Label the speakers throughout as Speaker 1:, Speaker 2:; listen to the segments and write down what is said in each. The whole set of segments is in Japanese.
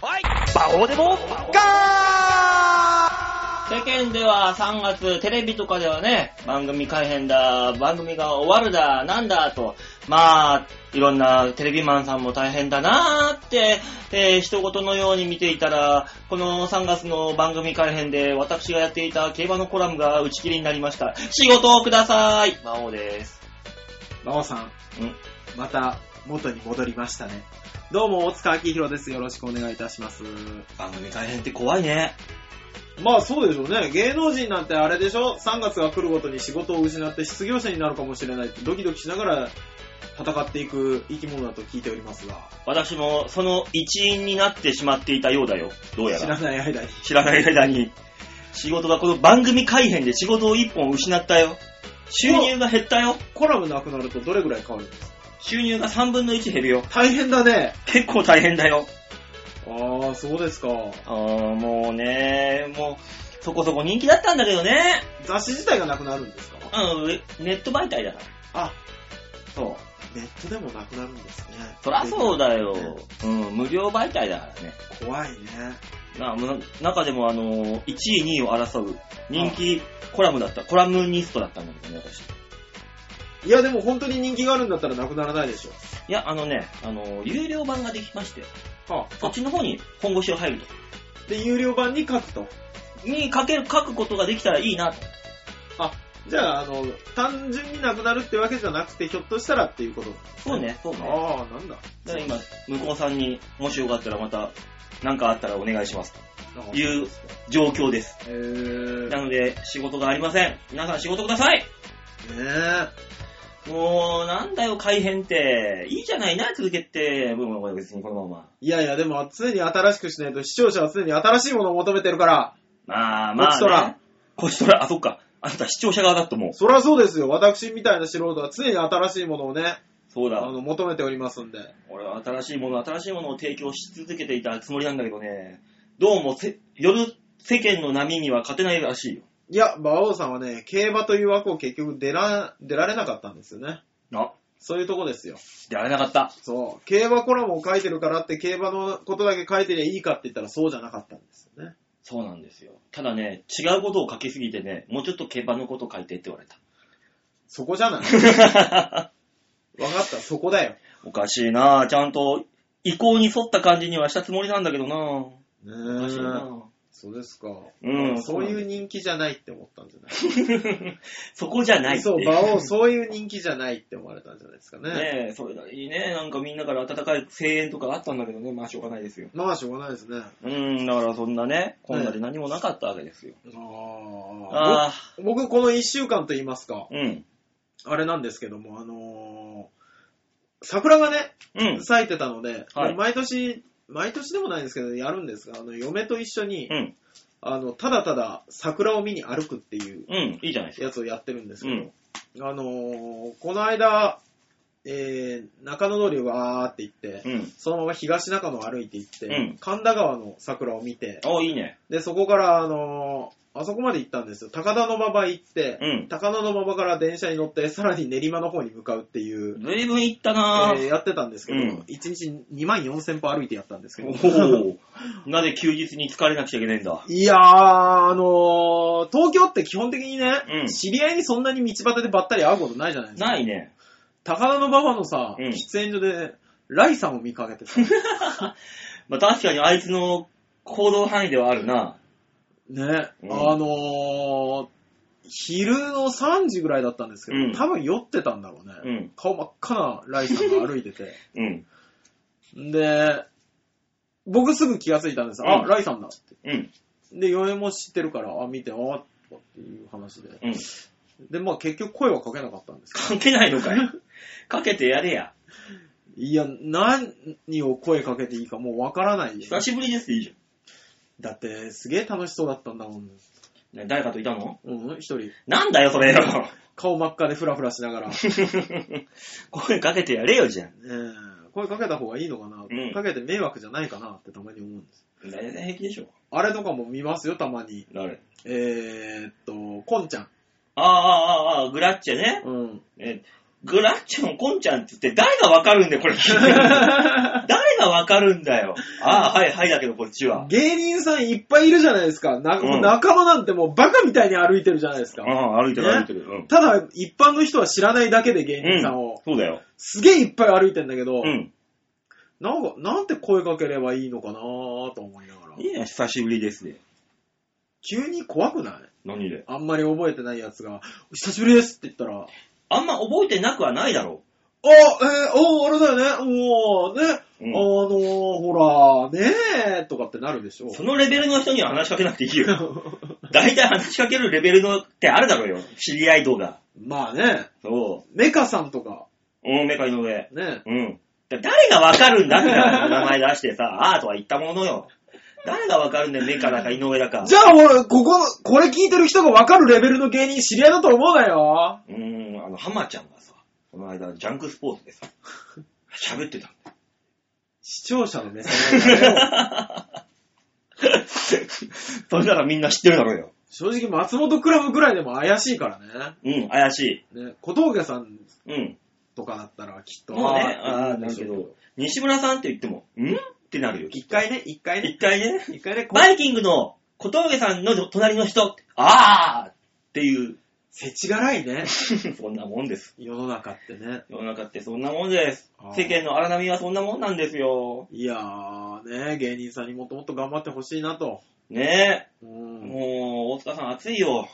Speaker 1: こうでも
Speaker 2: 世間では3月、テレビとかではね、番組改編だ、番組が終わるだ、なんだ、と、まあ、いろんなテレビマンさんも大変だなーって、えー、一言のように見ていたら、この3月の番組改編で私がやっていた競馬のコラムが打ち切りになりました。仕事をください魔王です。
Speaker 3: 馬王さん、
Speaker 2: ん
Speaker 3: また元に戻りましたね。どうも、大塚明宏です。よろしくお願いいたします。
Speaker 2: 番組改編って怖いね。
Speaker 3: まあそうでしょうね。芸能人なんてあれでしょ ?3 月が来るごとに仕事を失って失業者になるかもしれないってドキドキしながら戦っていく生き物だと聞いておりますが、
Speaker 2: 私もその一員になってしまっていたようだよ。どうや
Speaker 3: 知
Speaker 2: ら
Speaker 3: ら。ない間に。
Speaker 2: 知らない間に、仕事がこの番組改編で仕事を一本失ったよ。収入が減ったよ。
Speaker 3: コラムなくなるとどれぐらい変わるんですか
Speaker 2: 収入が3分の1減るよ。
Speaker 3: 大変だね。
Speaker 2: 結構大変だよ。
Speaker 3: ああ、そうですか。
Speaker 2: あー、もうね、もう、そこそこ人気だったんだけどね。
Speaker 3: 雑誌自体がなくなるんですか
Speaker 2: うん、ネット媒体だから。
Speaker 3: あ、
Speaker 2: そう。
Speaker 3: ネットでもなくなるんですね。
Speaker 2: そらそうだよ。うん、無料媒体だからね。
Speaker 3: 怖いね。
Speaker 2: なあもう中でもあの、1位、2位を争う人気コラムだった、コラムニストだったんだけどね、私。
Speaker 3: いや、でも本当に人気があるんだったらなくならないでしょ。
Speaker 2: いや、あのね、あの、有料版ができまして、
Speaker 3: は
Speaker 2: そっちの方に本腰を入ると。
Speaker 3: で、有料版に書くと。
Speaker 2: に書ける、書くことができたらいいなと。
Speaker 3: じゃあ、あの、単純になくなるってわけじゃなくて、ひょっとしたらっていうこと。
Speaker 2: そうね、そうね。
Speaker 3: ああ、なんだ。
Speaker 2: だから今、向こうさんにもしよかったらまた、何かあったらお願いします。
Speaker 3: なんか
Speaker 2: という状況です。
Speaker 3: えー、
Speaker 2: な
Speaker 3: ね
Speaker 2: ので、仕事がありません。皆さん仕事ください
Speaker 3: え。
Speaker 2: もう、なんだよ、改編って。いいじゃないな、続けて。もう別にこのまま。
Speaker 3: いやいや、でも常に新しくしないと視聴者は常に新しいものを求めてるから。
Speaker 2: まあまあ、ね。
Speaker 3: こちとら。
Speaker 2: こちとら、あ、そっか。あんた視聴者側だと思う。
Speaker 3: そりゃそうですよ。私みたいな素人は常に新しいものをね、
Speaker 2: そう
Speaker 3: あ
Speaker 2: だ。
Speaker 3: の、求めておりますんで。
Speaker 2: 俺は新しいもの、新しいものを提供し続けていたつもりなんだけどね。どうもせ、夜、世間の波には勝てないらしいよ。
Speaker 3: いや、馬王さんはね、競馬という枠を結局出ら、出られなかったんですよね。
Speaker 2: あ、
Speaker 3: そういうとこですよ。
Speaker 2: やれなかった。
Speaker 3: そう。競馬コラムを書いてるからって、競馬のことだけ書いてりゃいいかって言ったらそうじゃなかったんですよね。
Speaker 2: そうなんですよ。ただね、違うことを書きすぎてね、もうちょっと競馬のこと書いてって言われた。
Speaker 3: そこじ ゃないわかった、そこだよ。
Speaker 2: おかしいなぁ。ちゃんと意向に沿った感じにはしたつもりなんだけどなぁ。
Speaker 3: ね
Speaker 2: おかしい
Speaker 3: え。
Speaker 2: な
Speaker 3: そうですか。
Speaker 2: うんそ
Speaker 3: そう
Speaker 2: う
Speaker 3: い
Speaker 2: な
Speaker 3: う人気じゃないって思ったんじゃない
Speaker 2: ぁ。そこじゃないって
Speaker 3: そう、
Speaker 2: いう
Speaker 3: 馬王、そういう人気じゃないって思われたんじゃないですかね。
Speaker 2: ねえ、それなりにね、なんかみんなから温かい声援とかあったんだけどね、まあしょうがないですよ。
Speaker 3: まあ、しょうがないですね。
Speaker 2: うん、だからそんなね、こんなで何もなかったわけですよ。
Speaker 3: ああ。
Speaker 2: あ
Speaker 3: 僕、この一週間と言いますか
Speaker 2: あ、、うん。
Speaker 3: あれなんですけども、あのー桜がね、
Speaker 2: うん。
Speaker 3: 咲いてたので、
Speaker 2: はい
Speaker 3: 毎年、毎年でもないんですけど、やるんですが、あの、嫁と一緒に、
Speaker 2: うん。
Speaker 3: あの、ただただ桜を見に歩くっていう
Speaker 2: うん。いいじゃないですか。
Speaker 3: やつをやってるんです
Speaker 2: う
Speaker 3: け
Speaker 2: ん。
Speaker 3: ど、あのーこの間、えー、中野通りをわーって行って、
Speaker 2: うん。
Speaker 3: そのまま東中野を歩いて行って、
Speaker 2: うん
Speaker 3: 神田川の桜を見て、
Speaker 2: おいいね。
Speaker 3: で、そこから、あのーあそこまで行ったんですよ。高田の馬場行って、
Speaker 2: うん
Speaker 3: 高田の馬場から電車に乗って、さらに練馬の方に向かうっていう、
Speaker 2: ずいぶんいった
Speaker 3: え
Speaker 2: な
Speaker 3: ー
Speaker 2: ぁ。
Speaker 3: やってたんですけど、
Speaker 2: うん
Speaker 3: 1日2万4000歩歩いてやったんですけど、
Speaker 2: おー なぜ休日に疲れなくちゃいけないんだ。
Speaker 3: いやー、あのー、東京って基本的にね、
Speaker 2: うん
Speaker 3: 知り合いにそんなに道端でばったり会うことないじゃないですか。
Speaker 2: ないね。
Speaker 3: 高田の馬場のさ、
Speaker 2: うん
Speaker 3: 喫煙所で、ライさんを見かけて さ、
Speaker 2: まあ確かにあいつの行動範囲ではあるな。
Speaker 3: ね、
Speaker 2: うん
Speaker 3: あのー、昼の3時ぐらいだったんですけど、
Speaker 2: うん
Speaker 3: 多分酔ってたんだろうね。
Speaker 2: うん。
Speaker 3: 顔真っ赤なライさんが歩いてて。
Speaker 2: うん。
Speaker 3: で、僕すぐ気がついたんです。あ、
Speaker 2: うん
Speaker 3: ライさんだって。
Speaker 2: うん。
Speaker 3: で、嫁も知ってるから、あ、見て、あ、とかっていう話で。
Speaker 2: うん。
Speaker 3: で、まあ結局声はかけなかったんですけど
Speaker 2: かけないの かいかけてやれや。
Speaker 3: いや、何を声かけていいかもうわからないよ。
Speaker 2: 久しぶりですっていいじ
Speaker 3: だって、すげえ楽しそうだったんだもん。
Speaker 2: ゃん。ね誰かといたの
Speaker 3: うん、一人。
Speaker 2: なんだよ、それ よ。
Speaker 3: 顔真っ赤でフラフラしながら。
Speaker 2: 声かけてやれよ、じゃん。
Speaker 3: ええ声かけた方がいいのかな、
Speaker 2: うん
Speaker 3: かけて迷惑じゃないかなってたまに思うんです。
Speaker 2: 大体平気でしょ。
Speaker 3: あれとかも見ますよ、たまに。
Speaker 2: 誰
Speaker 3: えー、っと、コンちゃん。
Speaker 2: ああ、ああ、ああ、グラッチェね。
Speaker 3: うん。
Speaker 2: えグラッチェもコンちゃんって言って、誰がわかるんだよ、これ。誰がわかるんだよ。ああ、はい、はいだけどこっちは。
Speaker 3: 芸人さんいっぱいいるじゃないですか。な
Speaker 2: うん
Speaker 3: 仲間なんてもうバカみたいに歩いてるじゃないです
Speaker 2: う
Speaker 3: か
Speaker 2: ん、。歩いてる歩いてる。うん。
Speaker 3: ただ、一般の人は知らないだけで芸
Speaker 2: う
Speaker 3: 人
Speaker 2: ん
Speaker 3: さんを。
Speaker 2: そうだよ。
Speaker 3: すげえいっぱい歩いてんだけ
Speaker 2: う
Speaker 3: ど、
Speaker 2: ん。
Speaker 3: なんか、なんて声かければいいのかなーと思いながら。
Speaker 2: いいね、久しぶりですね。
Speaker 3: 急に怖くない
Speaker 2: 何で
Speaker 3: あんまり覚えてないやつが、お久しぶりですって言ったら、あ、
Speaker 2: あんま覚えてなくはないだろ
Speaker 3: えー、おー、あれだよね、おー、ね、
Speaker 2: うん
Speaker 3: あのー、ほら、ねーとかってなるでしょ
Speaker 2: う。。そのレベルの人には話しかけなくていいよ。 大体話しかけるレベルのってあるだろうよ。知り合い度が。
Speaker 3: まあね、
Speaker 2: そ
Speaker 3: メカさんとか、
Speaker 2: う。うん、メカ井上。
Speaker 3: ね、
Speaker 2: うん。だ誰がわかるんだって名前出してさ、 あーとは言ったものよ。誰がわかるんだよ、メカだか井上だか。
Speaker 3: じゃあ俺、ここの、これ聞いてる人がわかるレベルの芸人知り合いだと思うなよ。
Speaker 2: うーん、あの、ハマちゃんがさ、この間、ジャンクスポーツでさ、 喋ってたん
Speaker 3: 視聴者の目線なんだよ。
Speaker 2: だよ。 それならみんな知ってるだろうよ。
Speaker 3: 正直、松本クラブぐらいでも怪しいから
Speaker 2: うん、怪し
Speaker 3: ね。ね、小峠さん
Speaker 2: い。うん。
Speaker 3: とかだったらきっと。
Speaker 2: もうね、あ
Speaker 3: ー
Speaker 2: あー、なるけど、西村さんって言っても、んってなるよ。
Speaker 3: 一回ね、一回ね、
Speaker 2: 一回ね、
Speaker 3: 一回ね、こ
Speaker 2: バイキングの小峠さんの隣の人、あーっていう、
Speaker 3: せちがらいね、
Speaker 2: そんなもんです。
Speaker 3: 世の中ってね。
Speaker 2: 世の中ってそんなもんです
Speaker 3: あ。ー
Speaker 2: 世間の荒波はそんなもんなんですよ。
Speaker 3: いやー、ね、芸人さんにもっともっと頑張ってほしいなと。
Speaker 2: ね
Speaker 3: う
Speaker 2: え、
Speaker 3: ん。
Speaker 2: もう、大塚さん暑いよ。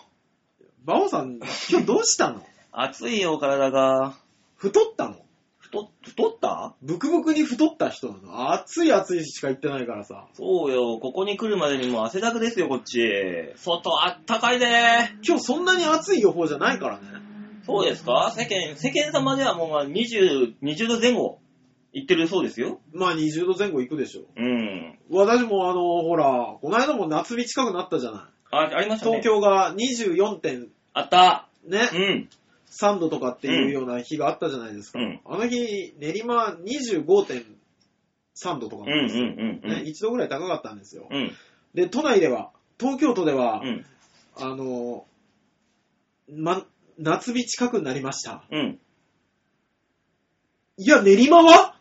Speaker 3: バオさん、今日どうしたの
Speaker 2: 暑いよ、体が。
Speaker 3: 太ったの
Speaker 2: 太、太った
Speaker 3: ブクブクに太った人なの暑い暑いしか言ってないからさ。
Speaker 2: そうよ、ここに来るまでにもう汗だくですよ、こっち。外あったかいね。
Speaker 3: 今日そんなに暑い予報じゃないからね。
Speaker 2: そうですか世間、世間様ではもうまあ20、20度前後、行ってるそうですよ。
Speaker 3: まあ20度前後行くでしょ。
Speaker 2: うん。
Speaker 3: 私もあの、ほら、この間も夏日近くなったじゃない。
Speaker 2: あ、ありましたね。
Speaker 3: 東。京が24点、
Speaker 2: あった。
Speaker 3: ね、
Speaker 2: うん。
Speaker 3: 3度とかっていうような日があったじゃないですか。
Speaker 2: うん
Speaker 3: あの日、練馬25.3度とか
Speaker 2: う
Speaker 3: なんんですよ、
Speaker 2: うんうんう
Speaker 3: ね。1度ぐらい高かったんですよ。
Speaker 2: ん。うん。
Speaker 3: で、都内では、東京都では、
Speaker 2: うん。
Speaker 3: あの、ま、夏日近くになりました。
Speaker 2: うん。
Speaker 3: いや、練馬は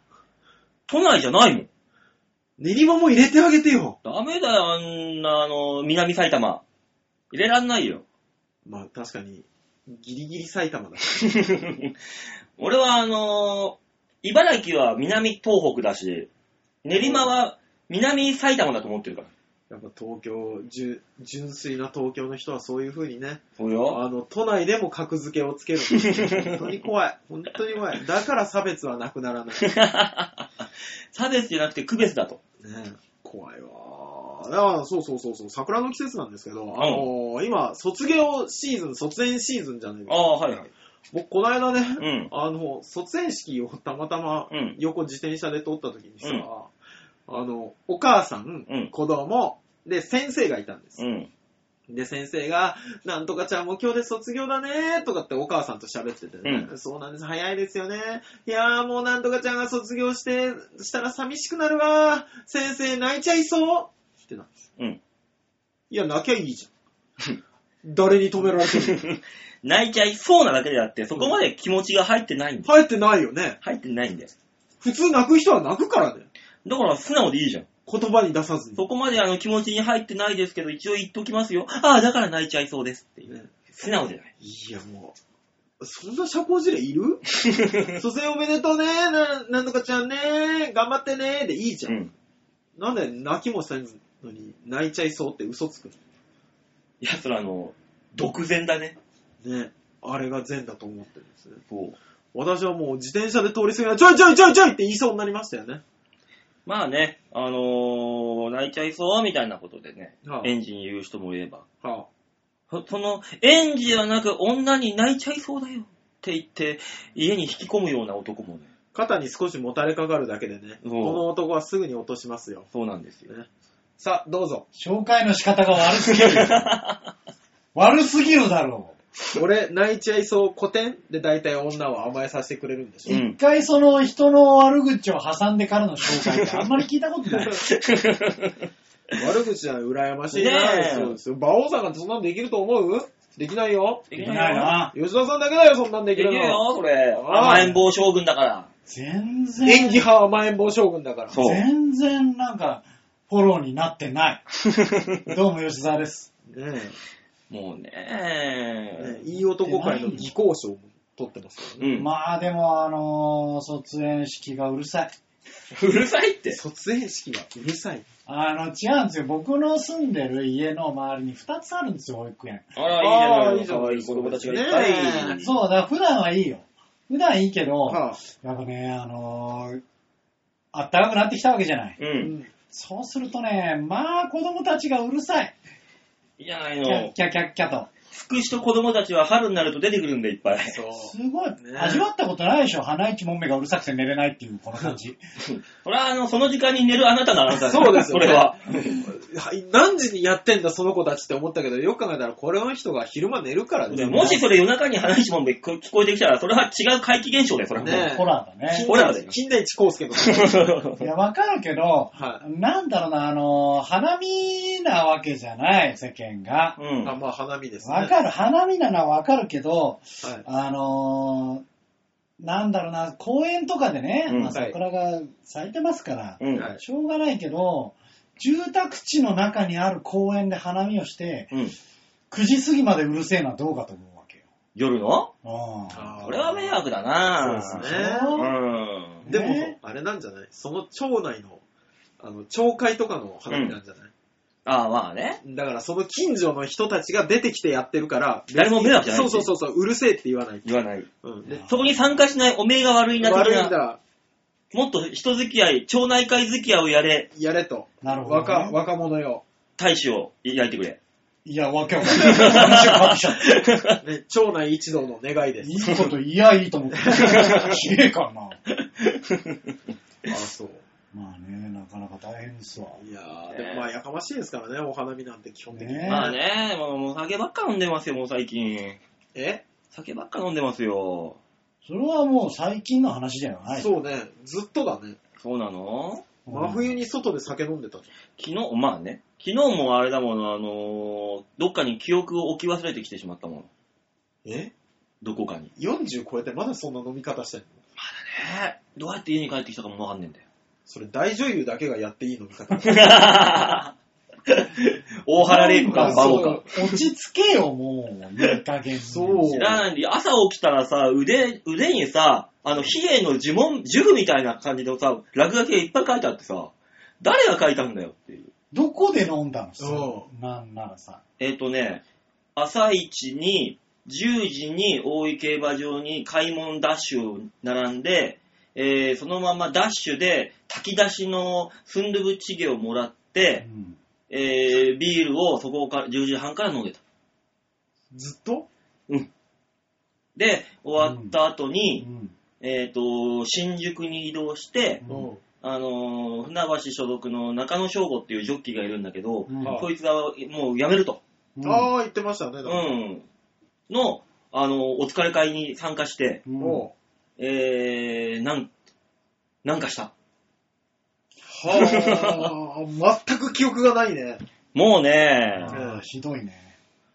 Speaker 2: 都内じゃないもん。
Speaker 3: 練馬も入れてあげてよ。
Speaker 2: ダメだよ、あんな、あの、南埼玉。入れらんない よ。
Speaker 3: まあ、確かに、ギリギリ埼玉だ。
Speaker 2: 俺は、あの、茨城は南東北だし、練馬は南埼玉だと思ってるから。
Speaker 3: やっぱ東京、純純粋な東京の人はそういう風にね、
Speaker 2: そうよ。
Speaker 3: あの、都内でも格付けをつけるんですよ。本当に怖い。本当に怖い。だから差別はなくならない。
Speaker 2: 差別じゃなくて区別だと。
Speaker 3: ね怖いわー。だから、そうそうそうそう、桜の季節なんですけど、あのー今、卒業シーズン、卒園シーズンじゃないです
Speaker 2: あ
Speaker 3: か。
Speaker 2: あ、はいはい。
Speaker 3: 僕、この間ね、
Speaker 2: うん。
Speaker 3: あの、卒園式をたまたま
Speaker 2: うん
Speaker 3: 横自転車で通った時にさ、あの、お母さん、
Speaker 2: うん
Speaker 3: 子供、で、先生がいたんです
Speaker 2: う。ん。
Speaker 3: で、先生が、なんとかちゃんも今日で卒業だねーとかってお母さんと喋っててね、
Speaker 2: う
Speaker 3: そうなんです、早いですよね。いやーもうなんとかちゃんが卒業して、したら寂しくなるわー。先生泣いちゃいそうってなんです。
Speaker 2: うん。
Speaker 3: いや、泣きゃいいじゃん。誰に止められてる
Speaker 2: 泣いちゃいそうなだけであって、そこまで気持ちが入ってないんだよ。
Speaker 3: 入ってないよね。
Speaker 2: 入ってないんだよ。
Speaker 3: 普通泣く人は泣くからね。
Speaker 2: だから素直でいいじゃん。
Speaker 3: 言葉に出さずに。
Speaker 2: そこまであの気持ちに入ってないですけど、一応言っときますよ。ああ、だから泣いちゃいそうですっていう。
Speaker 3: ね
Speaker 2: 素直じゃない。
Speaker 3: いや、もう、そんな社交辞令 いる卒業おめでとうねーな、なんとかちゃんねー頑張ってねーでいいじゃん
Speaker 2: う。ん。
Speaker 3: なんで泣きもせんのに泣いちゃいそうって嘘つく
Speaker 2: いや、それあの、独善だね。
Speaker 3: のね。あれが善だと思ってるんですね。
Speaker 2: そう。
Speaker 3: 私はもう自転車で通り過ぎない、ちょいちょいちょいちょいって言いそうになりましたよね。
Speaker 2: まあね、あのー、泣いちゃいそうみたいなことでね、
Speaker 3: は
Speaker 2: 園児に言う人もいれば、
Speaker 3: あ、は
Speaker 2: そその、園児ではなく女に泣いちゃいそうだよって言って、家に引き込むような男もね、
Speaker 3: あ、肩に少しもたれかかるだけでね、
Speaker 2: うん
Speaker 3: この男はすぐに落としますよ。
Speaker 2: そうなん ですよ。
Speaker 3: さあ、どうぞ。
Speaker 1: 紹介の仕方が悪すぎる。悪すぎるだろ
Speaker 3: 俺、泣いちゃいそう古典で大体女を甘えさせてくれるんでし
Speaker 1: う。
Speaker 3: ょ。
Speaker 2: うん
Speaker 1: 一回その人の悪口を挟んでからの紹介ってあんまり聞いたことない。
Speaker 3: 悪口じゃない、羨ましいな、
Speaker 2: ねえ
Speaker 3: そうですよ。馬王さんがそんなんできると思うできないよ。
Speaker 1: できないな。
Speaker 3: 吉田さんだけだよ、そんなんで
Speaker 2: で
Speaker 3: き
Speaker 2: き
Speaker 3: る
Speaker 2: る
Speaker 3: の。
Speaker 2: よ、それ。
Speaker 3: ああ
Speaker 2: 甘えん坊将軍だから。
Speaker 1: 全然。
Speaker 3: 演技派は甘えん坊将軍だから。
Speaker 2: そう
Speaker 1: 全然なんか、フォローになってない。どうも吉沢です。
Speaker 3: ね
Speaker 2: もう
Speaker 3: えねえ
Speaker 2: ね
Speaker 3: いい男会の技巧賞も取ってますから
Speaker 2: う
Speaker 3: ね。
Speaker 2: ん。
Speaker 1: まあでもあのー卒園式がうるさい。
Speaker 2: うるさいって。
Speaker 3: 卒園式がうるさい。
Speaker 1: あの、違うんですよ。僕の住んでる家の周りに2つあるんですよ、保育園。
Speaker 2: あら、
Speaker 3: あー
Speaker 2: いいじゃない
Speaker 3: い
Speaker 2: で
Speaker 3: い
Speaker 2: す
Speaker 3: じ
Speaker 2: か。可愛い子
Speaker 3: ゃな
Speaker 2: 供
Speaker 3: いで
Speaker 2: た
Speaker 3: す
Speaker 2: ち
Speaker 3: か
Speaker 2: がいっぱい。
Speaker 1: そう、だから普段はいいよ。普段いいけど、
Speaker 3: はあ
Speaker 1: やっぱね、あのーあったかくなってきたわけじゃない。
Speaker 2: う。
Speaker 3: うんん
Speaker 1: そうするとね、まあ子供たちがうるさい。
Speaker 2: いいじゃない
Speaker 1: キャッ
Speaker 2: の。
Speaker 1: キャッキャッキャと。
Speaker 2: 福祉と子供たちは春になると出てくるんでいっぱい。
Speaker 3: そ
Speaker 1: す
Speaker 3: う。
Speaker 1: ごい
Speaker 3: ね。
Speaker 1: 味わったことないでしょ。花一もめがうるさくて寝れないっていうこの感じ。
Speaker 2: それはあの、その時間に寝るあなたのあなた
Speaker 3: そうです
Speaker 2: そ
Speaker 3: よ
Speaker 2: れ
Speaker 3: ね
Speaker 2: は。
Speaker 3: はい何時にやってんだその子たちって思ったけど、よく考えたらこれの人が昼間寝るからですよね
Speaker 2: もしそれ夜中に話しもんでこ聞こえてきたら、それは違う怪奇現象だよ、それはもう。
Speaker 3: ね
Speaker 1: ホラーだね
Speaker 3: 金。
Speaker 2: 俺らだ
Speaker 3: 田
Speaker 2: よ
Speaker 3: 金田一耕助の。
Speaker 1: いや、わかるけど、
Speaker 3: は
Speaker 1: なんだろうな、あの、花見なわけじゃない、世間が。
Speaker 2: うん。
Speaker 3: あ、まあ、花見ですね。
Speaker 1: わかる、花見なのはわかるけど、
Speaker 3: はい
Speaker 1: あのーなんだろうな、公園とかでね、
Speaker 2: うん
Speaker 1: まあ、桜が咲いてますから、
Speaker 2: うん。
Speaker 3: はい
Speaker 1: しょうがないけど、住宅地の中にある公園で花見をして、
Speaker 2: うん。
Speaker 1: 9時過ぎまでうるせえのはどうかと思うわけよ。
Speaker 2: 夜の
Speaker 1: うん
Speaker 3: あー
Speaker 2: これは迷惑だな
Speaker 3: そうですね
Speaker 2: う。
Speaker 1: そうんね
Speaker 3: でも、あれなんじゃないその町内の、あの、町会とかの花見なんじゃない、
Speaker 2: ああ、まあね。
Speaker 3: だから、その近所の人たちが出てきてやってるから、
Speaker 2: 誰も迷惑じゃない
Speaker 3: そうそうそうそう、うるせえって言わない。
Speaker 2: 言わない。
Speaker 3: うん。で、
Speaker 2: そこに参加しないおめえが悪いな
Speaker 3: 悪いん
Speaker 2: 的な、
Speaker 3: だ、
Speaker 2: もっと人付き合い、町内会付き合いをやれ、
Speaker 3: やれと。
Speaker 1: なるほどね
Speaker 3: 若、若者よ。
Speaker 2: 大使を焼いてくれ。
Speaker 1: いや、わけわかんない。話が変わってきちゃった
Speaker 3: ね、町内一同の願いで
Speaker 1: い
Speaker 3: す。
Speaker 1: いこと、いや、いいと思って。綺麗かな。
Speaker 3: あ、そう。
Speaker 1: まあね、なかなか大変ですわ。
Speaker 3: いやー、でもまあ、やかましいですからね、お花見なんて基本的に。
Speaker 1: ねえ
Speaker 2: まあね、もうもう酒ばっか飲んでますよ、もう最近。
Speaker 3: え
Speaker 2: 酒ばっか飲んでますよ。
Speaker 1: それはもう最近の話じゃない。
Speaker 3: そうね、ずっとだね。
Speaker 2: そうなの
Speaker 1: うん
Speaker 3: 真冬に外で酒飲んでたじ
Speaker 2: 昨日、まあね。昨日もあれだもの、あのーどっかに記憶を置き忘れてきてしまったもん。
Speaker 3: ゃん。え
Speaker 2: どこかに。
Speaker 3: 40超えてまだそんな飲み方してんの
Speaker 2: えー、どうやって家に帰ってきたかもわかんねえんだよ。
Speaker 3: それ大女優だけがやっていい飲み 方。
Speaker 2: 大原玲子か、
Speaker 3: 馬
Speaker 2: バ
Speaker 3: 王
Speaker 2: オ
Speaker 3: か
Speaker 2: か。
Speaker 1: 落ち着けよ、もう。いい加減に。
Speaker 3: そう
Speaker 2: 知らないんで、朝起きたらさ、腕、腕にさ、あの、比叡の呪文、呪具みたいな感じでさ、落書きがいっぱい書いてあってさ、誰が書いたんだよっていう。
Speaker 1: どこで飲んだのさ
Speaker 3: う
Speaker 1: なんならさ。
Speaker 2: えっ、とね、朝一に、10時に大井競馬場に開門ダッシュを並んで、えーそのままダッシュで炊き出しのスンドゥブチゲをもらっ
Speaker 1: う
Speaker 2: て、
Speaker 1: ん
Speaker 2: えービールをそこから10時半から飲んでた。
Speaker 3: ずっと
Speaker 2: で、終わった後に、
Speaker 1: うん
Speaker 2: えっ、と、新宿に移動して、
Speaker 1: うん
Speaker 2: あのー船橋所属の中野翔吾っていうジョッキーがいるんだけど、
Speaker 1: うん
Speaker 2: こいつがもう辞めると。
Speaker 1: う
Speaker 3: うんんああ、言ってましたね。な
Speaker 2: うん
Speaker 3: か
Speaker 2: ん。の、あのーお疲れ会に参加して、
Speaker 1: うん
Speaker 3: お
Speaker 2: えー、なん、なんかした。
Speaker 3: うはあ、全 く記憶がないね。
Speaker 2: もうね、
Speaker 1: ああひどいね。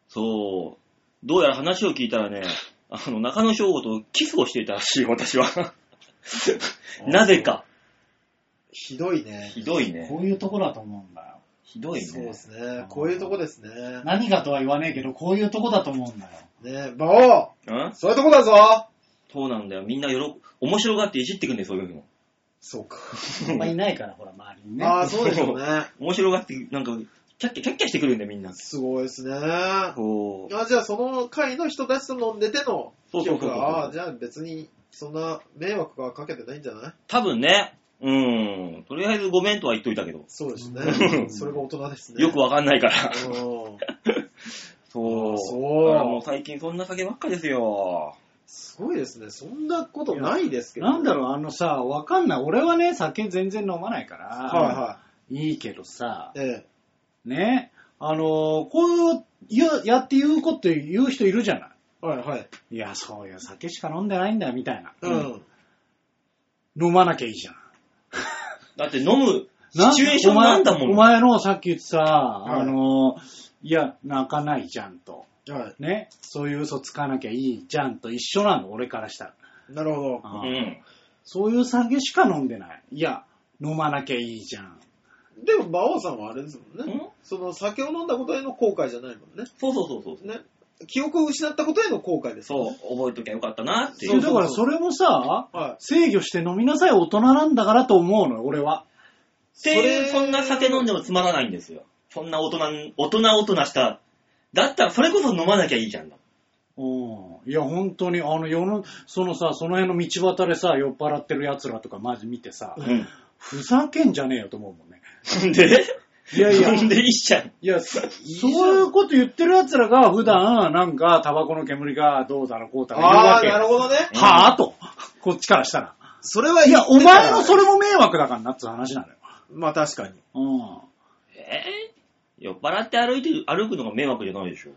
Speaker 2: そう、どうやら話を聞いたらね、あの、中野翔吾とキスをしていたらしい、私は。 なぜか。
Speaker 3: ひどいね。
Speaker 2: ひどいね。
Speaker 1: こういうとこだと思うんだよ。
Speaker 2: ひどい
Speaker 3: そうで
Speaker 2: ね。
Speaker 3: すね。こういうとこですね。
Speaker 1: 何かとは言わねえけど、こういうとこだと思うんだよ。
Speaker 3: ね馬王
Speaker 2: うん
Speaker 3: そういうとこだぞ
Speaker 2: そうなんだよ。みんなよろ、面白がっていじってくんだよ、そういうの。
Speaker 3: そうか。
Speaker 1: あんまいないから、ほら、周りにね。
Speaker 3: あ あ、そうでしょうね。
Speaker 2: 面白がって、なんか、キャッキャ、キャッキャしてくるんだよ、みんな。
Speaker 3: すごいですね。あ
Speaker 2: こう。
Speaker 3: じゃあその会の人たちと飲んでての
Speaker 2: そ
Speaker 3: 記
Speaker 2: うそうそ
Speaker 3: 憶
Speaker 2: うそう
Speaker 3: が、ああ、じゃあ別にそんな迷惑はかけてないんじゃない
Speaker 2: 多分ね、うん、とりあえずごめんとは言っといたけど、
Speaker 3: そうです
Speaker 1: う
Speaker 3: ね。
Speaker 1: ん
Speaker 3: それが大人ですね。
Speaker 2: よくわかんないから。
Speaker 3: うん
Speaker 2: そう。
Speaker 3: あそう
Speaker 2: だからもう最近そんな酒ばっかですよ。
Speaker 3: すごいですね。そんなことないですけど。
Speaker 1: なんだ
Speaker 3: う。
Speaker 1: ろう、あのさ、わかんない。俺はね、酒全然飲まないから、
Speaker 3: はいはい
Speaker 1: いけどさ、
Speaker 3: い。え
Speaker 1: ね、あのーこういう、ややって言うこと言う人いるじゃな
Speaker 3: え。はいはい。
Speaker 1: い。いや、そういう酒しか飲んでないんだよ、みたいな。
Speaker 3: うん。
Speaker 1: 飲まなきゃいいじゃん。
Speaker 2: だって飲む
Speaker 1: な
Speaker 2: シチュエーションなんだもん。
Speaker 1: お前お前のさっき言ってさ、
Speaker 3: い
Speaker 1: あのーいや、泣かないじゃんと。
Speaker 3: はい。
Speaker 1: ね、そういう嘘つかなきゃいいじゃんと一緒なの、俺からしたら。
Speaker 3: なるほど。
Speaker 1: あ
Speaker 2: うん。
Speaker 1: そういう酒しか飲んでない。いや、飲まなきゃいいじゃん。
Speaker 3: でも、馬王さんはあれですもんね
Speaker 2: ん。
Speaker 3: その酒を飲んだことへの後悔じゃないもんね。
Speaker 2: そうそうそうそう。
Speaker 3: ね。記憶を失ったことへの後悔です。
Speaker 2: そう、覚えときゃよかったなってい。
Speaker 1: そううだからそれもさ、
Speaker 3: は
Speaker 1: 制御して飲みなさい大人なんだからと思うのよ、俺は。
Speaker 2: っていう、
Speaker 3: それ
Speaker 2: そんな酒飲んでもつまらないんですよ。そんな大人、大人大人した。だったら、それこそ飲まなきゃいいじゃん。
Speaker 1: うん。いや、本当に、あの、世の、そのさ、その辺の道端でさ、酔っ払ってる奴らとかマジ見てさ、
Speaker 2: う
Speaker 1: ふざけんじゃねえよと思うもんね。
Speaker 2: ん。で
Speaker 1: いやいや、
Speaker 2: んでいいじゃん。
Speaker 1: いや、そそういうこと言ってる奴らが普段、なんか、タバコの煙がどうだろう、こうだろう、言う
Speaker 3: あ
Speaker 1: わ
Speaker 3: あ、
Speaker 1: け
Speaker 3: なる
Speaker 1: よ。
Speaker 3: ほどね。
Speaker 2: ど
Speaker 1: はぁと、こっちからしたら。
Speaker 3: それはい
Speaker 1: いや、お前のそ
Speaker 3: れ。
Speaker 1: れも迷惑だからなって話なのよ。
Speaker 3: まあ確かに。
Speaker 1: うん。
Speaker 2: えー、酔っ払って歩いてる、歩くのが迷惑じゃないでしょ。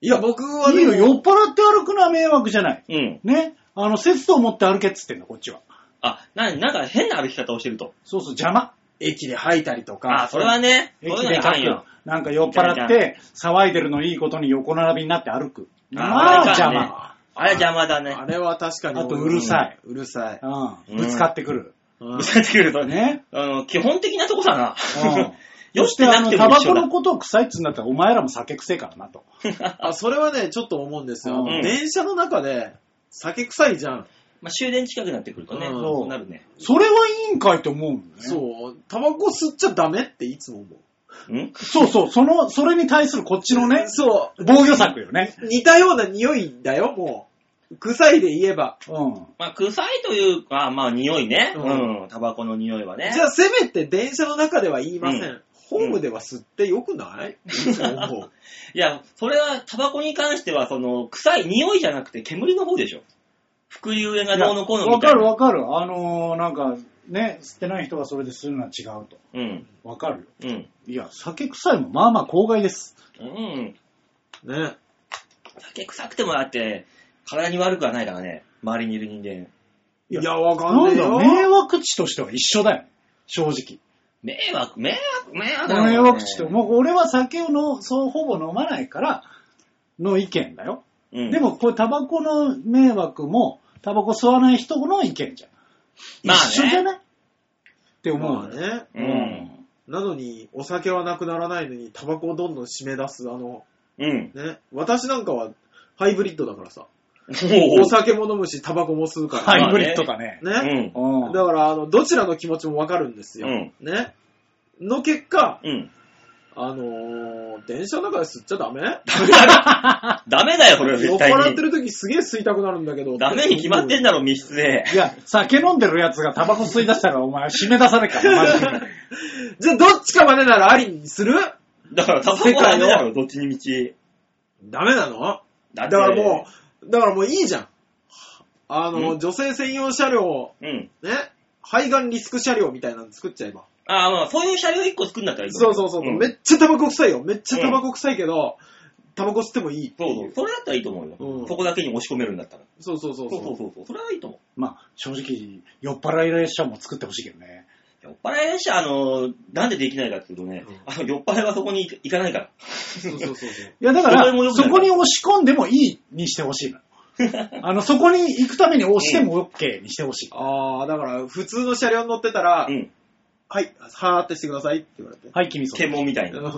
Speaker 3: いや、僕はい
Speaker 1: い
Speaker 3: でも
Speaker 1: よ、酔っ払って歩くのは迷惑じゃない。
Speaker 2: うん。
Speaker 1: ね。あの、節度を持って歩けっつってんだ、こっちは。
Speaker 2: あ、な、なんか変な歩き方をしてると。
Speaker 1: そうそう、邪魔。
Speaker 3: 駅で吐いたりと
Speaker 2: あ、
Speaker 3: か。
Speaker 2: それはね、そう
Speaker 1: 駅
Speaker 2: いうの
Speaker 1: で
Speaker 2: いかん
Speaker 1: 吐く
Speaker 2: よ。。
Speaker 1: なんか酔っ払って、騒いでるのいいことに横並びになって歩く。
Speaker 2: あ
Speaker 1: まあ、
Speaker 2: それい
Speaker 1: 邪
Speaker 2: かんね
Speaker 1: 魔。
Speaker 2: あれ邪魔だね
Speaker 3: あ。れは確かに。
Speaker 1: あとうるさい。
Speaker 3: うん。うるさい。
Speaker 1: うん。
Speaker 2: うん
Speaker 1: ぶつかってくる。
Speaker 3: うん
Speaker 2: 見せてくるとね。
Speaker 1: ね。
Speaker 2: あの、基本的なとこだな。
Speaker 1: うん。
Speaker 2: 酔っ
Speaker 1: そしてて、
Speaker 2: な
Speaker 1: あ
Speaker 2: く
Speaker 1: の、
Speaker 2: て
Speaker 1: タ
Speaker 2: も
Speaker 1: バ
Speaker 2: 一緒
Speaker 1: コ
Speaker 2: だ
Speaker 1: の。ことを臭いっつうんだったら、お前らも酒臭いからなと。
Speaker 3: あ、それはね、ちょっと思うんですよ。
Speaker 1: うん
Speaker 3: 電車の中で、酒臭いじゃん。
Speaker 2: まあ、終電近くなってくるとね、
Speaker 3: うん
Speaker 2: そうなるね。
Speaker 1: それはいいんかいと思うもんね。
Speaker 3: そう。タバコ吸っちゃダメっていつも思う。
Speaker 2: うん
Speaker 1: そうそう、その、それに対するこっちのね、
Speaker 3: そ
Speaker 1: 防御策よね。
Speaker 3: う。似たような匂いだよ、もう。臭いで言えば。
Speaker 1: うん。
Speaker 2: まあ、臭いというか、まあ、匂いね。
Speaker 3: うん
Speaker 2: うん。タバコの匂いはね。
Speaker 3: じゃあ、せめて電車の中では言いません。
Speaker 2: うん
Speaker 3: ホームでは吸ってよくない、思う
Speaker 2: いや、それは、タバコに関しては、その、臭い、匂いじゃなくて、煙の方でしょ。副流煙がどうのこうの
Speaker 1: わ
Speaker 2: みたい
Speaker 1: か
Speaker 2: な。
Speaker 1: るわかる。あのー、なんか、ね、吸ってない人がそれでするのは違うと。
Speaker 2: うん。
Speaker 1: わかるよ。
Speaker 2: うん。
Speaker 1: いや、酒臭いもまあまあ公害です。
Speaker 2: うん。
Speaker 3: ね。
Speaker 2: 酒臭くてもだって、体に悪くはないからね。周りにいる人間。
Speaker 1: いや
Speaker 3: いや、わかん
Speaker 1: な
Speaker 3: ない
Speaker 1: ん
Speaker 3: よ。
Speaker 1: だ、迷惑値としては一緒だよ。正直。
Speaker 2: 迷惑、迷惑、迷惑だよね
Speaker 1: 迷惑値と、もう俺は酒をのそうほぼ飲まないから、の意見だよ。
Speaker 2: うん。
Speaker 1: で
Speaker 2: も、
Speaker 1: も、これタバコの迷惑も、タバコ吸わない人の意見じゃん。
Speaker 2: まあね
Speaker 1: 一緒じゃないって思う
Speaker 3: まあ
Speaker 1: のね。
Speaker 3: ね。
Speaker 2: う
Speaker 1: うん
Speaker 2: ん。
Speaker 3: なのに、お酒はなくならないのに、タバコをどんどん締め出す、あの、
Speaker 2: うん。
Speaker 3: ね。私なんかは、ハイブリッドだからさ。
Speaker 2: お
Speaker 3: お酒も飲むし、タバコも吸うから。
Speaker 1: ハイブリッドだね。
Speaker 3: ね。
Speaker 2: うん。
Speaker 1: うん
Speaker 3: だから、あの、どちらの気持ちもわかるんですよ。
Speaker 2: うん
Speaker 3: ね。の結果、
Speaker 2: うん。
Speaker 3: あのー、電車の中で吸っちゃダメ
Speaker 2: ダメだよ、これは
Speaker 3: 酔
Speaker 2: 絶
Speaker 3: っ
Speaker 2: 対
Speaker 3: 払って
Speaker 2: に。
Speaker 3: る時すげえ吸いたくなるんだけど。
Speaker 2: ダメに決まってんだろ、密室で。
Speaker 1: いや、酒飲んでるやつがタバコ吸い出したらお前締め出さなきゃ、マジで。
Speaker 3: じゃあ、どっちかまでならありにする
Speaker 2: だから、タバコはダメ だろ、どっちに道。
Speaker 3: ダメなの
Speaker 2: だ
Speaker 3: だ
Speaker 2: って
Speaker 3: からもう、だからもういいじゃん。あの、
Speaker 2: ん
Speaker 3: 女性専用車両、
Speaker 2: う。うん。
Speaker 3: ね。肺がんリスク車両みたいなの作っちゃえば。
Speaker 2: ああ、まあ、そういう車両一個作んだったらいいと
Speaker 3: そ
Speaker 2: 思
Speaker 3: うそうそう。
Speaker 2: ん
Speaker 3: めっちゃタバコ臭いよ。めっちゃタバコ臭いけど、タバコ吸ってもいいって
Speaker 2: そ
Speaker 3: いう
Speaker 2: そう。それだったらいいと思うよ。
Speaker 3: うん
Speaker 2: そこだけに押し込めるんだったら。
Speaker 3: そうそうそう
Speaker 2: そうそ
Speaker 3: そう
Speaker 2: そうそう。それはいいと思う。
Speaker 1: まあ、正直、酔っ払い列車も作ってほしいけどね。
Speaker 2: 酔っ払い列車、あの、なんでできないかっていうとね、
Speaker 3: うん
Speaker 2: あの酔っ払いはそこに行かないから。
Speaker 3: う。そうそうそうそう。
Speaker 1: いや、だから、
Speaker 2: それも良く
Speaker 1: そ
Speaker 2: ない
Speaker 1: こに押し込んでもいいにしてほしいの。 あの、そこに行くために押しても OK にしてほしい。
Speaker 3: ああ、だから、普通の車両に乗ってたら、
Speaker 2: うん。
Speaker 3: はい、はーってしてくださいって言われて。
Speaker 1: はい、君そ
Speaker 2: 検
Speaker 1: う。
Speaker 2: 問みたいな。
Speaker 3: うん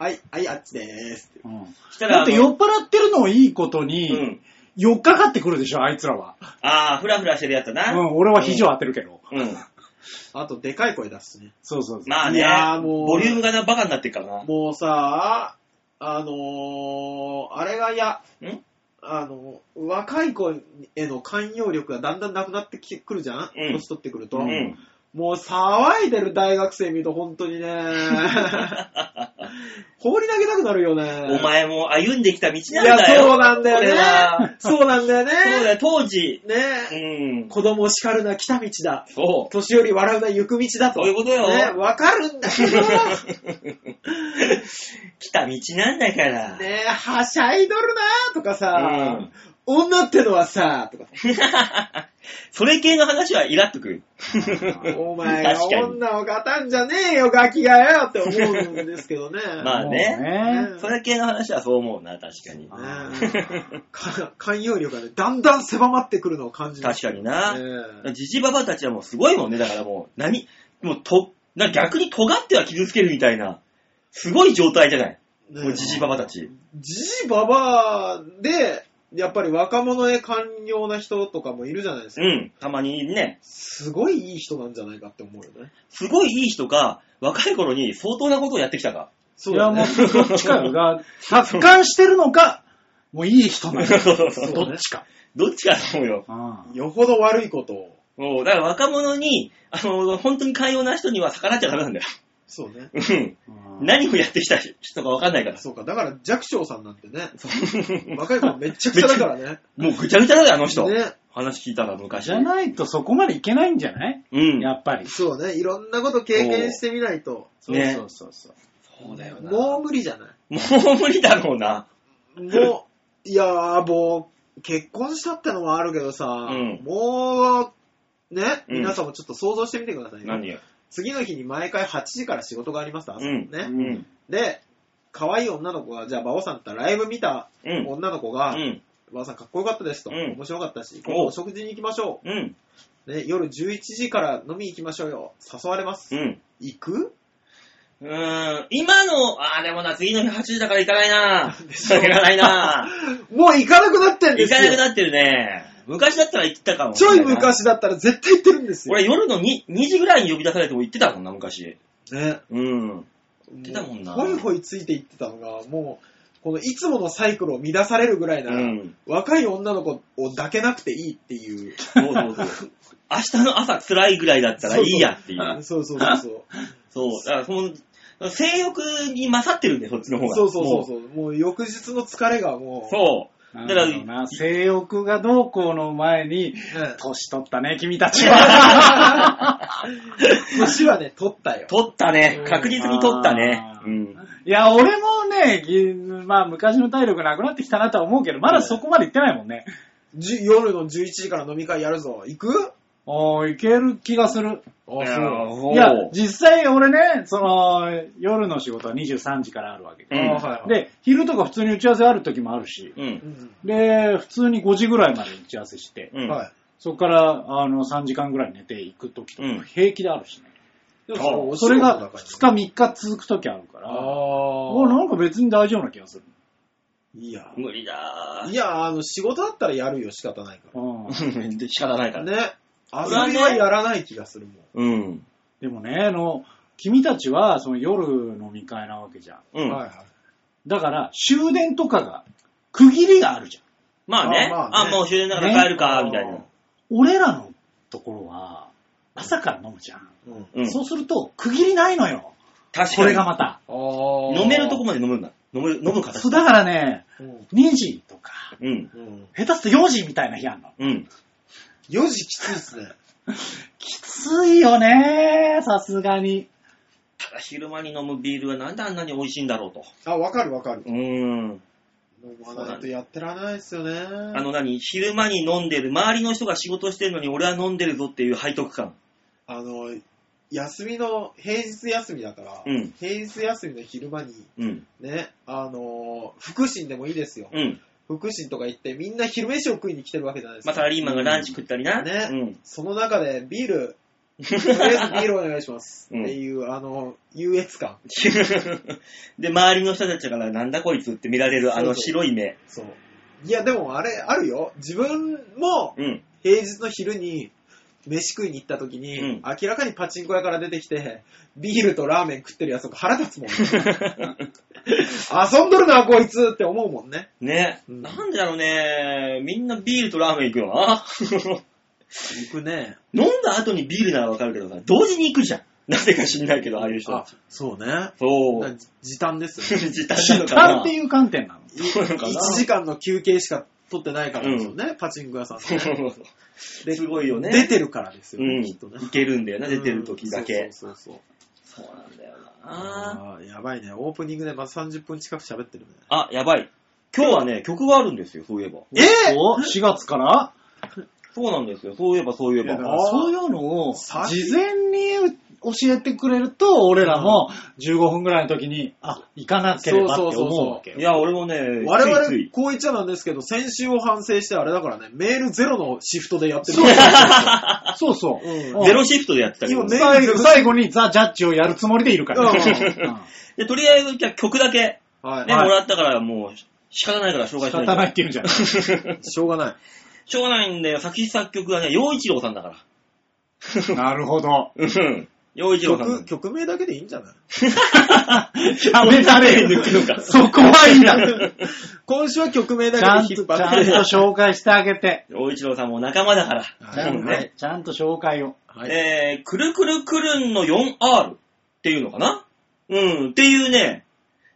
Speaker 3: はい、はい、あっちでーすって。
Speaker 1: うん
Speaker 2: したら、
Speaker 1: だって
Speaker 2: あ
Speaker 1: 酔
Speaker 2: の
Speaker 1: っ払ってるのをいいこと
Speaker 2: う
Speaker 1: に、
Speaker 2: ん。
Speaker 1: よっかかってくるでしょ、あいつらは。
Speaker 2: ああ、ふらふらしてるやつだ
Speaker 1: う
Speaker 2: な。
Speaker 1: ん、俺は肘を当てるけど。
Speaker 2: うん。
Speaker 3: あと、でかい声出すしね。
Speaker 1: そうそうそう。
Speaker 2: まあ
Speaker 3: い
Speaker 2: ね
Speaker 3: やー、もう
Speaker 2: ボリュームがな、バカになってるからな。
Speaker 3: もうさ、あのー、あれが嫌。
Speaker 2: ん
Speaker 3: あの、若い子への寛容力がだんだんなくなってきてくるじゃん、
Speaker 2: うん
Speaker 3: 年取ってくると。
Speaker 2: うん。
Speaker 3: もう騒いでる大学生見ると本 当にね、放り投げたくなるよね。
Speaker 2: お前も歩んできた道
Speaker 3: い
Speaker 2: なん
Speaker 3: や、
Speaker 2: だよ。
Speaker 3: そうなんだよ
Speaker 2: これは
Speaker 3: ね。そうなんだよね。
Speaker 2: そうだよ、当時。
Speaker 3: ね
Speaker 2: うん。
Speaker 3: 子供を叱るな来た道だ。
Speaker 2: そう。
Speaker 3: 年寄り笑うな行く道だと。
Speaker 2: そういうことよ
Speaker 3: ね、わかるんだけ ど、
Speaker 2: 来た道なんだから。
Speaker 3: ねはしゃいどるなとかさ、
Speaker 2: うん
Speaker 3: 女ってのは さ、とか。
Speaker 2: それ系の話はイラっとくる。
Speaker 3: お前が
Speaker 2: 確かに
Speaker 3: 女を語んじゃねえよ、ガキがよって思うんですけどね。
Speaker 2: まあね
Speaker 1: もう
Speaker 2: それ系の話はそう思うな、確かに。
Speaker 1: あ
Speaker 3: ねえか寛容量がね、だんだん狭まってくるのを感じます
Speaker 2: 確かにな。
Speaker 3: ええ
Speaker 2: ジジババたちはもうすごいもんね。だからもう、何もうと、な逆に尖っては傷つけるみたいな、すごい状態じゃない。
Speaker 3: ねえ
Speaker 2: もうジジババたち。
Speaker 3: じじばばで、やっぱり若者へ寛容な人とかもいるじゃないです
Speaker 2: う
Speaker 3: か。
Speaker 2: ん。たまにね、
Speaker 3: すごいいい人なんじゃないかって思うよね。
Speaker 2: すごいいい人か、若い頃に相当なことをやってきたか。
Speaker 3: そ
Speaker 1: いや、も
Speaker 3: ね
Speaker 1: う、どっちかよ。が、達観してるのか、もういい 人なの
Speaker 3: う
Speaker 1: か。
Speaker 3: ね
Speaker 1: どっちか。
Speaker 2: どっちかだと思うよ。
Speaker 1: うん
Speaker 3: よほど悪いことを。
Speaker 2: もう、だから若者に、あの、本当に寛容な人には逆らっちゃダメなんだよ。
Speaker 3: そうね。
Speaker 2: うん。
Speaker 1: うん
Speaker 2: 何をやってきた人かわかんない から。
Speaker 3: そうか、だから弱小さんなんてね、若い子めっちゃくちゃだから ね。
Speaker 2: もうぐちゃぐちゃだよ、あの人。
Speaker 3: ね。
Speaker 2: 話聞いたら昔
Speaker 1: じ。ゃないとそこまでいけないんじゃない
Speaker 2: うん。
Speaker 1: やっぱり。
Speaker 3: そうね、いろんなこと経験してみないと、
Speaker 1: そうそうそうそう。
Speaker 2: そうだよな。
Speaker 3: もう無理じゃな
Speaker 2: もう無理だろうな。
Speaker 3: いもう、いやーもう、結婚したってのもあるけどさ、
Speaker 2: ん
Speaker 3: もう、ね、
Speaker 2: うん
Speaker 3: 皆さんもちょっと想像してみてくださいね。
Speaker 2: 何よ。
Speaker 3: 次の日に毎回8時から仕事があります、朝
Speaker 2: う
Speaker 3: の
Speaker 2: ん。
Speaker 3: ね。
Speaker 2: うん。
Speaker 3: で、可愛い女の子が、じゃあ、馬王さんだったらライブ見た
Speaker 2: うん。
Speaker 3: 女の子
Speaker 2: う
Speaker 3: が、
Speaker 2: ん。
Speaker 3: 馬王さんかっこよかったですと、
Speaker 2: うん
Speaker 3: 面白かったし、
Speaker 2: お
Speaker 3: 今度お食事に行きましょ
Speaker 2: うん。
Speaker 3: う、ね。夜11時から飲み行きましょうよ。誘われます。
Speaker 2: うん。
Speaker 3: 行く
Speaker 2: うーん。今の、あーでもな、次の日8時だから行かないな。
Speaker 3: しょ
Speaker 2: 行かないな。
Speaker 3: もう行かなくなってんで
Speaker 2: 行
Speaker 3: すよ。
Speaker 2: かなくなってるね。昔だったら行ったかも。
Speaker 3: ちょい。昔だったら絶対行ってるんですよ。
Speaker 2: 俺夜の 2, 2時ぐらいに呼び出されても行ってたもんな、昔。
Speaker 3: ね。
Speaker 2: うん。ってたもんな
Speaker 3: ホイホイついて行ってたのが、もう、このいつものサイクルを乱されるぐらいうなら、
Speaker 2: ん。
Speaker 3: 若い女の子を抱けなくていいっていう。
Speaker 2: そうそうそう。 明日の朝辛いぐらいだったらいいやっていう。
Speaker 3: そ うそうそうそう。
Speaker 2: そう。だからその、性欲に勝ってるんで、そっちの方が。
Speaker 3: そうそうそう
Speaker 2: もう。
Speaker 3: そう。もう翌日の疲れがもう、
Speaker 2: そう。
Speaker 1: な
Speaker 2: だ
Speaker 1: ん
Speaker 2: か
Speaker 1: だ
Speaker 2: ら
Speaker 1: ろうな、性欲がどうこうの前に、
Speaker 3: ね
Speaker 1: 年取ったね、君たち は。
Speaker 3: 年はね、取ったよ。
Speaker 2: 取ったね
Speaker 3: うん。
Speaker 2: 確実に取ったね。
Speaker 1: あー
Speaker 2: うん。
Speaker 1: いや、俺もね、ぎまあ、昔の体力なくなってきたなとは思うけど、まだそこまで行ってないもんね。
Speaker 3: じゅ夜の11時から飲み会やるぞ。行く
Speaker 1: おー、いける気がする。
Speaker 3: あ
Speaker 1: いや、実際俺ね、その、夜の仕事は23時からあるわけ
Speaker 2: う
Speaker 1: で。
Speaker 2: ん
Speaker 3: あはいはい。
Speaker 1: で、昼とか普通に打ち合わせある時もあるし、
Speaker 2: う。
Speaker 3: うんん
Speaker 1: で、普通に5時ぐらいまで打ち合わせして、
Speaker 2: うん。
Speaker 3: はい。
Speaker 1: そこから、あの、3時間ぐらい寝て行く時と
Speaker 2: うん
Speaker 1: か平気であるしね。
Speaker 3: でもそのお仕
Speaker 1: そ
Speaker 3: 事
Speaker 1: れ
Speaker 3: の中
Speaker 1: が
Speaker 3: に
Speaker 1: 2日3日続く時あるか
Speaker 3: あ
Speaker 1: ら、もう
Speaker 3: あ。
Speaker 1: なんか別に大丈夫な気がする。
Speaker 3: いや。
Speaker 2: 無理だ
Speaker 3: いや、あの、仕事だったらやるよ、仕方ないか。
Speaker 1: うん。
Speaker 2: ー。で仕方ないからら。
Speaker 3: ね。
Speaker 2: それは
Speaker 3: 遊
Speaker 2: ね
Speaker 3: びはやらない気がするもん。
Speaker 2: うん。
Speaker 1: でもね、あの、君たちはその夜飲み会なわけじゃん。
Speaker 2: うん。
Speaker 3: はいはい。
Speaker 1: だから終電とかが、区切りがあるじゃん。
Speaker 2: まあね。
Speaker 3: まあまあ
Speaker 2: あ、
Speaker 3: ね
Speaker 2: もう終電だから帰るか、
Speaker 3: ね
Speaker 2: みたいな。
Speaker 1: 俺らのところは、朝から飲むじゃん。
Speaker 3: う
Speaker 2: う
Speaker 3: ん。
Speaker 2: ん。
Speaker 1: そうすると、区切りないのよ。
Speaker 2: 確
Speaker 1: こ
Speaker 2: か
Speaker 1: れ
Speaker 2: に
Speaker 1: が。また。
Speaker 3: ああ。
Speaker 2: 飲めるとこまで飲むんだ。飲む、飲む形。
Speaker 1: そうだからね、
Speaker 3: うん。
Speaker 1: 2時とか、
Speaker 2: うん。
Speaker 3: うん。
Speaker 1: 下手すると4時みたいな日あんの。
Speaker 2: うん。
Speaker 3: 4時きついっすね。
Speaker 1: きついよね、さすがに。
Speaker 2: ただ昼間に飲むビールはなんであんなに美味しいんだろうと。
Speaker 3: あ、わかるわかる
Speaker 2: う。ーん。
Speaker 3: 飲まないとやってられないっすよね。
Speaker 2: あの何昼間に飲んでる、周りの人が仕事してるのに俺は飲んでるぞっていう背徳感。
Speaker 3: あの、休みの、平日休みだから、
Speaker 2: うん
Speaker 3: 平日休みの昼間に、
Speaker 2: うん。
Speaker 3: ね、あの、福神でもいいですよ。
Speaker 2: うん。
Speaker 3: 福神とか行って、みんな昼飯を食いに来てるわけじゃないです
Speaker 2: まあ
Speaker 3: か。
Speaker 2: サラリーマンがランチ食ったりな。
Speaker 3: ね
Speaker 2: うん。
Speaker 3: その中で、ビール、とりあえずビールお願いします。
Speaker 2: うん
Speaker 3: っていう、あの、優越感。
Speaker 2: で、周りの人たちからなんだこいつって見られるあの白い目。
Speaker 3: そう。いや、でもあれ、あるよ。自分も、
Speaker 2: うん。
Speaker 3: 平日の昼に、飯食いに行った時に、
Speaker 2: うん
Speaker 3: 明らかにパチンコ屋から出てきて、ビールとラーメン食ってるやつとか腹立つもん、ね。 遊んどるな、こいつって思うもんね。
Speaker 2: ね、
Speaker 3: うん
Speaker 2: なんでだろうね。みんなビールとラーメン行くよな。
Speaker 3: 行くね。
Speaker 2: 飲んだ後にビールならわかるけどさ、同時に行くじゃん。なぜか知んないけど、ああいう人
Speaker 3: あ。、そうね。
Speaker 2: そう。
Speaker 3: 時短ですよね。
Speaker 2: 時短な
Speaker 1: 時
Speaker 2: のか
Speaker 1: 間
Speaker 2: な
Speaker 1: っていう観点なの。
Speaker 2: そうなのかな
Speaker 3: 1時間の休憩しか取ってないからですよね、パチンコ屋さんってね、
Speaker 2: そうすごいよね。
Speaker 3: 出てるからですよ
Speaker 2: う
Speaker 3: ね、
Speaker 2: ん。
Speaker 3: きっとね
Speaker 2: 行。けるんだよな、出てる時だけ。
Speaker 3: そうそうそうそう。
Speaker 2: そうなんだよな。
Speaker 3: あーやばいね。オープニングでまだ30分近く喋ってるね。
Speaker 2: あ、やばい。今日はね、曲があるんですよ、そういえば。
Speaker 3: え
Speaker 1: お ?4 月から
Speaker 2: そうなんですよ、そういえばそういえ
Speaker 1: いやだか
Speaker 2: ば。
Speaker 1: ら
Speaker 3: あー
Speaker 1: そういうのを
Speaker 3: さっき
Speaker 1: 事前に教えてくれると、俺らも15分ぐらいの時に、あ、行かなければって思うわけよ
Speaker 2: いや、俺もね、
Speaker 3: 我
Speaker 2: つ
Speaker 3: 々
Speaker 2: いつい、
Speaker 3: こう言っちゃなんですけど、先週を反省してあれだからね、メールゼロのシフトでやってる
Speaker 1: そうそうそう
Speaker 3: うん
Speaker 1: うん
Speaker 2: ゼロシフトでやってたけど、
Speaker 3: 今ね
Speaker 1: 最後最後にザ・ジャッジをやるつもりでいるから。
Speaker 3: うん
Speaker 1: うん
Speaker 2: でとりあえず、じゃあ曲だけ、
Speaker 3: はい。
Speaker 2: ね、
Speaker 1: はい
Speaker 2: もらったから、もう、仕方ないから紹介
Speaker 1: 仕
Speaker 2: しない
Speaker 1: 方
Speaker 2: と
Speaker 1: ないって言うんじゃない
Speaker 3: しょうがない。
Speaker 2: しょうがないんだよ、作詞作曲がね、洋一郎さんだから。
Speaker 1: なるほど。
Speaker 2: うん。洋一郎さんなん
Speaker 3: 曲、
Speaker 2: だ。
Speaker 3: 曲名だけでいいんじゃない
Speaker 1: やめたれよ
Speaker 2: 抜くのか。
Speaker 1: そこはいいんだ。
Speaker 3: 今週は曲名
Speaker 1: ちゃ
Speaker 3: だ
Speaker 1: ん
Speaker 3: けで引
Speaker 1: と、
Speaker 3: っ
Speaker 1: ちゃ
Speaker 3: 張っ
Speaker 1: んと
Speaker 3: て。
Speaker 1: 紹介してあげて。
Speaker 2: 洋一郎さんも仲間だから。
Speaker 1: ち
Speaker 3: は
Speaker 1: ゃん
Speaker 3: い
Speaker 1: と
Speaker 3: は
Speaker 1: ね
Speaker 3: い。
Speaker 1: ちゃんと紹介を。
Speaker 3: はい。
Speaker 2: えー、くるくるくるんの 4R っていうのかなうん、っていうね、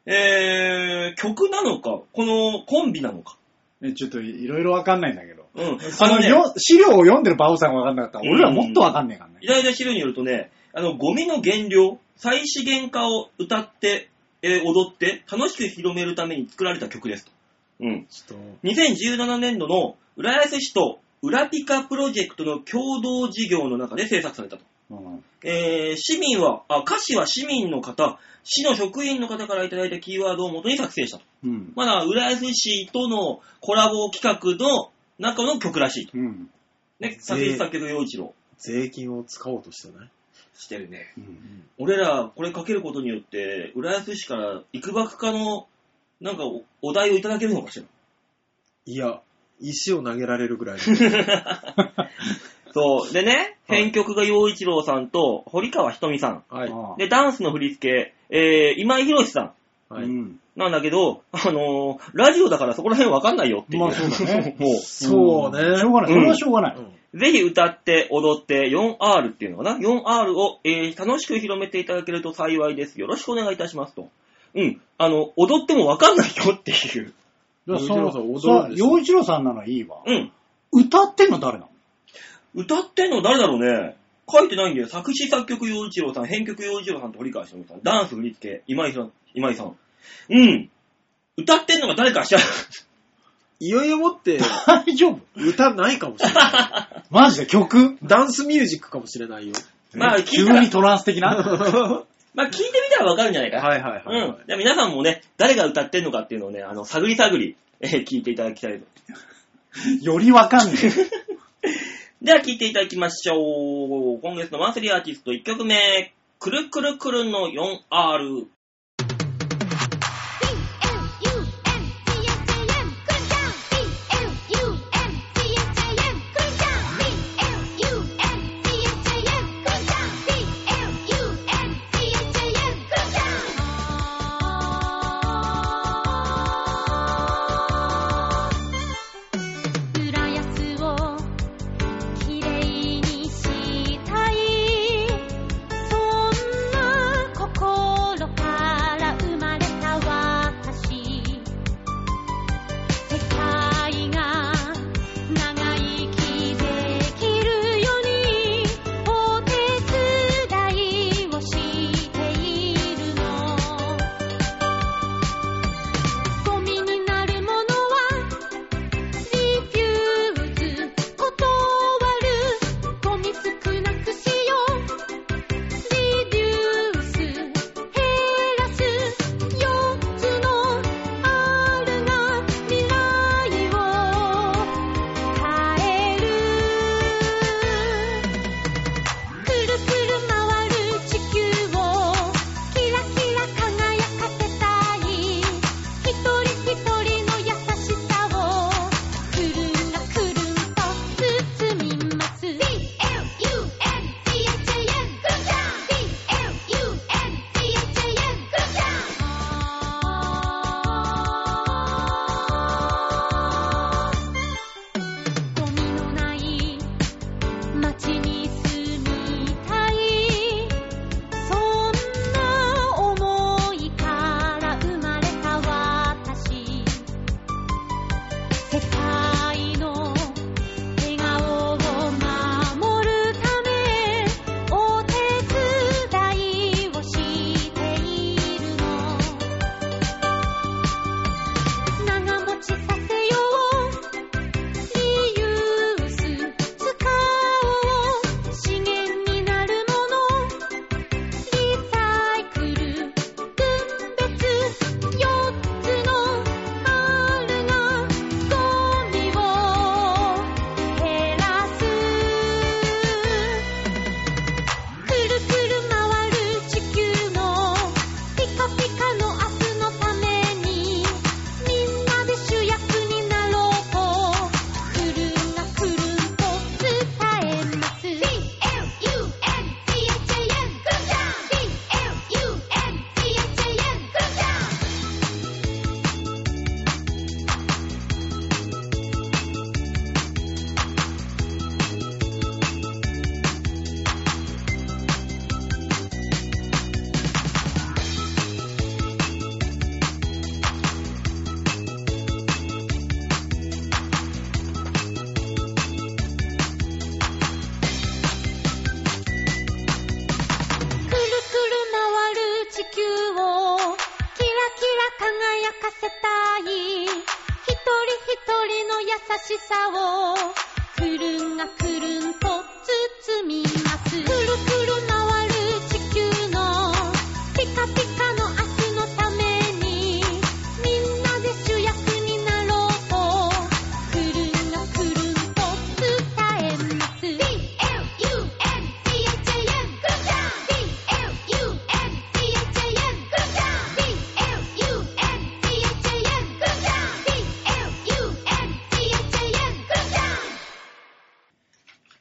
Speaker 2: えー、曲なのか、このコンビなのか。
Speaker 1: ねちょっといろいろわかんないんだけど。
Speaker 2: うん。
Speaker 1: その、
Speaker 2: ね、
Speaker 1: よ資料を読んでるバオさんがわかんなかったら、俺らもっとわかんねえからね。
Speaker 2: イライラ資料によるとね、あの、ゴミの減量、再資源化を歌って、えー踊って、楽しく広めるために作られた曲ですと。うん。
Speaker 3: ちょっ
Speaker 2: 2017年度の浦安市と浦ピカプロジェクトの共同事業の中で制作されたと。
Speaker 1: うん
Speaker 2: えー市民は、あ、歌詞は市民の方、市の職員の方からいただいたキーワードを元に作成したと。
Speaker 1: うん。
Speaker 2: まだ、浦安市とのコラボ企画の中の曲らしいと。
Speaker 1: うん。
Speaker 2: ね、作詞作曲陽一郎。
Speaker 3: 税金を使おうとしてない。
Speaker 2: してるね。
Speaker 1: うん
Speaker 2: 俺ら、これかけることによって、浦安市から、幾ばくかの、なんかお、お題をいただけるのかしら。
Speaker 3: いや、石を投げられるぐらいの。
Speaker 2: そう。でね、
Speaker 3: はい
Speaker 2: 編曲が陽一郎さんと、堀川ひとみさん。
Speaker 3: はい。
Speaker 1: あ
Speaker 2: で、ダンスの振り付け、えー、今井博さん。
Speaker 1: あ
Speaker 3: は
Speaker 1: う
Speaker 3: い。
Speaker 1: ん
Speaker 2: なんだけど、あのーラジオだからそこら辺わかんないよっていう。
Speaker 1: まあそうだね
Speaker 2: も
Speaker 3: そうね。
Speaker 1: しょうがない。それはしょうがない。
Speaker 3: うん
Speaker 2: う、ぜひ歌って踊って 4R っていうのかな ?4R を、えー楽しく広めていただけると幸いです。よろしくお願いいたしますと。うん。あの、踊ってもわかんないよっていう。
Speaker 1: だか
Speaker 3: 洋
Speaker 1: ら
Speaker 3: 一郎さん踊るんですよ
Speaker 1: そう洋一郎さんならいいわ。
Speaker 2: うん。
Speaker 1: 歌ってんの誰なの
Speaker 2: 歌ってんの誰だろうね書いてないんだよ。作詞作曲陽一郎さん、編曲陽一郎さんと堀川ひとみさん、ダンス振り付け、今井さん、今井さん。うん。歌ってんのが誰か知らん。
Speaker 3: いよいよもって、
Speaker 1: 大丈夫
Speaker 3: 歌ないかもしれない。
Speaker 1: マジで曲
Speaker 3: ダンスミュージックかもしれないよ。
Speaker 2: まあ聞
Speaker 1: 急
Speaker 2: いたら
Speaker 1: にトランス的な
Speaker 3: は
Speaker 2: まあ、聞いてみたらわかるんじゃない
Speaker 3: い
Speaker 2: かな。
Speaker 3: はいはいは
Speaker 2: うん
Speaker 3: い。。
Speaker 2: じゃあ皆さんもね、誰が歌ってんのかっていうのをね、あの、探り探り、えー聞いていただきたいと。
Speaker 1: よりわかんね
Speaker 2: では聞いていただきましょう。今月のマンスリーアーティスト1曲目、くるくるくるの 4R。
Speaker 4: 浦安をきれいにしたいそんな心か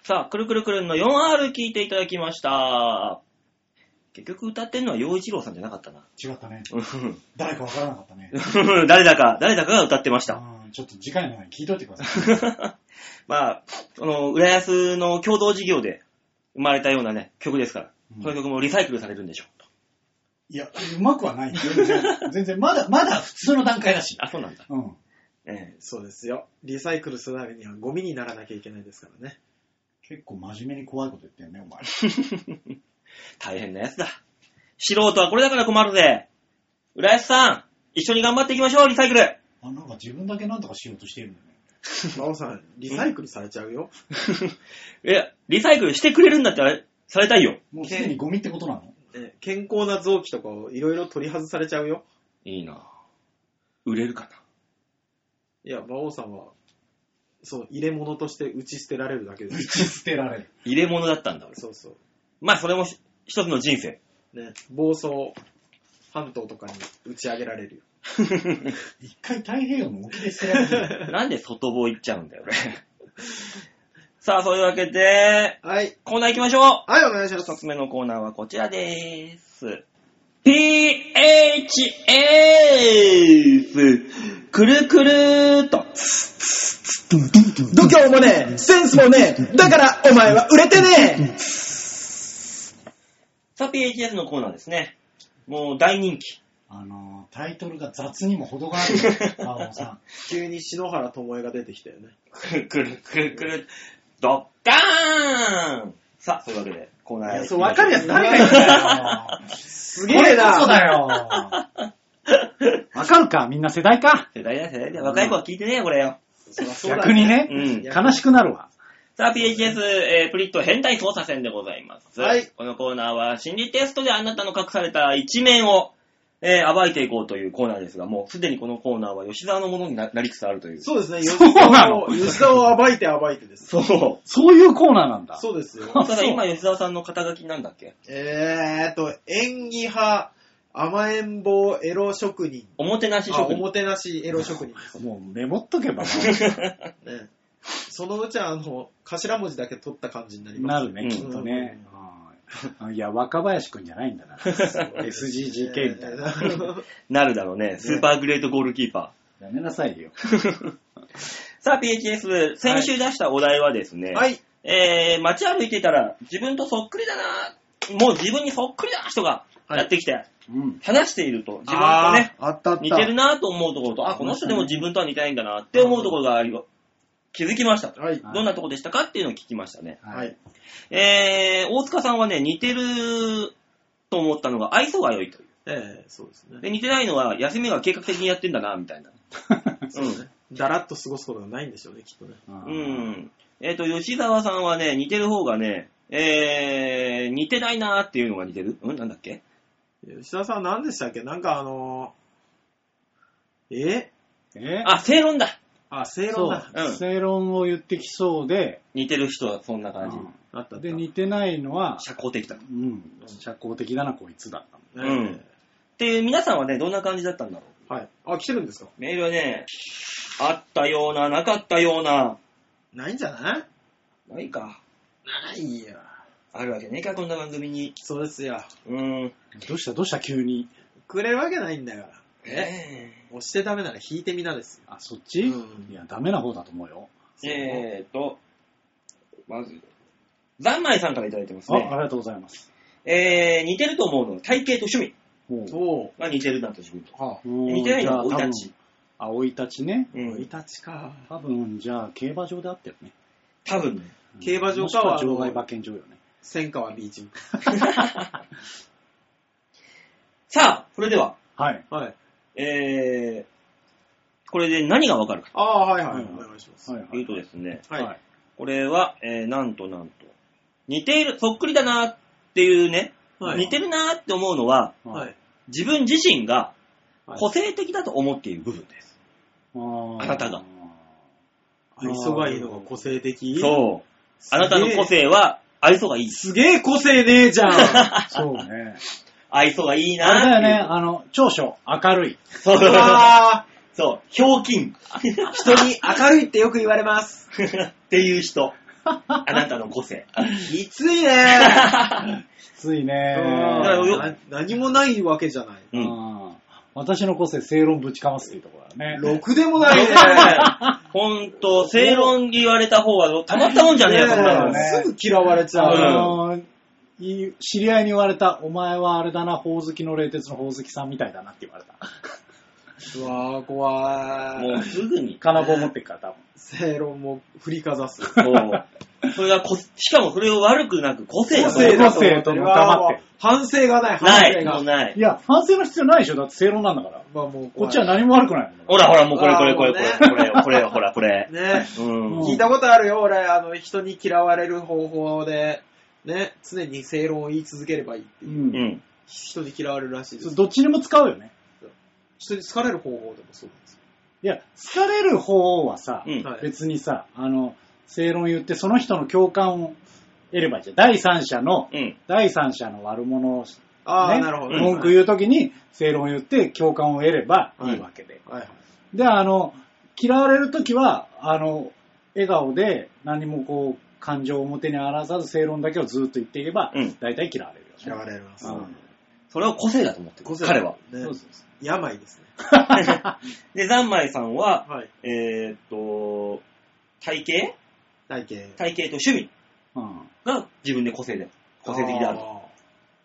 Speaker 2: さあ、くるくるくるんの 4R 聞いていただきました。結局歌ってんのは陽一郎さんじゃなかったな。
Speaker 1: 違ったね。
Speaker 2: うん
Speaker 1: 誰かわからなかったね。
Speaker 2: 誰だか、誰だかが歌ってました。
Speaker 1: うん、ちょっと次回の前に聞いといてください。
Speaker 2: まあ、この、浦安の共同事業で生まれたようなね、曲ですから、
Speaker 1: うん
Speaker 2: この曲もリサイクルされるんでしょう。
Speaker 1: いや、うまくはない。全然、全然まだ、まだ普通の段階だし。
Speaker 2: あ、そうなんだ。
Speaker 1: うん。
Speaker 2: ええ
Speaker 3: そうですよ。リサイクルするためにはゴミにならなきゃいけないですからね。
Speaker 1: 結構真面目に怖いこと言ってんね、お前。
Speaker 2: 大変なやつだ。素人はこれだから困るぜ。浦安さん、一緒に頑張っていきましょう、リサイク ル。
Speaker 1: あ、なんか自分だけなんとかしようとしてるんだね。
Speaker 3: 馬王さん、リサイクルされちゃうよ。
Speaker 2: え、リサイクルしてくれるんだったら、されたいよ。
Speaker 1: もうすでにゴミってことなの
Speaker 3: ね健康な臓器とかをいろいろ取り外されちゃうよ。
Speaker 2: いいな売れるか
Speaker 3: いや、馬王さんは、そう、入れ物として打ち捨てられるだけで
Speaker 1: 打
Speaker 3: す。
Speaker 1: ち捨てられる。
Speaker 2: な。入れ物だったんだ、俺。
Speaker 3: そうそ
Speaker 2: まあ、それもし一つの人 生。
Speaker 3: う。ね、暴走半島とかに打ち上げられるよ。
Speaker 1: 一回太平洋の沖で捨てられる。
Speaker 2: なんで外棒行っちゃうんだよ、俺。さあ、そういうわけで、
Speaker 3: はい。
Speaker 2: コーナー行きましょう
Speaker 3: はい、お願いしま
Speaker 2: 一
Speaker 3: す。
Speaker 2: つ目のコーナーはこちらでーす。PHS! くるくるーと。
Speaker 5: 度胸もねえ、センスもねえ、だからお前は売れてね
Speaker 2: さあ、PHS のコーナーですね。もう大人気。
Speaker 1: あのー、タイトルが雑にも程があるよ、馬王さん。
Speaker 3: 急に篠原智恵が出てきたよね。
Speaker 2: くるくるくるくる。ドッカーンさあ、そういうわけで、コーナーへ行きましょ
Speaker 3: そう、わかるやつ誰が言う
Speaker 1: よ
Speaker 3: んだよ。すげえ
Speaker 1: これこそ
Speaker 3: な。
Speaker 1: だよ。わかるかみんな世代か
Speaker 2: 世代だ世代だ。若い子は聞いてねえよ、これよ。
Speaker 3: そりゃそうだよ
Speaker 1: 逆に。ね、
Speaker 2: うん。
Speaker 1: 悲しくなるわ。
Speaker 2: さあ、PHS、えープリット変態操作戦でございます。
Speaker 3: はい
Speaker 2: このコーナーは、心理テストであなたの隠された一面を、えー暴いていこうというコーナーですが、もうすでにこのコーナーは吉沢のものにななりつつあるという。
Speaker 3: そうですね、
Speaker 1: そ
Speaker 3: 吉
Speaker 1: うな
Speaker 3: 沢
Speaker 1: の
Speaker 3: を、吉沢を暴いて暴いて です。
Speaker 2: そう。
Speaker 1: そういうコーナーなんだ。
Speaker 3: そうですよ。
Speaker 2: ただ今、吉沢さんの肩書きなんだっけ
Speaker 3: えーっと、演技派、甘えん坊エロ職人。
Speaker 2: おもてなし
Speaker 3: あ
Speaker 2: 職
Speaker 3: お
Speaker 2: 人。
Speaker 3: もてなしエロ職人。
Speaker 1: もうメモっと けば
Speaker 3: ね、そのうちは、あの、頭文字だけ取った感じになりま
Speaker 1: な
Speaker 3: す。
Speaker 1: るね、
Speaker 2: うん
Speaker 1: きっとね。うんいや、若林くんじゃないんだ な。SGGK みたいな。
Speaker 3: えー
Speaker 2: なるだろうね。スーパーグレートゴールキーパ
Speaker 1: やめなさいよ。
Speaker 2: ー。さあ、PHS、先週出したお題はですね、
Speaker 3: はい。
Speaker 2: えー、街歩いてたら、自分とそっくりだな、もう自分にそっくりな人がやってきて、
Speaker 1: うん。
Speaker 2: 話していると、自分とね、
Speaker 3: あーあったあった。
Speaker 2: 似てるなと思うところと、あ、この人でも自分とは似てないんだなって思うところがあるよ。気づきました。
Speaker 3: はい。
Speaker 2: どんなとこでしたかっていうのを聞きましたね。
Speaker 1: は
Speaker 3: はいい。
Speaker 2: えー、大塚さんはね、似てると思ったのが愛想が良いとい
Speaker 3: ええそうです
Speaker 2: う。
Speaker 3: ね。
Speaker 2: で、似てないのは休みが計画的にやってんだな、みたいな。う。
Speaker 3: だらっと過ごすことがないんでしょうね、きっとね。
Speaker 1: う
Speaker 2: う
Speaker 1: ん
Speaker 2: ん。えっ、と、吉沢さんはね、似てる方がね、えー、似てないなーっていうのが似てるうんなんだっけ
Speaker 3: 吉田さん何でしたっけなんかあのー、え
Speaker 1: え
Speaker 2: あ、正論だ
Speaker 3: あ、正論
Speaker 1: そ
Speaker 3: だ。
Speaker 2: う
Speaker 1: う。
Speaker 2: ん
Speaker 1: 正論を言ってきそうで、
Speaker 2: 似てる人はそんな感じ。
Speaker 3: あったあった。
Speaker 1: で、似てないのは、
Speaker 2: 社交的だ。っ
Speaker 1: うん、社交的だな、こいつだったの。
Speaker 3: ええ
Speaker 2: うんていう、皆さんはね、どんな感じだったんだろう
Speaker 3: はい。あ、来てるんですか
Speaker 2: メールはね、あったような、なかったような、
Speaker 3: ないんじゃない
Speaker 2: ないか。
Speaker 3: ないよ。
Speaker 2: あるわけねえか、こんな番組に。
Speaker 3: そうですよ。
Speaker 2: うーん。
Speaker 1: どうしたどうした急に。
Speaker 3: くれるわけないんだから。
Speaker 2: え
Speaker 3: 押してダメなら引いてみなですよ。
Speaker 1: あ、そっち、
Speaker 3: うん
Speaker 1: いや、ダメな方だと思うよ。
Speaker 2: ー、えーと、まず、ざんまいさんからいただいてます
Speaker 1: あ、あ
Speaker 2: ね。
Speaker 1: りがとうございます。
Speaker 2: えー、似てると思うのは体型と趣味
Speaker 1: おう
Speaker 3: おう。
Speaker 2: が似てるなと自分と。
Speaker 3: は
Speaker 1: おう
Speaker 2: 似てない
Speaker 1: じゃ
Speaker 2: の
Speaker 1: あ
Speaker 2: は生い立ち。
Speaker 1: 多分あ、生い立ちね。
Speaker 2: う
Speaker 3: あ。い
Speaker 2: ん。
Speaker 3: たちか。
Speaker 1: 多分、じゃあ、競馬場であったよね。
Speaker 2: 多分ね。
Speaker 3: 競馬場
Speaker 1: もし
Speaker 3: か
Speaker 1: くは
Speaker 3: は、
Speaker 1: 場外馬券場よね。
Speaker 3: 千川ビーチ部。
Speaker 2: さあ、それでは、
Speaker 1: はい。
Speaker 3: はい。
Speaker 2: えー、これで何がわかるか
Speaker 3: ああ、はいはい。
Speaker 1: うん
Speaker 3: お願いします。
Speaker 1: はい
Speaker 2: というとですね、
Speaker 3: はい。
Speaker 1: はい。
Speaker 2: これは、えー、なんとなんと、似ている、そっくりだなっていうね、
Speaker 3: はい
Speaker 2: 似てるなって思うのは、
Speaker 1: は。
Speaker 3: はいい。
Speaker 2: 自分自身が
Speaker 3: はい
Speaker 2: 個性的だと思っている部分です。
Speaker 1: あ
Speaker 2: あなたが。
Speaker 3: 愛想がいいのが個性的
Speaker 2: そう。
Speaker 3: す
Speaker 2: あ
Speaker 3: げえ
Speaker 2: なたの個性は愛想がいい。
Speaker 3: すげえ個性ねえじゃん。
Speaker 1: そうね。
Speaker 2: 愛想がいい
Speaker 1: あれ
Speaker 2: な
Speaker 1: だ
Speaker 2: ー
Speaker 1: よね、あの、長所、明るい。
Speaker 2: そう
Speaker 3: うわ
Speaker 2: そう。ひょうきん
Speaker 3: ー人に明るいってよく言われます。
Speaker 2: っていう人。あなたの個性。
Speaker 3: きついね
Speaker 1: きついね
Speaker 3: うん
Speaker 2: だからよ
Speaker 3: な何もないわけじゃない。
Speaker 2: う。
Speaker 1: うんん私の個性、正論ぶちかますっていうところだね。
Speaker 3: ろくでも ないね。
Speaker 2: ほんと、正論言われた方はたまったもんじゃねえよ、そんなの。
Speaker 1: ねえ
Speaker 3: すぐ嫌われちゃ
Speaker 1: あ
Speaker 3: う。
Speaker 1: のーい知り合いに言われた、お前はあれだな、ほおずきの冷徹のほおずきさんみたいだなって言われた。
Speaker 3: うわぁ、怖
Speaker 2: も
Speaker 3: い。
Speaker 2: うすぐに。
Speaker 1: 金棒持ってっから、多分。
Speaker 3: 正論も振りかざす。
Speaker 2: そうそれがこ、しかもそれを悪くなく個性だ
Speaker 1: 個性
Speaker 2: と。
Speaker 1: だと思ってる
Speaker 3: 黙って。反省がない、
Speaker 2: な
Speaker 3: 反省
Speaker 2: い。も
Speaker 3: が
Speaker 2: う。ない
Speaker 1: い。や、反省の必要ないでしょ。だって正論なんだから。
Speaker 3: まあもう、
Speaker 1: こっちは何も悪くないもん。
Speaker 2: ほらほら、もうこれこれこれこ
Speaker 3: あー
Speaker 2: れ、
Speaker 3: も
Speaker 2: こ
Speaker 3: う
Speaker 2: れよ、これよ、ほ ら、これ。
Speaker 3: ね。
Speaker 2: うん。
Speaker 3: 聞いたことあるよ、俺。あの、人に嫌われる方法で、ね、常に正論を言い続ければいいって
Speaker 1: う。
Speaker 3: いう。
Speaker 2: うんん。
Speaker 3: 人に嫌われるらしいで
Speaker 1: そ
Speaker 3: す
Speaker 1: う。どっちにも使うよね。
Speaker 3: 人に好かれる方法でもそうです。
Speaker 1: いや、好かれる方はさ、
Speaker 2: うん。
Speaker 3: はい
Speaker 1: 別にさ、あの、正論言って、その人の共感を得ればいいじゃん。第三者の、
Speaker 2: うん。
Speaker 1: 第三者の悪者を、ね、
Speaker 3: ああ、なるほど。
Speaker 1: 文句言うときに正論言って共感を得ればいいわけで。
Speaker 3: はいはい。
Speaker 1: で、あの、嫌われるときは、あの、笑顔で何もこう、感情を表に表さず正論だけをずっと言っていれば、
Speaker 2: うん
Speaker 1: 大体嫌われるよね。
Speaker 3: 嫌われます。
Speaker 1: うん
Speaker 2: それを個性だと思ってる。彼は。。
Speaker 3: ね
Speaker 1: そうそうそ
Speaker 3: 病ですね。
Speaker 2: で、ざんまいさんは、
Speaker 3: はい。
Speaker 2: えーっと、体型
Speaker 3: 体型。
Speaker 2: 体型と趣味
Speaker 1: う。うん。
Speaker 2: が自分で個性で、個性的であると
Speaker 3: あ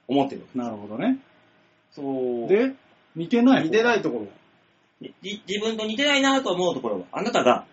Speaker 2: 思ってる。
Speaker 1: なるほどね。
Speaker 2: そう。
Speaker 1: で、似て
Speaker 3: ー
Speaker 1: ない
Speaker 3: 似て
Speaker 1: い。
Speaker 3: ないところ。
Speaker 2: に自分と似てないなと思うところは、あなたが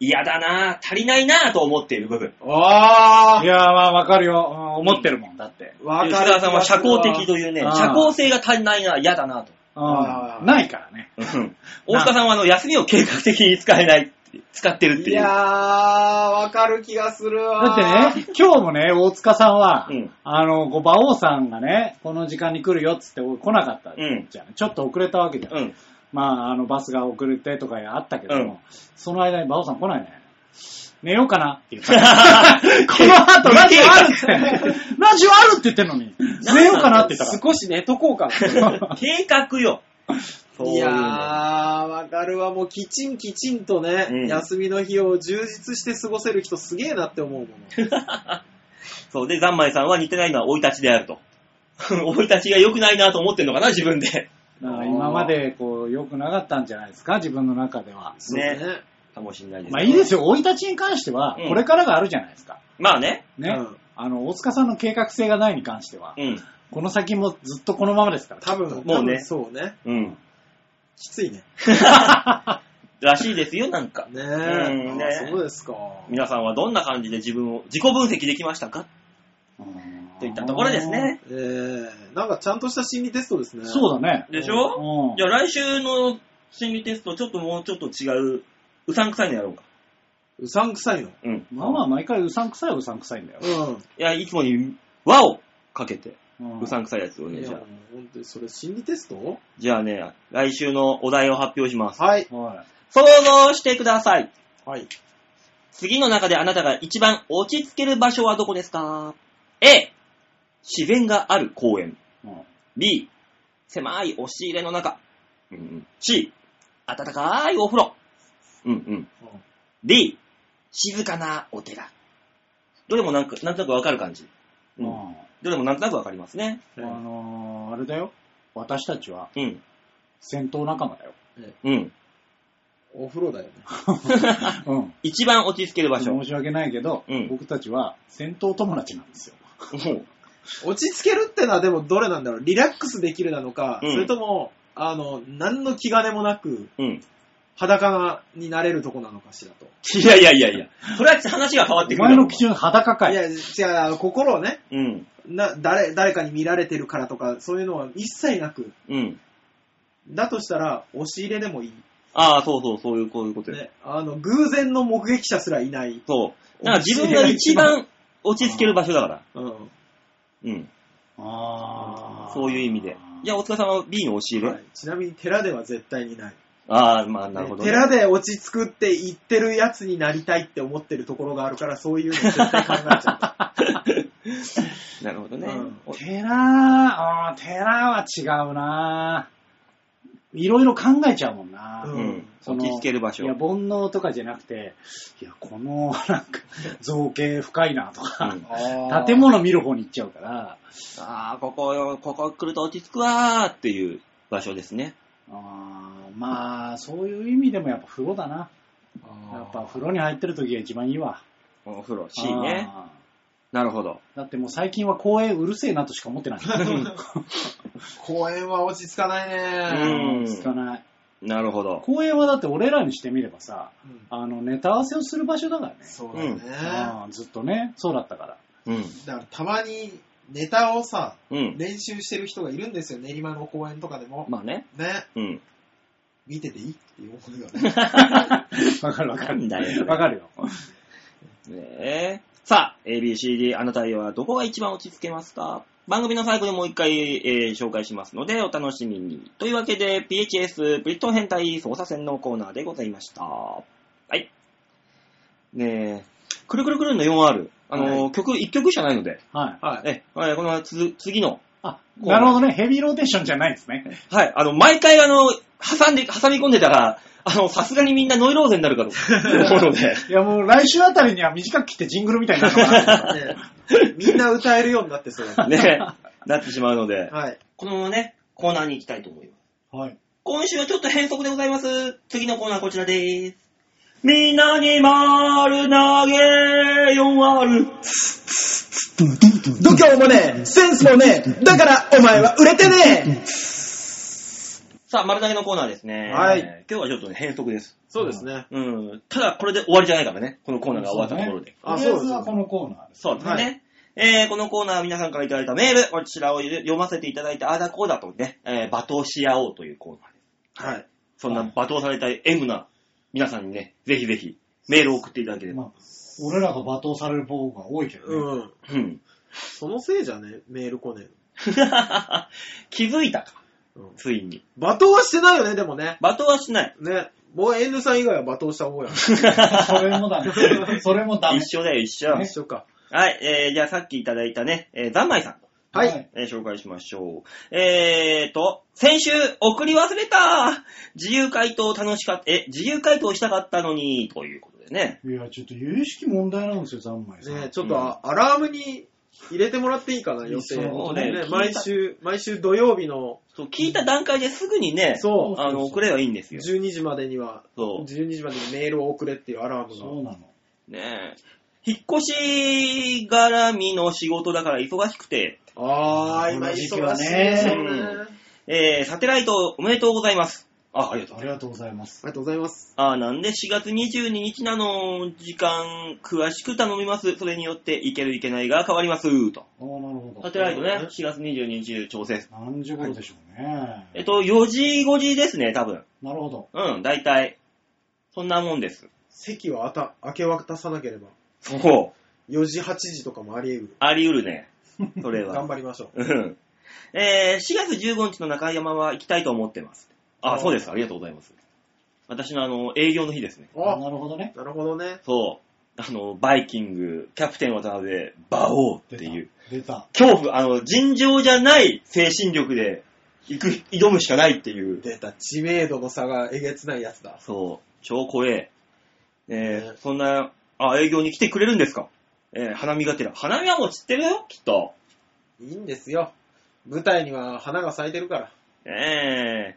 Speaker 2: 嫌だな足りないなと思っている部分。
Speaker 3: あ
Speaker 1: いやー、まあわかるよ。うん思ってるもんだって。
Speaker 3: あ、わ
Speaker 2: 吉
Speaker 3: かる。
Speaker 2: 沢さんは社交的というね、
Speaker 1: あー
Speaker 2: 社交性が足りないな、嫌だなと。
Speaker 1: う
Speaker 3: あ
Speaker 1: ん。
Speaker 3: ー
Speaker 1: ないからね。
Speaker 2: うん大塚さんはあの休みを計画的に使えない、使ってるって
Speaker 3: い
Speaker 2: いう。
Speaker 3: やー、わかる気がするわ。
Speaker 1: だってね、今日もね、大塚さんは、
Speaker 2: うん
Speaker 1: あの、ご馬王さんがね、この時間に来るよっつってお来なかった
Speaker 2: うん
Speaker 1: じゃん。ちょっと遅れたわけじゃん。
Speaker 2: うん。
Speaker 1: まあ、あの、バスが遅れてとかあったけども、
Speaker 2: うん
Speaker 1: その間に馬王さん来ないね。寝ようかなって言っ た。この後ラジオあるって。ラジオあるって言ってんのに、寝ようかなって言った
Speaker 3: 少し寝とこうか
Speaker 1: から。
Speaker 2: 計画よ。そう
Speaker 3: い
Speaker 2: いう
Speaker 3: やー、
Speaker 2: ね。
Speaker 3: わかるわ。もう、きちんきちんとね、
Speaker 2: うん
Speaker 3: 休みの日を充実して過ごせる人すげえなって思うもの。
Speaker 2: そうで、ざんまいさんは似てないのは生い立ちであると。 生い立ちが良くないなと思ってんのかな、自分で。
Speaker 1: だから今 までこう、良くなかったんじゃないですか、自分の中では。
Speaker 3: そうね。
Speaker 2: かもしれないです。
Speaker 1: まあいいですよ、生い立ちに関しては
Speaker 2: う、ん
Speaker 1: これからがあるじゃないですか。
Speaker 2: まあね。
Speaker 1: ね、
Speaker 3: うん
Speaker 1: あの、大塚さんの計画性がないに関しては、
Speaker 2: うん。
Speaker 1: この先もずっとこのままですから。
Speaker 3: 多分、
Speaker 2: もうね
Speaker 3: 多分そうね。
Speaker 2: うん。
Speaker 3: きついね。
Speaker 2: らしいですよ、なんか。
Speaker 3: ねえ、
Speaker 2: うんね
Speaker 3: あそうですか。
Speaker 2: 皆さんはどんな感じで自分を、自己分析できましたかといったところですね。
Speaker 3: えー、なんかちゃんとした心理テストですね。
Speaker 1: そうだね。
Speaker 2: でしょ
Speaker 1: うん
Speaker 2: じゃあ来週の心理テスト、ちょっともうちょっと違う、うさんくさいのやろうか。
Speaker 3: うさんくさいの。
Speaker 2: うん。
Speaker 1: まあまあ、毎回うさんくさいはうさんくさいんだよ。
Speaker 3: う
Speaker 2: いや、いつもに和をかけて、
Speaker 1: うん
Speaker 2: うさんくさいやつを
Speaker 3: ん。
Speaker 2: ね、
Speaker 3: いや、
Speaker 2: じゃ
Speaker 3: も
Speaker 2: あ
Speaker 3: う。本当にそれ心理テスト
Speaker 2: じゃあね、来週のお題を発表します。
Speaker 3: はい。
Speaker 1: は
Speaker 2: 想像してください。
Speaker 3: はい。
Speaker 2: 次の中であなたが一番落ち着ける場所はどこですか ?A、自然がある公園。
Speaker 1: い。うん
Speaker 2: B、狭い押し入れの中。うんうん、C、暖かいお風呂。うんうん、D、静かなお寺。どれもなんかなんとなくわかる感じ。うん
Speaker 1: う
Speaker 2: どれもなんとなくわかりますね。
Speaker 3: うん
Speaker 1: んあ
Speaker 3: ね
Speaker 1: のー、あれだよ。私たちは
Speaker 2: うん。
Speaker 1: 戦闘仲間だよ。
Speaker 2: うん。
Speaker 3: お風呂だよね。
Speaker 1: うん。
Speaker 2: 一番落ち着ける場所。
Speaker 1: 申し訳ないけど、
Speaker 2: うん
Speaker 1: 僕たちは戦闘友達なんですよ。
Speaker 2: うん
Speaker 3: 落ち着けるってのはでもどれなんだろうリラックスできるなのか、
Speaker 2: うん
Speaker 3: それとも、あの、何の気兼ねもなく、
Speaker 2: うん。
Speaker 3: 裸になれるとこなのかしらと。
Speaker 2: いやいやいやいや。それは話が変わって
Speaker 1: お
Speaker 2: くるだ
Speaker 1: 前
Speaker 2: ろう。
Speaker 1: の基準裸か
Speaker 3: い、
Speaker 1: い。
Speaker 3: や、違うあの、心をね、
Speaker 2: うん。
Speaker 3: な、誰、誰かに見られてるからとか、そういうのは一切なく、
Speaker 2: うん。
Speaker 3: だとしたら、押し入れでもいい。
Speaker 2: ああ、そうそう、そういう、こういうことです。
Speaker 3: ね、あの、偶然の目撃者すらいない。
Speaker 2: そう。なんか自分が一番落ち着ける場所だから。
Speaker 3: うん。
Speaker 2: うん。
Speaker 1: あー
Speaker 2: そういう意味で。じゃあ、大塚さんは B の教える、
Speaker 3: はいちなみに寺では絶対にない。
Speaker 2: ああ、まあ、なるほど、ね。
Speaker 3: 寺で落ち着くって言ってるやつになりたいって思ってるところがあるから、そういうの絶対 考えちゃ
Speaker 2: なるほどね。
Speaker 3: うん
Speaker 2: お
Speaker 1: 寺、あー寺は違うなぁいろいろ考えちゃうもんな
Speaker 3: う。
Speaker 1: ぁ
Speaker 2: うん
Speaker 1: その
Speaker 2: 落ち着ける場所
Speaker 1: いや、煩悩とかじゃなくて、いや、この、 なんか、造形深いなとか、
Speaker 3: あー
Speaker 1: 建物見る方に行っちゃうから、
Speaker 2: ああ、ここ、ここ来ると落ち着くわーっていう場所ですね。
Speaker 1: あーまあ、そういう意味でもやっぱ風呂だな。やっぱ風呂に入ってる時が一番いいわ。
Speaker 2: お風呂、C ね。
Speaker 1: あ
Speaker 2: なるほど。
Speaker 1: ーだってもう最近は公園うるせえなとしか思ってない。
Speaker 3: 公園は落ち着かないね。
Speaker 2: ん
Speaker 1: つかない。
Speaker 2: なるほど。
Speaker 1: 公園はだって俺らにしてみればさ、
Speaker 3: うん
Speaker 1: あの、ネタ合わせをする場所だからね。
Speaker 3: そうだね。だか
Speaker 1: あーずっとね、そうだったから。
Speaker 2: うん。
Speaker 3: らたまにネタをさ、
Speaker 2: うん。
Speaker 3: 練習してる人がいるんですよ、練馬の公園とかでも。
Speaker 2: まあね。
Speaker 3: ね、
Speaker 2: うん。
Speaker 3: 見てていいって思うよ ね。
Speaker 1: わかるわか
Speaker 2: なん
Speaker 1: る。
Speaker 2: だよ
Speaker 1: わかるよ。
Speaker 2: ねえ。さあ、ABCD、あなたはどこが一番落ち着けますか番組の最後でもう一回、えー紹介しますので、お楽しみに。というわけで、PHS、ブリットン変態操作戦のコーナーでございました。はい。ねえ、くるくるくるの 4R。あの、曲、1曲じゃないので、
Speaker 1: はい。
Speaker 3: はい。
Speaker 2: え、はいこのつ次の、
Speaker 1: あ、なるほどね。ヘビーローテーションじゃないですね。
Speaker 2: はい、あの、毎回あの、挟んで、挟み込んでたら、あの、さすがにみんなノイローゼになるかと思うの で。
Speaker 1: いやもう来週あたりには短く切ってジングルみたいになるのかな
Speaker 3: ねみんな歌えるようになってそうだね。
Speaker 2: ね、なってしまうので、
Speaker 3: はい。
Speaker 2: このままね、コーナーに行きたいと思います。
Speaker 1: はい。
Speaker 2: 今週はちょっと変則でございます。次のコーナーこちらでーす。みんなに丸投げ 4R。
Speaker 5: 度胸もねえ、センスもねえ、だからお前は売れてね
Speaker 2: さあ、丸投げのコーナーですね。
Speaker 3: はい。
Speaker 2: 今日はちょっとね、変則です。
Speaker 3: そうですね。
Speaker 2: うん。ただ、これで終わりじゃないからね。このコーナーが終わったところで。
Speaker 1: とりあえずはこのコーナーです。
Speaker 2: そうですね。えー、このコーナーは皆さんからいただいたメール、こちらを読ませていただいて、ああだこうだとね、えー、罵倒し合おうというコーナーです。
Speaker 3: はい。
Speaker 2: そんな罵倒されたい M な皆さんにね、ぜひぜひメールを送っていただければ。
Speaker 1: まあ、俺らが罵倒される方が多いけどね。
Speaker 3: うん。
Speaker 2: うん。
Speaker 3: そのせいじゃね、メール来ね
Speaker 2: 気づいたか、
Speaker 3: えの。うん
Speaker 2: ついに。
Speaker 3: 罵倒はしてないよね、でもね。
Speaker 2: 罵倒はしない。
Speaker 3: ね。もう N さん以外は罵倒した方や。
Speaker 1: それもだね。それもダメ。
Speaker 2: 一緒だよ、一緒。
Speaker 3: 一緒 か。
Speaker 2: はい、えー、じゃあさっきいただいたね、えー、ざんまいさん、
Speaker 3: はい。
Speaker 2: えー紹介しましょう。えーと、先週、送り忘れた自由回答楽しかった、え、自由回答したかったのに、ということでね。
Speaker 1: いや、ちょっと有識問題なんですよ、三枚さん。
Speaker 3: ねちょっとあアラームに入れてもらっていいかな、予定。
Speaker 2: そうね
Speaker 3: ね毎週、毎週土曜日の、
Speaker 2: そう聞いた段階ですぐにね、
Speaker 3: そう
Speaker 2: あの、送ればいいんですよ。
Speaker 3: 12時までには、
Speaker 2: そう
Speaker 3: 12時までにメールを送れっていうアラー
Speaker 1: そ
Speaker 3: ム
Speaker 1: う
Speaker 3: が。
Speaker 1: なの。
Speaker 2: ねえ。引っ越し絡みの仕事だから忙しくて、
Speaker 3: あー、今
Speaker 1: こ
Speaker 3: 忙
Speaker 1: の
Speaker 3: し
Speaker 1: 時
Speaker 3: い
Speaker 1: 期は
Speaker 3: で
Speaker 1: ね
Speaker 3: すね。
Speaker 2: うん
Speaker 3: あ
Speaker 2: えー、サテライトおめでとうございます。あ、ありがとう
Speaker 1: ありがとうございます。
Speaker 3: りがとうございます。
Speaker 2: ああ、なんで4月22日なの、時間、詳しく頼みます。それによって、いけるいけないが変わります。と。
Speaker 1: ああ、なるほ
Speaker 2: サ
Speaker 1: ど。
Speaker 2: テライトね、4月22日調整。
Speaker 1: 何時頃でしょうね。
Speaker 2: えっと、4時、5時ですね、多分。
Speaker 1: なるほど。
Speaker 2: うん、大体。そんなもんです。
Speaker 3: 席はあた明け渡さなければ、
Speaker 2: そう。
Speaker 3: 4時、8時とかもあり得る。
Speaker 2: あり得るね。それ
Speaker 3: 頑
Speaker 2: は。
Speaker 3: 張りましょ
Speaker 2: うん。えー、4月15日の中山は行きたいと思ってます。あ、そうです。ありがとうございます。私のあの、営業の日ですね。
Speaker 3: う。
Speaker 1: あ
Speaker 3: あ、
Speaker 1: なるほどね。
Speaker 3: なるほどね。
Speaker 2: そう。あの、バイキング、キャプテン渡辺、馬王っていう。
Speaker 1: 出た。
Speaker 2: 恐怖、あの、尋常じゃない精神力で、行く、挑むしかないっていう。
Speaker 3: 出た、知名度の差がえげつないやつだ。
Speaker 2: そう、超怖え。え
Speaker 3: ね
Speaker 2: ー、そんな、あ、営業に来てくれるんですかえー、花見がてら。花見はもう知ってるよ、きっと。
Speaker 3: いいんですよ。舞台には花が咲いてるから。
Speaker 2: え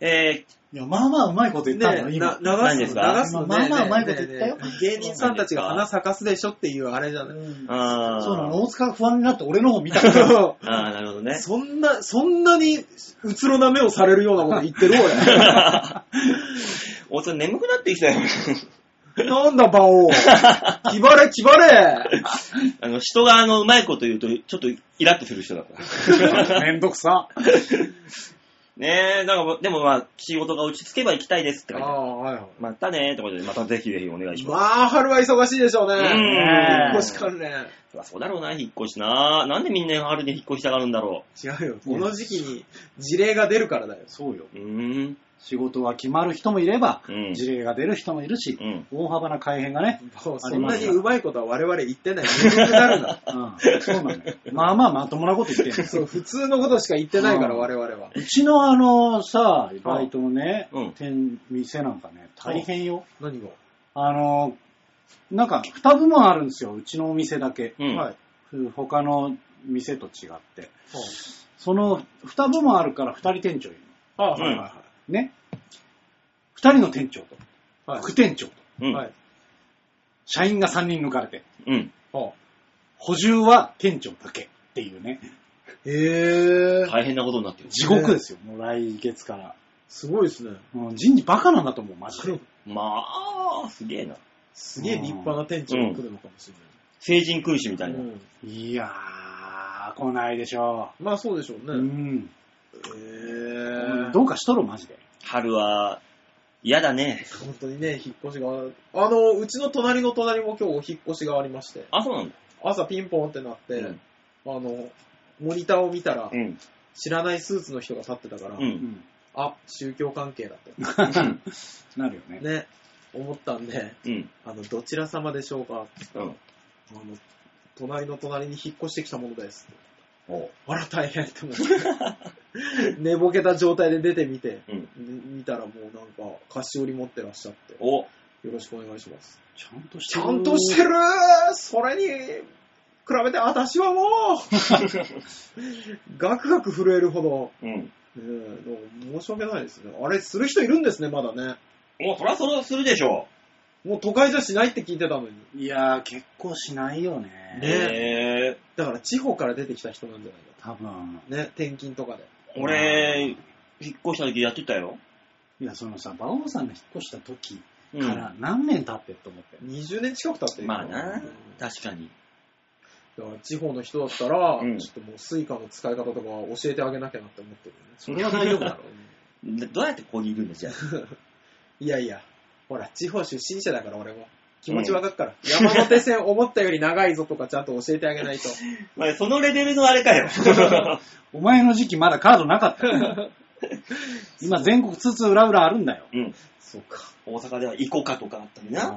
Speaker 2: ー、え
Speaker 1: いや、まあまあうまいこと言ったんだよ、
Speaker 3: ね
Speaker 1: 今。
Speaker 3: な
Speaker 2: 何
Speaker 3: 流
Speaker 2: ですす
Speaker 3: の
Speaker 2: か
Speaker 3: 流すのね
Speaker 1: まあまあ
Speaker 3: ね
Speaker 1: うまいこと言ったよ
Speaker 3: ねね芸人さんたちが花咲かすでしょっていうあれじゃ
Speaker 1: う
Speaker 3: ない。
Speaker 2: ー、
Speaker 1: ん
Speaker 2: あー
Speaker 1: そうなの、大塚が不安になって俺の方見たから。
Speaker 2: あー、なるほどね。
Speaker 3: そんな、そんなに、うつろな目をされるようなこと言ってる俺。
Speaker 2: おっさん眠くなってきたよ。
Speaker 3: なんだ、馬王。気張れ、気張 れ。
Speaker 2: あの、人があの、うまいこと言うと、ちょっとイラッとする人だから。
Speaker 1: めんどくさ。
Speaker 2: ねえ、なんか、でもまあ、仕事が落ち着けば行きたいですって書いてある。
Speaker 3: あ、はいは
Speaker 2: またねーってことで、またぜひぜひお願い
Speaker 3: い。
Speaker 2: します。
Speaker 3: まあ、春は忙しいでしょうね。
Speaker 2: うん
Speaker 3: ね引っ越し関連。
Speaker 2: そりゃそうだろうな、引っ越しな。なんでみんな春に引っ越したがるんだろ
Speaker 3: 違うよ。この時期に事例が出るからだよ。
Speaker 1: そうよ。
Speaker 2: う。うーん。
Speaker 1: 仕事は決まる人もいれば、
Speaker 2: うん
Speaker 1: 事例が出る人もいるし、
Speaker 2: うん
Speaker 1: 大幅な改変がね。
Speaker 3: もうそんなにうまいことは我々言ってない。言えなくなるな。
Speaker 1: うん、そうなのよ。まあまあまともなこと言ってるんです
Speaker 3: そう、
Speaker 1: よ。
Speaker 3: 普通のことしか言ってないから、
Speaker 1: うん
Speaker 3: 我々は。
Speaker 1: うちのあのさ、バイトのね
Speaker 2: うん、
Speaker 1: 店、店なんかね、大変よ。
Speaker 3: 何が
Speaker 1: あの、なんか2部門あるんですよ、うちのお店だけ。
Speaker 2: うん
Speaker 3: はい。
Speaker 1: ふ他の店と違って。その2部門あるから2人店長いる
Speaker 3: あ
Speaker 2: うん
Speaker 3: はいは
Speaker 1: の。ね。2人の店長と、
Speaker 3: いはい。
Speaker 1: 副店長と、
Speaker 2: うん。
Speaker 3: はい。
Speaker 1: 社員が3人抜かれて、
Speaker 2: うん。
Speaker 3: は
Speaker 1: 補充は店長だけっていうね、
Speaker 3: い。へえ。
Speaker 2: 大変なことになってる。
Speaker 1: 地獄ですよ、もう来月から。
Speaker 3: すごいですね。
Speaker 1: もう人事バカなんだと思う、マジで。
Speaker 2: まあ、すげえな。
Speaker 3: すげえ立派な店長が来るのかもし
Speaker 2: 成人君子みた
Speaker 3: れ
Speaker 2: い
Speaker 3: ない。
Speaker 2: な。
Speaker 3: うん
Speaker 1: いやー、来ないでしょ
Speaker 3: まあそうでしょう
Speaker 1: う。
Speaker 3: ね。
Speaker 1: うん。
Speaker 3: へえ。
Speaker 1: どうかしとろ、マジで。
Speaker 2: 春は、嫌だね。
Speaker 3: 本当にね、引っ越しが、あの、うちの隣の隣も今日お引っ越しがありまして、
Speaker 2: あ、そうなんだ。
Speaker 3: 朝ピンポンってなって、
Speaker 2: うん
Speaker 3: あの、モニターを見たら、
Speaker 2: うん。
Speaker 3: 知らないスーツの人が立ってたから、
Speaker 2: うん。
Speaker 1: ん。
Speaker 3: あ、宗教関係だと、
Speaker 2: うん。
Speaker 1: なるよね。
Speaker 3: ね、思ったんで、
Speaker 2: うん。
Speaker 3: あの、どちら様でしょうか、
Speaker 2: うん。
Speaker 3: あの、隣の隣に引っ越してきたものです。
Speaker 2: おう
Speaker 3: あら、大変って思って、寝ぼけた状態で出てみて、
Speaker 2: うん。
Speaker 3: み見たらもうなんか、菓子折り持ってらっしゃって、
Speaker 2: おう
Speaker 3: よろしくお願いします。
Speaker 1: ちゃんとし
Speaker 3: ち
Speaker 1: て
Speaker 3: ゃ
Speaker 1: る。
Speaker 3: んとしてるそれに、比べて私はもう、 ガクガク震えるほど、
Speaker 2: うん。
Speaker 3: ねえでも申し訳ないですね。あれ、する人いるんですね、まだね。
Speaker 2: おうそらそらするでしょ
Speaker 3: もう都会じゃしないって聞いてたのに。
Speaker 1: いやー、結構しないよね。
Speaker 2: う。
Speaker 3: ね
Speaker 2: え
Speaker 3: だから地方から出てきた人なんじゃない
Speaker 1: 多分。
Speaker 3: か。ね、転勤とかで。
Speaker 2: ー、俺、引っ越した時やってたよ。
Speaker 1: いや、そのさ、馬王さんが引っ越した時
Speaker 2: う
Speaker 1: か
Speaker 2: ん。
Speaker 1: ら何年経ってって思って。
Speaker 3: 20年近く経ってるよ
Speaker 2: まあな
Speaker 3: うん
Speaker 2: 確かに。
Speaker 3: だから地方の人だったら、
Speaker 2: うん
Speaker 3: ちょっともうスイカの使い方とか教えてあげなきゃなって思ってるよね。
Speaker 1: それは大丈夫だろう。
Speaker 2: でどうやってここにいるんだ、じゃあ。
Speaker 3: いやいや、ほら、地方出身者だから俺も。気持ちわかっから。山手線思ったより長いぞとかちゃんと教えてあげない と。
Speaker 2: まあ、そのレベルのあれかよ。
Speaker 1: お前の時期まだカードなかった よ今全国津々浦々あるんだよ。
Speaker 2: うん。
Speaker 3: そうか。
Speaker 2: 大阪ではイコカとかあったりな。
Speaker 1: うん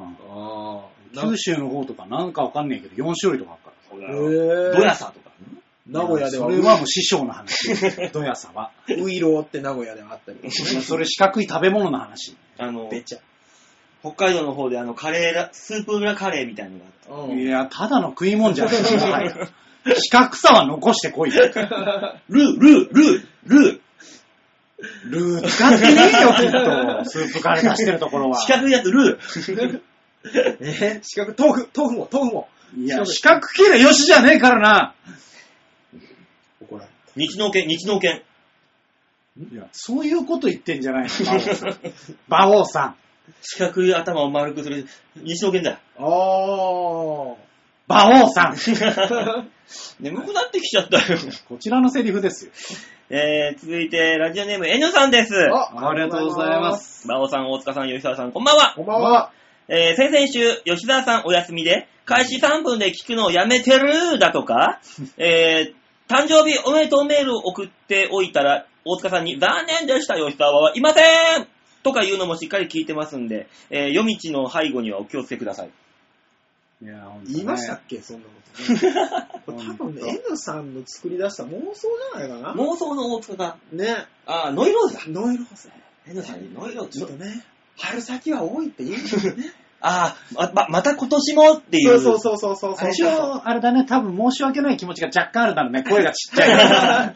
Speaker 3: ああ。
Speaker 1: 九州の方とかなんかわかんないけど4種類とかあるから。
Speaker 2: そうだよ。
Speaker 3: え
Speaker 2: ドヤさとか。
Speaker 3: 名古屋では
Speaker 1: それはもう師匠 の話。どやさは。
Speaker 3: ウイローって名古屋ではあったり。
Speaker 1: それ四角い食べ物の話。
Speaker 2: あの、
Speaker 3: べちゃ。
Speaker 2: 北海道の方であの、カレーラ、スープ裏カレーみたいなのがあった。
Speaker 3: う
Speaker 1: い
Speaker 3: ん。
Speaker 1: や、ただの食い 物じゃない。もはや四角さは残してこいよ。
Speaker 2: ルー、ルー、ルー、ル
Speaker 1: ルー使ってねえよ、きっと。スープカレー出してるところ
Speaker 2: ー。
Speaker 1: は。
Speaker 2: 四角いやつ、ルー。
Speaker 3: え四角、豆腐、豆腐も、豆腐も。
Speaker 1: いや、四角けれよしじゃねえからな。
Speaker 3: 怒られ
Speaker 2: 日農研、日農 研。
Speaker 1: いや、そういうこと言ってんじゃない の、馬王さん。
Speaker 2: 四角い頭を丸くする、日農研だ。
Speaker 3: ああ。。
Speaker 1: 馬王さん。馬王さん。
Speaker 2: 眠くなってきちゃったよ。
Speaker 1: こちらのセリフですよ。
Speaker 2: えー、続いて、ラジオネーム、えのさんです。
Speaker 1: ありがとうございますす。
Speaker 2: 馬尾さん、大塚さん、吉沢さん、こんばんは。
Speaker 3: こんばんは。
Speaker 2: えー先々週、吉沢さんお休みで、開始3分で聞くのをやめてるだと か、えー誕生日おめでとうメールを送っておいたら、大塚さんに、残念でした、吉沢はいませんとかいうのもしっかり聞いてますんで、えー夜道の背後にはお気をつけください。
Speaker 1: いや、ほんとね
Speaker 3: 言いましたっけそんなこと ね。これ多分ね
Speaker 1: ほんと
Speaker 3: N さんの作り出した妄想じゃないかな。
Speaker 2: 妄想の大塚が、
Speaker 3: ね。
Speaker 2: あー、ノイローズだ。
Speaker 3: ノイローゼ。
Speaker 2: N さんにノイロー
Speaker 3: ち
Speaker 2: ズ
Speaker 3: ょっと。ね、春先は多いって言うんだよね。
Speaker 2: あー、ま、ま、また今年もっていう。
Speaker 3: そうそうそうそう
Speaker 1: あ
Speaker 3: そう
Speaker 1: れでしょあれだね、多分申し訳ない気持ちが若干あるだろうね。声がちっちゃ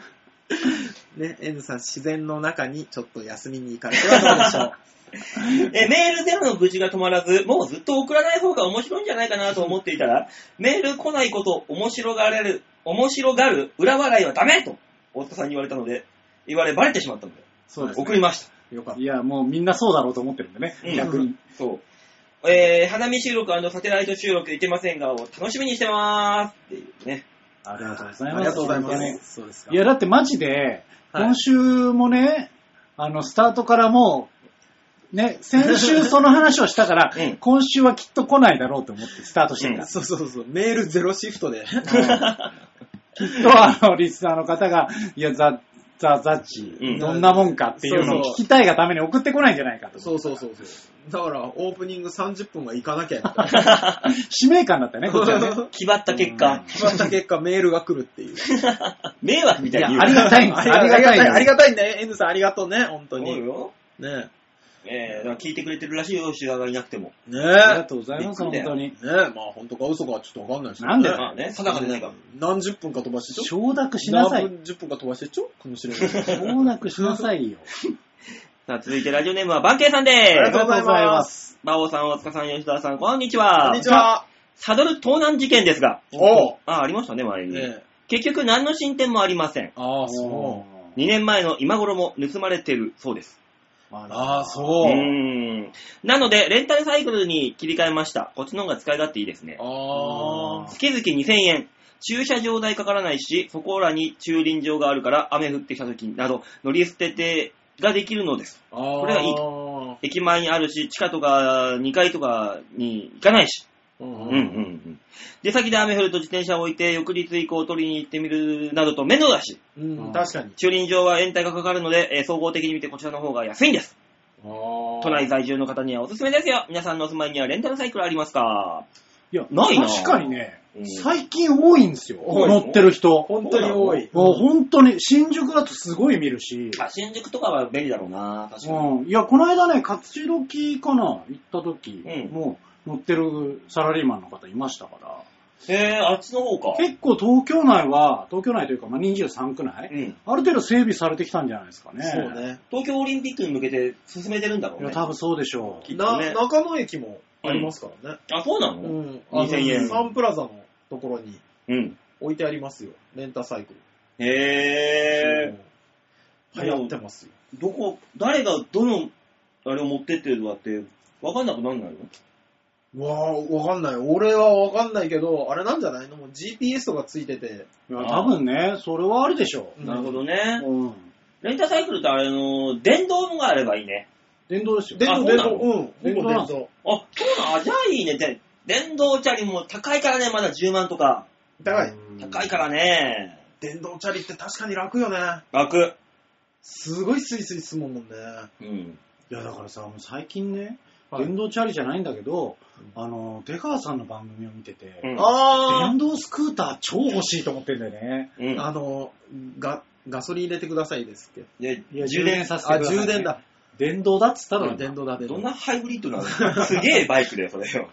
Speaker 1: い。
Speaker 3: ね、N さん自然の中にちょっと休みに行かれてはどうでしょ う。
Speaker 2: えーメールゼロの愚痴が止まらず、もうずっと送らない方が面白いんじゃないかなと思っていたら、メール来ないこと面白がれる、面白がる、裏笑いはダメと、大塚さんに言われたので、言われ、バレてしまったので、
Speaker 1: そうですね
Speaker 2: 送りまし
Speaker 3: よかっ
Speaker 1: いや、もうみんなそうだろうと思ってるんでね、
Speaker 2: うん
Speaker 1: 逆に。
Speaker 2: た。そう。えー、花見収録サテライト収録いけませんが、楽しみにしてまーすっていうね。
Speaker 1: ありがとうござ
Speaker 3: た。
Speaker 1: い
Speaker 3: あ
Speaker 1: ます。
Speaker 3: りがとうございま
Speaker 1: 本当に
Speaker 3: す。そうです
Speaker 1: いや、だってマジで、
Speaker 3: はい
Speaker 1: 今週もね、あの、スタートからもう、ね、先週その話をしたから、
Speaker 2: うん
Speaker 1: 今週はきっと来ないだろうと思ってスタートしてるから、
Speaker 3: そうそうそう、メールゼロシフトで。
Speaker 1: きっとあの、リスナーの方が、いや、ザ、ザ、ザッチ、
Speaker 2: うん
Speaker 1: どんなもんかっていうのを聞きたいがために送ってこないんじゃないかと。
Speaker 3: そうそうそうそう。だから、オープニング30分は行かなきゃみたいな。
Speaker 1: 使命感だったよね、こっち はね。
Speaker 2: 決まった結果、
Speaker 3: 決まった結果、メールが来るっていう。
Speaker 2: 迷惑みたいに言う。
Speaker 1: ありがたいんです。ありがたいんです。
Speaker 3: ありがたいね。N さん、ありがとうね、本当
Speaker 2: そう
Speaker 3: に。
Speaker 2: よ。
Speaker 3: ね
Speaker 2: えー、だから聞いてくれてるらしいよ、吉田がいなくても。
Speaker 3: ね
Speaker 1: ありが
Speaker 3: え。
Speaker 1: とうございます、本当に。
Speaker 3: ねえ、まあ本当か嘘かちょっとわかんないですけど
Speaker 1: なんで
Speaker 2: まあね、定かでないから。
Speaker 3: 何十分か飛ばしてちょ
Speaker 1: 承諾しなさい。
Speaker 3: 何十分か飛ばしてちょかもしれ ない。
Speaker 1: 承諾しなさいよ。
Speaker 2: さあ、続いてラジオネームはバンケイさんで。
Speaker 3: ありがとうございます
Speaker 2: 馬王さん、大塚さん、吉田さん、こんにちは。
Speaker 3: こんにち。は。
Speaker 2: サドル盗難事件ですが。
Speaker 3: おう
Speaker 2: あ、ありましたね、前に。
Speaker 3: ねえ。
Speaker 2: 結局、何の進展もありません。
Speaker 3: ああ、
Speaker 1: あ
Speaker 3: そう。
Speaker 2: 2年前の今頃も盗まれてるそうです。
Speaker 3: ああ、
Speaker 2: う
Speaker 3: そう。
Speaker 2: ーん。なので、レンタルサイクルに切り替えました。こっちの方が使い勝手いいですね。
Speaker 3: ああ。
Speaker 2: 月々2000円。駐車場代かからないし、そこらに駐輪場があるから雨降ってきた時など乗り捨ててができるのです。
Speaker 3: こ
Speaker 2: これがいい
Speaker 3: と。
Speaker 2: 駅前にあるし、地下とか2階とかに行かないし。
Speaker 3: うん
Speaker 2: うん
Speaker 3: う
Speaker 2: うんんうん。出先で雨降ると自転車を置いて翌日以降取りに行ってみるなどと面倒だし、
Speaker 3: うん、確かに。
Speaker 2: 駐輪場は延滞がかかるので、えー総合的に見てこちらの方が安いんです。
Speaker 3: 都
Speaker 2: 都内在住の方にはおすすめですよ。皆さんのお住まいにはレンタルサイクルありますか
Speaker 1: いや、
Speaker 2: ないな
Speaker 1: 確かにね
Speaker 2: う、ん
Speaker 1: 最近多いんですよ、
Speaker 2: 多い
Speaker 1: 乗ってる人。
Speaker 3: 本当に多い。
Speaker 1: もう本当に、新宿だとすごい見るし、
Speaker 2: あ、新宿とかは便利だろうな、確かに。
Speaker 1: うん、いや、この間ね、勝どきかな、行った時、
Speaker 2: うん
Speaker 1: もう乗ってるサラリーマンの方いましたから、
Speaker 2: へえー、あっちの方か。
Speaker 1: 結構東京内は、東京内というか、まあ、23区内、
Speaker 2: うん。
Speaker 1: ある程度整備されてきたんじゃないですかね。
Speaker 3: そう。ね。
Speaker 2: 東京オリンピックに向けて進めてるんだろう
Speaker 1: いや、
Speaker 2: ね。
Speaker 1: 多分そうでしょう。
Speaker 2: っとね
Speaker 3: な、中野駅もありますからね。
Speaker 2: あ、そうな
Speaker 3: う
Speaker 2: の
Speaker 3: ん。あの
Speaker 2: 2000円
Speaker 3: サンプラザのところに
Speaker 2: うん。
Speaker 3: 置いてありますよ。レンタサイクル。
Speaker 2: へえ。
Speaker 3: うん流行ってますよ。
Speaker 2: どこ、誰がどの、あれを持ってってるとかって、わかんなくなんないの
Speaker 3: うわあ、わかんない。俺はわかんないけど、あれなんじゃないのもう GPS とかついてて。
Speaker 1: いや、多分ね、それはあるでしょ
Speaker 3: うん
Speaker 2: なるほどね。
Speaker 1: う。うん。
Speaker 2: レンタサイクルってあれの、電動のがあればいいね。
Speaker 1: 電動ですよ。
Speaker 3: 電
Speaker 2: あそ
Speaker 3: 動、
Speaker 2: うな
Speaker 3: 電
Speaker 2: の
Speaker 3: 動。うん。
Speaker 1: 電
Speaker 3: 電動、
Speaker 1: 動な
Speaker 3: 電動。
Speaker 1: の
Speaker 2: あ、そうなのあ、じゃあいいね。で電動チャリも高いからね、まだ10万とか。
Speaker 3: 高い。
Speaker 1: うん
Speaker 2: 高いからね。
Speaker 3: 電動チャリって確かに楽よね。
Speaker 2: 楽。
Speaker 3: すごいスイスイ進むもんね。
Speaker 2: うん。
Speaker 1: いや、だからさ、もう最近ね、
Speaker 3: はい
Speaker 1: 電動チャリじゃないんだけど、あの、出川さんの番組を見てて、
Speaker 2: うん
Speaker 3: あ
Speaker 1: 電動スクーター超欲しいと思ってんだよね。
Speaker 2: うん。
Speaker 3: あの、ガ、ガソリン入れてくださいですっけ。
Speaker 2: で、
Speaker 1: いや
Speaker 2: 充電さ
Speaker 1: させてください
Speaker 3: あ
Speaker 1: ね
Speaker 3: 充電だ。
Speaker 1: 電動だっつった
Speaker 3: た
Speaker 1: の
Speaker 3: だ
Speaker 1: に。
Speaker 3: 電動だ、電
Speaker 2: ど
Speaker 3: 動
Speaker 2: ん。なハイブリッドなのすげえバイクだよ、それよ。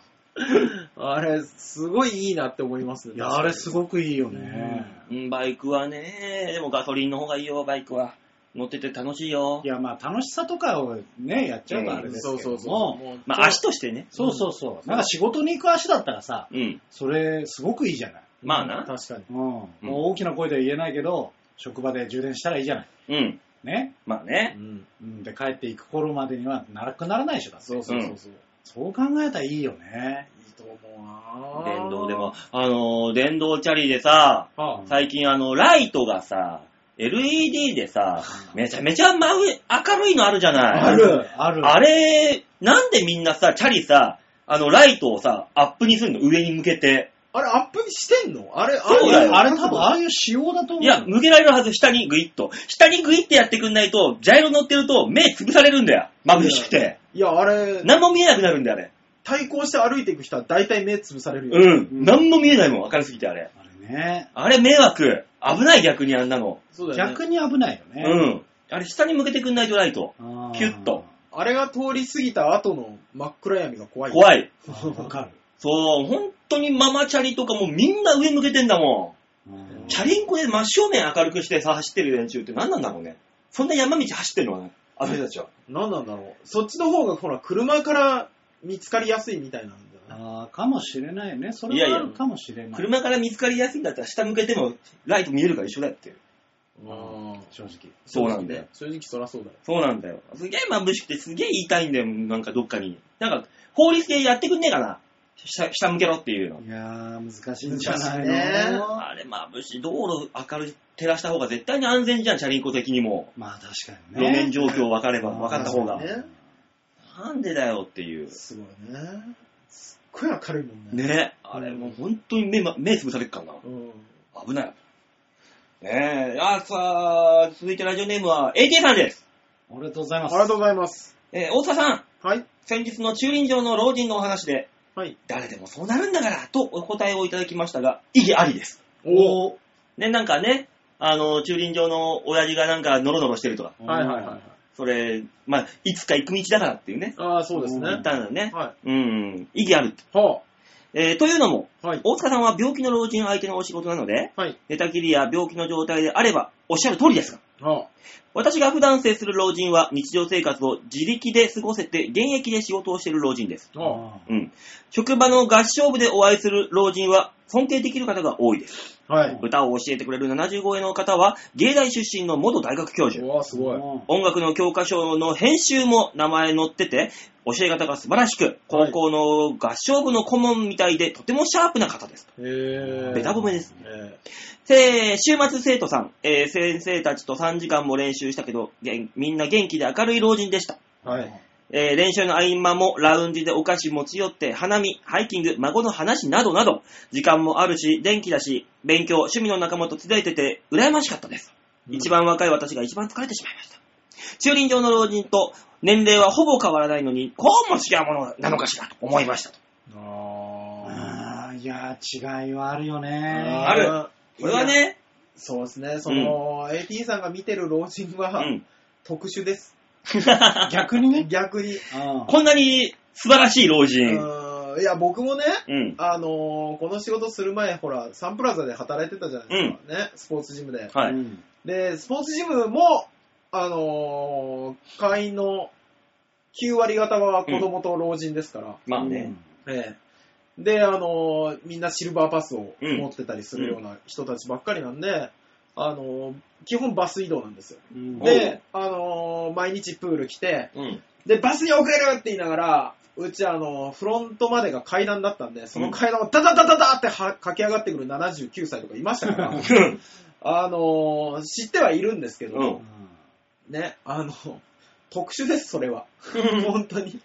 Speaker 3: あれ、すごいいいなって思いますね。
Speaker 1: いや、あれすごくいいよね。
Speaker 2: うん、バイクはね、でもガソリンの方がいいよ、バイクは。乗ってて楽しいよ
Speaker 1: い。や、まあ楽しさとかをね、やっちゃうとあれです
Speaker 3: そう
Speaker 1: けど
Speaker 3: そうそう。
Speaker 1: も。
Speaker 3: もう
Speaker 2: まあ、足としてね。
Speaker 1: そうそうそう。なんか仕事に行く足だったらさ、
Speaker 2: うん。
Speaker 1: それすごくいいじゃない。
Speaker 2: まあな。
Speaker 3: 確かに。
Speaker 1: うん。もう大きな声では言えないけど、職場で充電したらいいじゃない。
Speaker 2: うん。
Speaker 1: ね。
Speaker 2: まあね。
Speaker 1: うんで、帰っていく頃までにはなくならないでしょ、だって。
Speaker 3: そうそうそうそう。
Speaker 1: そう考えたらいいよね。
Speaker 3: いいと思うなぁ
Speaker 2: 電動でも。。あのー、電動チャリでさ、最近あの、ライトがさ、LED でさ、めちゃめちゃ真上明るいのあるじゃない。
Speaker 1: ある、ある。
Speaker 2: あれ、なんでみんなさ、チャリさ、あの、ライトをさ、アップにするの上に向けて。
Speaker 3: あれ、アップにしてんのあれ、あ
Speaker 2: そうだよ
Speaker 1: あれ多分ああいう仕様だと思う。
Speaker 2: いや、向けられるはず、下にグイッと。下にグイってやってくんないと、ジャイロ乗ってると、目潰されるんだよ。眩しくて。
Speaker 3: いや、あれ、
Speaker 2: 何も見えなくなるんだよ、あれ。
Speaker 3: 対抗して歩いていく人は大体目潰されるよ。
Speaker 2: うん。何も見えないもん、明るすぎて、あれ。
Speaker 1: あれね。
Speaker 2: あれ迷惑。危ない、逆にあんなの。
Speaker 3: そうだよね。
Speaker 1: 逆に危ないよ
Speaker 2: う
Speaker 1: ね。
Speaker 2: ん。あれ、下に向けてくんないとライト。
Speaker 1: うん
Speaker 2: キュッと。
Speaker 3: あれが通り過ぎた後の真っ暗闇が怖い。い。
Speaker 2: 怖い。
Speaker 1: あーわかる。
Speaker 2: そう、本当にママチャリとかもみんな上向けてんだも
Speaker 1: うん
Speaker 2: ん。チャリンコで真正面明るくしてさ、走ってる連中って何なんだろうね。そんな山道走ってるのはね、あの人たちは。
Speaker 3: 何なんだろう。そっちの方が、ほら、車から見つかりやすいみたいなんだよね。
Speaker 1: あーかもしれないね。そ
Speaker 2: い
Speaker 1: れ
Speaker 2: やい
Speaker 1: は
Speaker 2: や
Speaker 1: あるかもしれない。
Speaker 2: 車から見つかりやすいんだったら下向けてもライト見えるから一緒だよって。
Speaker 3: うん
Speaker 1: 正直。
Speaker 2: そうなんだよ。
Speaker 3: 正直そらそうだよ。
Speaker 2: そうなんだよ。すげえ眩しくてすげえ言いたいんだよ、なんかどっかに。なんか、法律でやってくんねえかな。下下向けろっていうの。
Speaker 1: いやー、難しいんじゃない
Speaker 3: 難しいね
Speaker 1: の
Speaker 2: あれ眩しい。道路明るい、照らした方が絶対に安全じゃん、チャリンコ的にも。
Speaker 1: まあ確かに
Speaker 2: 路面
Speaker 1: ね。
Speaker 2: 状況分かれば、
Speaker 1: うん
Speaker 2: 分かった方が
Speaker 3: ね。
Speaker 2: なんでだよっていう。
Speaker 3: すごいね。すっごい明るいもんね。。
Speaker 2: ねあれもう本当に目ま、目つぶされるからな。
Speaker 3: うん。
Speaker 2: 危ない。ねえ、あ、さあ、続いてラジオネームは AK さんです。
Speaker 1: ありがとうござい
Speaker 3: あ
Speaker 1: ま
Speaker 3: り
Speaker 1: す。
Speaker 3: がとうございます。
Speaker 2: えー大塚さん、
Speaker 3: はい。
Speaker 2: 先日の駐輪場の老人のお話で、
Speaker 3: はい。
Speaker 2: 誰でもそうなるんだから、とお答えをいただきましたが、意義ありです。
Speaker 3: お
Speaker 2: ね、なんかね、あの、駐輪場の親父がなんかノロノロしてるとか、
Speaker 1: うん
Speaker 3: はいはいはい。
Speaker 2: それ、まあ、いつか行く道だからっていうね、
Speaker 3: ああ、そうですね。
Speaker 2: 言ったんだよね。
Speaker 3: は
Speaker 2: うん、意義ある。
Speaker 3: い。は
Speaker 2: えーというのも、
Speaker 3: あ。はい。
Speaker 2: 大塚さんは病気の老人相手のお仕事なので、
Speaker 3: はい。
Speaker 2: 寝たきりや病気の状態であれば、おっしゃる通りですが、
Speaker 3: は
Speaker 2: 私が普段接する老人は日常生活を自力で過ごせて現役で仕事をしている老人です。
Speaker 3: あ。は
Speaker 2: うん。職場の合唱部でお会いする老人は尊敬できる方が多いです。
Speaker 3: あ。はい。
Speaker 2: 歌を教えてくれる75超えの方は芸大出身の元大学教
Speaker 3: う
Speaker 2: 授。
Speaker 3: わあ、すごい。
Speaker 2: 音楽の教科書の編集も名前載ってて、教え方が素晴らしく、高校の合唱部の顧問みたいでとてもシャープな方です。
Speaker 3: へえ。
Speaker 2: ベタ褒めです。
Speaker 3: え
Speaker 2: せー週末生徒さん、えー先生たちと3時間も練習したけど、げんみんな元気で明るい老人でした。
Speaker 3: えはい。
Speaker 2: えー練習の合間もラウンジでお菓子持ち寄って、花見、ハイキング、孫の話などなど、時間もあるし、電気だし、勉強、趣味の仲間と連れてて、羨ましかったです。
Speaker 3: うん
Speaker 2: 一番若い私が一番疲れてしまいました。駐輪場の老人と年齢はほぼ変わらないのに、こうも違うものなのかしらと思いましたと。
Speaker 3: あ
Speaker 1: あーいやー、違いはあるよ
Speaker 3: あ
Speaker 1: ね。
Speaker 2: ある
Speaker 3: あ
Speaker 2: これは。ね、
Speaker 3: そうですね。その、AT さんが見てる老人
Speaker 2: う
Speaker 3: は、
Speaker 2: ん。
Speaker 3: 特殊です。
Speaker 1: 逆にね。
Speaker 3: 逆に。
Speaker 1: うん
Speaker 2: こんなに素晴らしい老
Speaker 3: う
Speaker 2: 人。
Speaker 3: ん。いや、僕もね、
Speaker 2: うん。
Speaker 3: あのーこの仕事する前、ほら、サンプラザで働いてたじゃないですか。ね。スポーツジムで。
Speaker 2: は
Speaker 1: う
Speaker 2: い。
Speaker 1: ん
Speaker 3: で、スポーツジムも、あのー会員の9割方は子供と老人ですから。
Speaker 2: まあね。
Speaker 3: ええ。で、あのーみんなシルバーパスを
Speaker 2: うん
Speaker 3: 持ってたりするような人たちばっかりなんで、あのー基本バス移動なんですよ。
Speaker 1: うん
Speaker 3: で、あのー毎日プール来て、
Speaker 2: うん。
Speaker 3: で、バスに遅れるって言いながら、うちあのーフロントまでが階段だったんで、その階段をダダダダダっては駆け上がってくる79歳とかいましたから、あのー知ってはいるんですけど、
Speaker 2: うん
Speaker 3: ね、あの、特殊です、それは。本当に。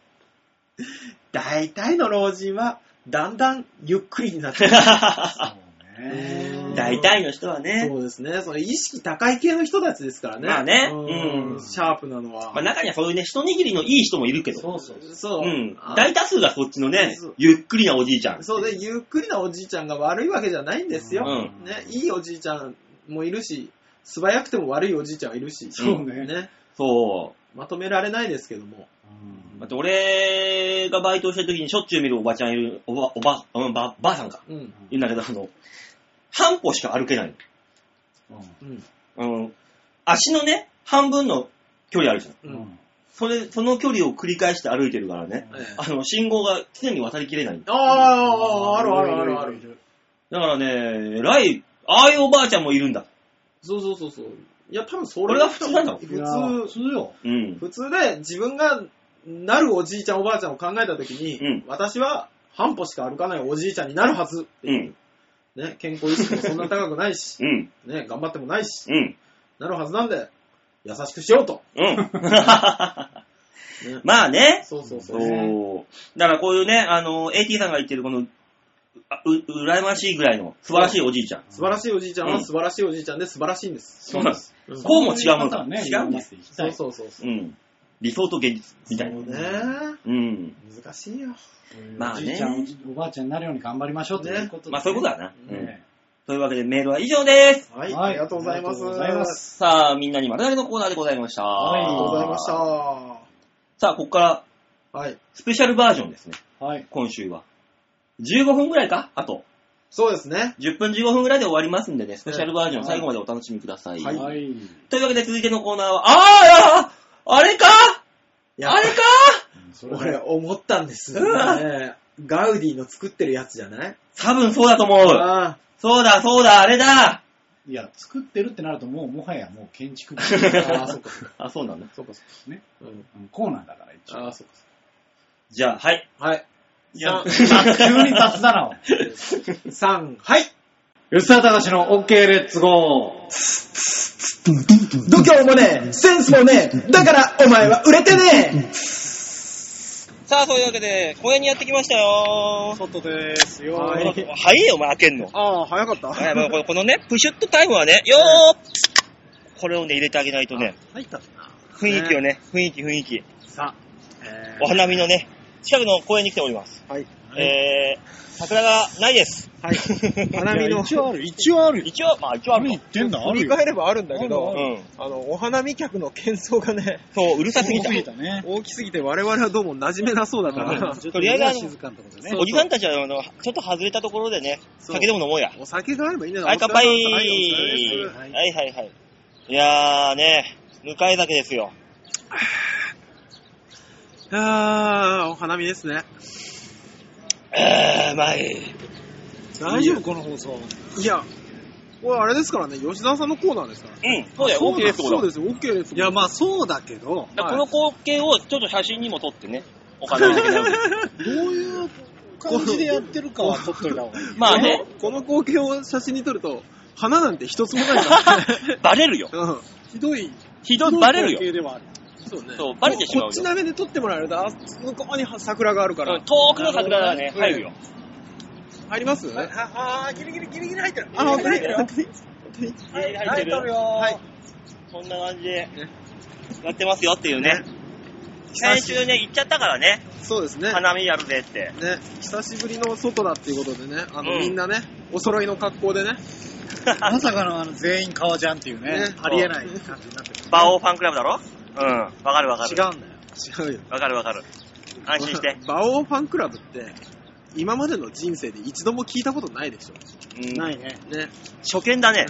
Speaker 3: 大体の老人は、だんだんゆっくりになってくる。
Speaker 1: そうね
Speaker 3: うん
Speaker 2: 大体の人はね。
Speaker 3: そうですね。その意識高い系の人たちですからね。
Speaker 2: まあね
Speaker 3: うん
Speaker 2: うん
Speaker 3: シャープなのは。
Speaker 2: まあ、中にはそういうね、一握りのいい人もいるけど。
Speaker 1: そうそうそう。
Speaker 3: そう。
Speaker 2: うん
Speaker 3: あ。
Speaker 2: 大多数がそっちのね
Speaker 3: そう、
Speaker 2: ゆっくりなおじいちゃん。
Speaker 3: そうで、ゆっくりなおじいちゃんが悪いわけじゃないんですよ。
Speaker 2: うん
Speaker 3: ね、いいおじいちゃんもいるし、素早くても悪いおじいちゃんはいるし。
Speaker 1: そうね
Speaker 3: ね。
Speaker 2: そ
Speaker 3: まとめられないですけども。
Speaker 2: う。だって俺がバイトしてる時にしょっちゅう見るおばちゃんいる、おば、おば、うん、ば、ばあさんか。
Speaker 3: うん。
Speaker 2: いるんだけど、あの、半歩しか歩けない。
Speaker 3: うん。
Speaker 2: あの、足のね、半分の距離あるじゃん。
Speaker 3: う
Speaker 1: うん
Speaker 3: ん。
Speaker 2: それ、その距離を繰り返して歩いてるからね。
Speaker 3: ええ
Speaker 2: あの、信号が常に渡りきれない。だ
Speaker 3: ああ、あるあるあるある。
Speaker 2: からね、偉い、ああいうおばあちゃんもいるんだ。
Speaker 3: そうそうそうそう。いや、多分そ
Speaker 2: こ
Speaker 3: れ
Speaker 2: れが普通なんだろ
Speaker 3: 普
Speaker 1: いやー普
Speaker 3: 通、
Speaker 1: 通よ。
Speaker 2: うん。
Speaker 3: 普通で自分がなるおじいちゃんおばあちゃんを考えたときに、
Speaker 2: うん
Speaker 3: 私は半歩しか歩かないおじいちゃんになるはず。
Speaker 2: うん。
Speaker 3: ね、健康意識もそんな高くないし、
Speaker 2: うん。
Speaker 3: ね、頑張ってもないし、
Speaker 2: うん。
Speaker 3: なるはずなんで、優しくしようと。
Speaker 2: うん。
Speaker 3: ね
Speaker 2: まあね。
Speaker 3: そうそうそう。
Speaker 2: そう。だからこういうね、あの、AT さんが言ってるこの、あう、うらやましいぐらいの素晴らしいおじいちゃん。
Speaker 3: 素晴らしいおじいちゃん
Speaker 2: う
Speaker 3: は
Speaker 2: ん
Speaker 3: 素晴らしいおじいちゃんで素晴らしいんです。
Speaker 2: そうなんです。
Speaker 3: うん
Speaker 2: こうも違うもんだ。
Speaker 1: ね、
Speaker 2: 違うんだ。
Speaker 1: す。
Speaker 3: そうそうそうそう。
Speaker 2: うん。理想と現実みたい
Speaker 3: そう
Speaker 2: な。
Speaker 3: ね。
Speaker 2: うん。
Speaker 3: 難しいよ。
Speaker 2: まあ
Speaker 1: お
Speaker 2: ね
Speaker 1: じいちゃん、おじおばあちゃんになるように頑張りましょうということで。
Speaker 2: まあそういうことだな。う
Speaker 3: ね
Speaker 2: ん。
Speaker 1: ね
Speaker 2: というわけでメールは以上です。
Speaker 3: はい、
Speaker 1: はい
Speaker 3: ありがとうございます。
Speaker 1: ありがとうございます
Speaker 2: さあ、みんなに丸投げのコーナーでございました。
Speaker 3: あ
Speaker 1: い
Speaker 3: りがとうございました。
Speaker 2: さあ、ここから
Speaker 3: はい。
Speaker 2: スペシャルバージョンですね。
Speaker 1: はい。
Speaker 2: 今週は。15分ぐらいかあと。
Speaker 3: そうですね。
Speaker 2: 10分15分ぐらいで終わりますんでね、スペシャルバージョン最後までお楽しみください。
Speaker 3: はい
Speaker 1: はい。
Speaker 2: というわけで続いてのコーナーは、あーあーあれか
Speaker 3: やっぱ
Speaker 2: あれか
Speaker 1: それ
Speaker 3: 俺、思ったんです。ね
Speaker 2: うわ
Speaker 3: えガウディの作ってるやつじゃない
Speaker 2: 多分そうだと思う。
Speaker 3: あ
Speaker 2: そうだ、そうだ、あれだ。
Speaker 1: いや、作ってるってなると、もう、もはやもう建築
Speaker 3: ーあー、そ
Speaker 1: の
Speaker 3: うか、
Speaker 2: あ、そうなんだ。
Speaker 3: そうか、そうか。
Speaker 1: ね
Speaker 3: うん、
Speaker 1: コーナーだから、一
Speaker 3: あ
Speaker 1: 応
Speaker 3: あ、。そうか
Speaker 2: じゃあ、はい。
Speaker 3: そうか。はい。
Speaker 2: いや
Speaker 3: さん
Speaker 1: 急に雑だな、おい
Speaker 3: さん、はい。
Speaker 1: 吉沢隆の OK レッツゴー
Speaker 5: 度胸もねえ、センスもねえ、だからお前は売れてね
Speaker 2: さあ、そういうわけで、公園にやってきましたよ
Speaker 6: 外ですよ。
Speaker 3: はい。
Speaker 2: 早いよ、お前開けん の。
Speaker 6: ああ、早かった。
Speaker 2: あもうこれこのね、プシュッとタイムはね、よーこれをね、入れてあげないとね、
Speaker 6: 入ったな。
Speaker 2: 雰囲気をね、雰囲気、雰囲気。
Speaker 6: さあ、え
Speaker 2: お花見のね、近くの公園に来ております。
Speaker 6: ー、はい。
Speaker 2: えー、桜がないです。
Speaker 3: はい。花見の、
Speaker 6: 一応ある、一応ある。
Speaker 2: 一応、まあ一応ある
Speaker 6: 何言
Speaker 2: よ。
Speaker 6: ってんだ、あ
Speaker 3: 振
Speaker 6: る
Speaker 3: り
Speaker 6: よ。
Speaker 3: 返ればあるんだけど、
Speaker 6: ある
Speaker 2: うん。
Speaker 3: あの、お花見客の喧騒が ね、
Speaker 2: そう、うるさすぎた
Speaker 6: 過。ぎたね。
Speaker 3: 大きすぎて我々はどうも馴染めなそうだから、
Speaker 2: とりあえずあの
Speaker 6: 静かなところでね。
Speaker 2: おじさんたちは、あのちょっと外れたところでね、
Speaker 3: そう
Speaker 2: 酒でも飲もうや。
Speaker 3: お酒があればいいんだよ
Speaker 2: はい、乾杯、
Speaker 3: は
Speaker 2: はいい、
Speaker 3: お疲れ様です
Speaker 2: はい、はいはい。いやーね、迎え酒ですよ。
Speaker 3: あー、お花見ですね。
Speaker 2: えー、うまい。
Speaker 3: 大丈夫
Speaker 6: この放送。
Speaker 3: いや、これあれですからね、吉沢さんのコーナーですから。
Speaker 2: うん、そうだよ、
Speaker 3: そう
Speaker 2: OK です、これ
Speaker 3: そうですよ、OK です。
Speaker 6: いや、まあそうだけど、
Speaker 2: だからこの光景をちょっと写真にも撮ってね、お 金をかけて
Speaker 6: どういう感じでやってるかは撮っといた方がいい。
Speaker 2: まあ ね、
Speaker 3: この光景を写真に撮ると、花なんて一つもないから ね。
Speaker 2: バレるよ。
Speaker 3: うん。
Speaker 6: ひどい、
Speaker 2: ひどい、バレる
Speaker 6: ひどい光景
Speaker 2: よ。
Speaker 6: ではある。
Speaker 3: そうね。
Speaker 2: そうバレてしまうよ
Speaker 3: こっちな目で撮ってもらえると、あ向こうに桜があるか
Speaker 2: う
Speaker 3: ら。
Speaker 2: ん遠くの桜がね、
Speaker 3: うん
Speaker 2: 入るよ。
Speaker 3: 入りますあ
Speaker 6: ああ、ギリギリギリギリ入ってる。
Speaker 3: あ、本当に
Speaker 6: 入ってる。
Speaker 2: はい入ってるよ。
Speaker 6: はい。
Speaker 2: こんな感じで、やってますよっていうね。
Speaker 3: 久
Speaker 2: 先
Speaker 3: し
Speaker 2: 週ね、行っちゃったからね、
Speaker 3: そうですね。
Speaker 2: 花見やるぜって。
Speaker 3: ね、久しぶりの外だっていうことでね、あの、
Speaker 2: うん
Speaker 3: みんなね、お揃いの格好でね、
Speaker 6: まさかのあの全員革ジャンっていうね
Speaker 3: ね、
Speaker 6: ありえない感じになってる。
Speaker 2: バオファンクラブだろうん。わかるわか
Speaker 6: 違
Speaker 2: る。
Speaker 6: うんだよ。
Speaker 3: 違うよ。
Speaker 2: わかるわかる。安心して。
Speaker 3: バオファンクラブって、今までの人生で一度も聞いたことないでし
Speaker 2: うん
Speaker 6: ないね。
Speaker 3: ょ。ね。
Speaker 2: 初見だ ね。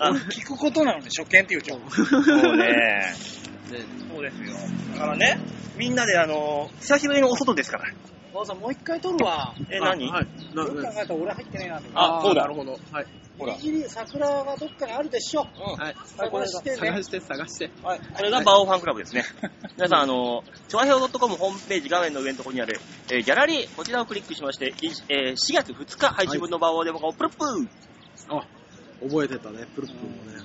Speaker 2: あ
Speaker 6: 聞くことなのに初見って言うちゃう。
Speaker 2: そう ね。
Speaker 3: ね
Speaker 2: そうですよ。だからね、みんなであの、久しぶりのお外ですから。
Speaker 6: ばあさんもう一回撮るわ。
Speaker 2: え、
Speaker 3: あ
Speaker 2: 何
Speaker 3: はい。な
Speaker 6: よく考えたら俺入ってねえなって。
Speaker 2: あそうだ
Speaker 3: なるほど。はい。
Speaker 2: ほら。
Speaker 6: ギリギリ桜がどっかにあるでしょ。
Speaker 3: はい。
Speaker 6: 探してね
Speaker 3: 探。して、探して。
Speaker 6: はい。
Speaker 2: これがバオファンクラブ ですね。皆さん、あの、調和表 .com ホームページ画面の上のところにある、えーギャラリー、こちらをクリックしまして、いえー4月2日配信分のバオデモカをプルップー、
Speaker 3: あ、覚えてたね、プルップルもね。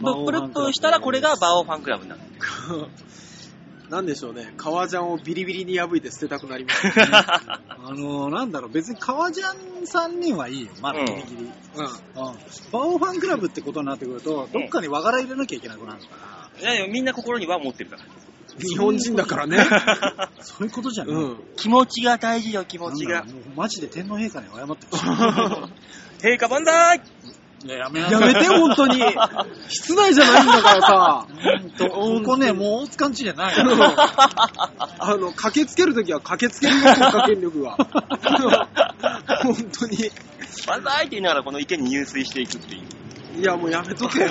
Speaker 2: プルップルップーしたらこれがバオファンクラブになる。
Speaker 3: なんでしょうね、革ジャンをビリビリに破いて捨てたくなります、 ね。
Speaker 6: あのー、なんだろう、別に革ジャン3人はいいよ、ま
Speaker 2: う
Speaker 6: だ
Speaker 2: ん
Speaker 6: ギリギリ。うん。
Speaker 3: うん。
Speaker 6: バオファンクラブってことになってくると、どっかに和柄入れなきゃいけなくなるから、
Speaker 2: いやいやみんな心には持ってるから。
Speaker 3: 日本人だ からね。
Speaker 6: そういうことじゃない。
Speaker 3: う
Speaker 6: なんだ
Speaker 3: ん。
Speaker 2: 気持ちが大事よ、気
Speaker 6: ろ
Speaker 2: 持
Speaker 6: う。
Speaker 2: ちが。
Speaker 6: もうマジで天皇陛下に謝ってほし
Speaker 2: 陛下万歳
Speaker 6: い。いや、やめな
Speaker 3: や
Speaker 6: さ
Speaker 3: め
Speaker 6: い。
Speaker 3: て、 本当に。室内じゃないんだからさ。
Speaker 6: ほんと、ここね、もう大塚んちじゃない
Speaker 3: うん
Speaker 6: の。
Speaker 3: あの、駆けつけるときは駆けつけるよ、駆け 力は。本当に。
Speaker 2: 万歳って言いながらこの池に入水していく っていう。
Speaker 3: いや、もうやめとけ。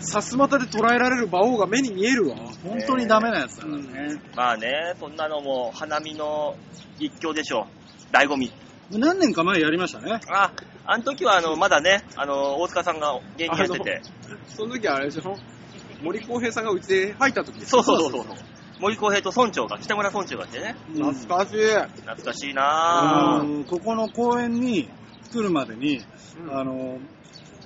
Speaker 3: さすまたで捉えられる魔王が目に見えるわ。
Speaker 6: 本当にダメなやつだからね。
Speaker 2: まあね、そんなのも花見の一興でしょう。醍醐味。
Speaker 6: 何年か前やりましたね。
Speaker 2: あ、あの時はあの、まだね、あの、大塚さんが芸人やってて。
Speaker 3: その時はあれでしょ森公平さんがうちで入った時です
Speaker 2: そうそうそうそう。森公平と村長が、北村村長が来てね。
Speaker 3: 懐かしい。
Speaker 2: 懐かしい
Speaker 6: あ
Speaker 2: なぁ。
Speaker 6: のここの公園に来るまでに、
Speaker 3: うん
Speaker 6: あの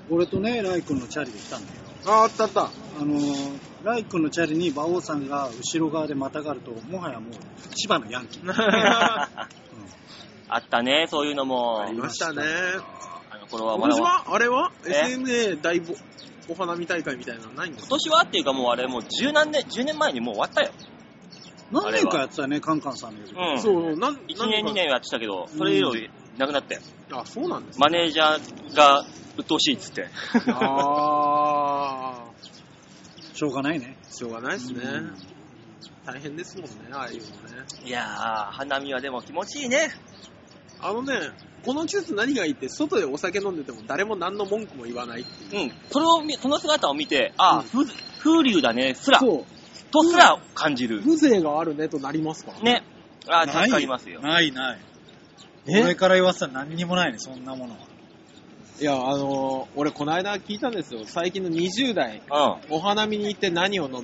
Speaker 6: 俺とねライ君のチャリで来たんだけ
Speaker 3: ああ、あった あった。
Speaker 6: どあのライ君のチャリに馬王さんが後ろ側でまたがるともはやもう千葉のヤンキー、
Speaker 2: あったね、そういうのも。
Speaker 3: ありましたね。
Speaker 2: あの頃はま
Speaker 3: 今
Speaker 2: だ
Speaker 3: 年
Speaker 2: 今
Speaker 3: はあれは
Speaker 2: え
Speaker 3: ?SMA 大ぼお花見大会みたいなのないんですか
Speaker 2: 年はっていうかもうあれ、もう十何年、10年前にもう終わったよ。
Speaker 6: 何年かやってたねカンカンさんのより、
Speaker 2: うん。
Speaker 3: そう、なん、
Speaker 2: 1年
Speaker 3: なんか
Speaker 2: 2年やってたけど、それ以来なくなったよ。
Speaker 3: あ、そうなんですね。
Speaker 2: マネージャーが鬱陶しいっつって。
Speaker 3: ああ。
Speaker 6: しょうがないね
Speaker 3: しょうがないですね。
Speaker 6: うん
Speaker 3: 大変ですもんね、ああいうのね。
Speaker 2: いやー、花見はでも気持ちいいね。
Speaker 3: あのね、この季節何がいいって、外でお酒飲んでても誰も何の文句も言わないっていう。
Speaker 2: うん。それを見、その姿を見て、あー、
Speaker 3: う
Speaker 2: 風風流だね、すら、
Speaker 3: そ
Speaker 2: とすら感じる
Speaker 3: う、。風情があるねとなりますから。
Speaker 2: ね。あー、
Speaker 6: ない
Speaker 2: 助かりますよ。
Speaker 6: ないない
Speaker 3: え
Speaker 6: 俺から言わせたら何にもないねそんなものはい
Speaker 3: や、あのー俺この間聞いたんですよ。最近の20代、
Speaker 2: うん。あ
Speaker 3: お花見に行って何を飲む
Speaker 2: ー、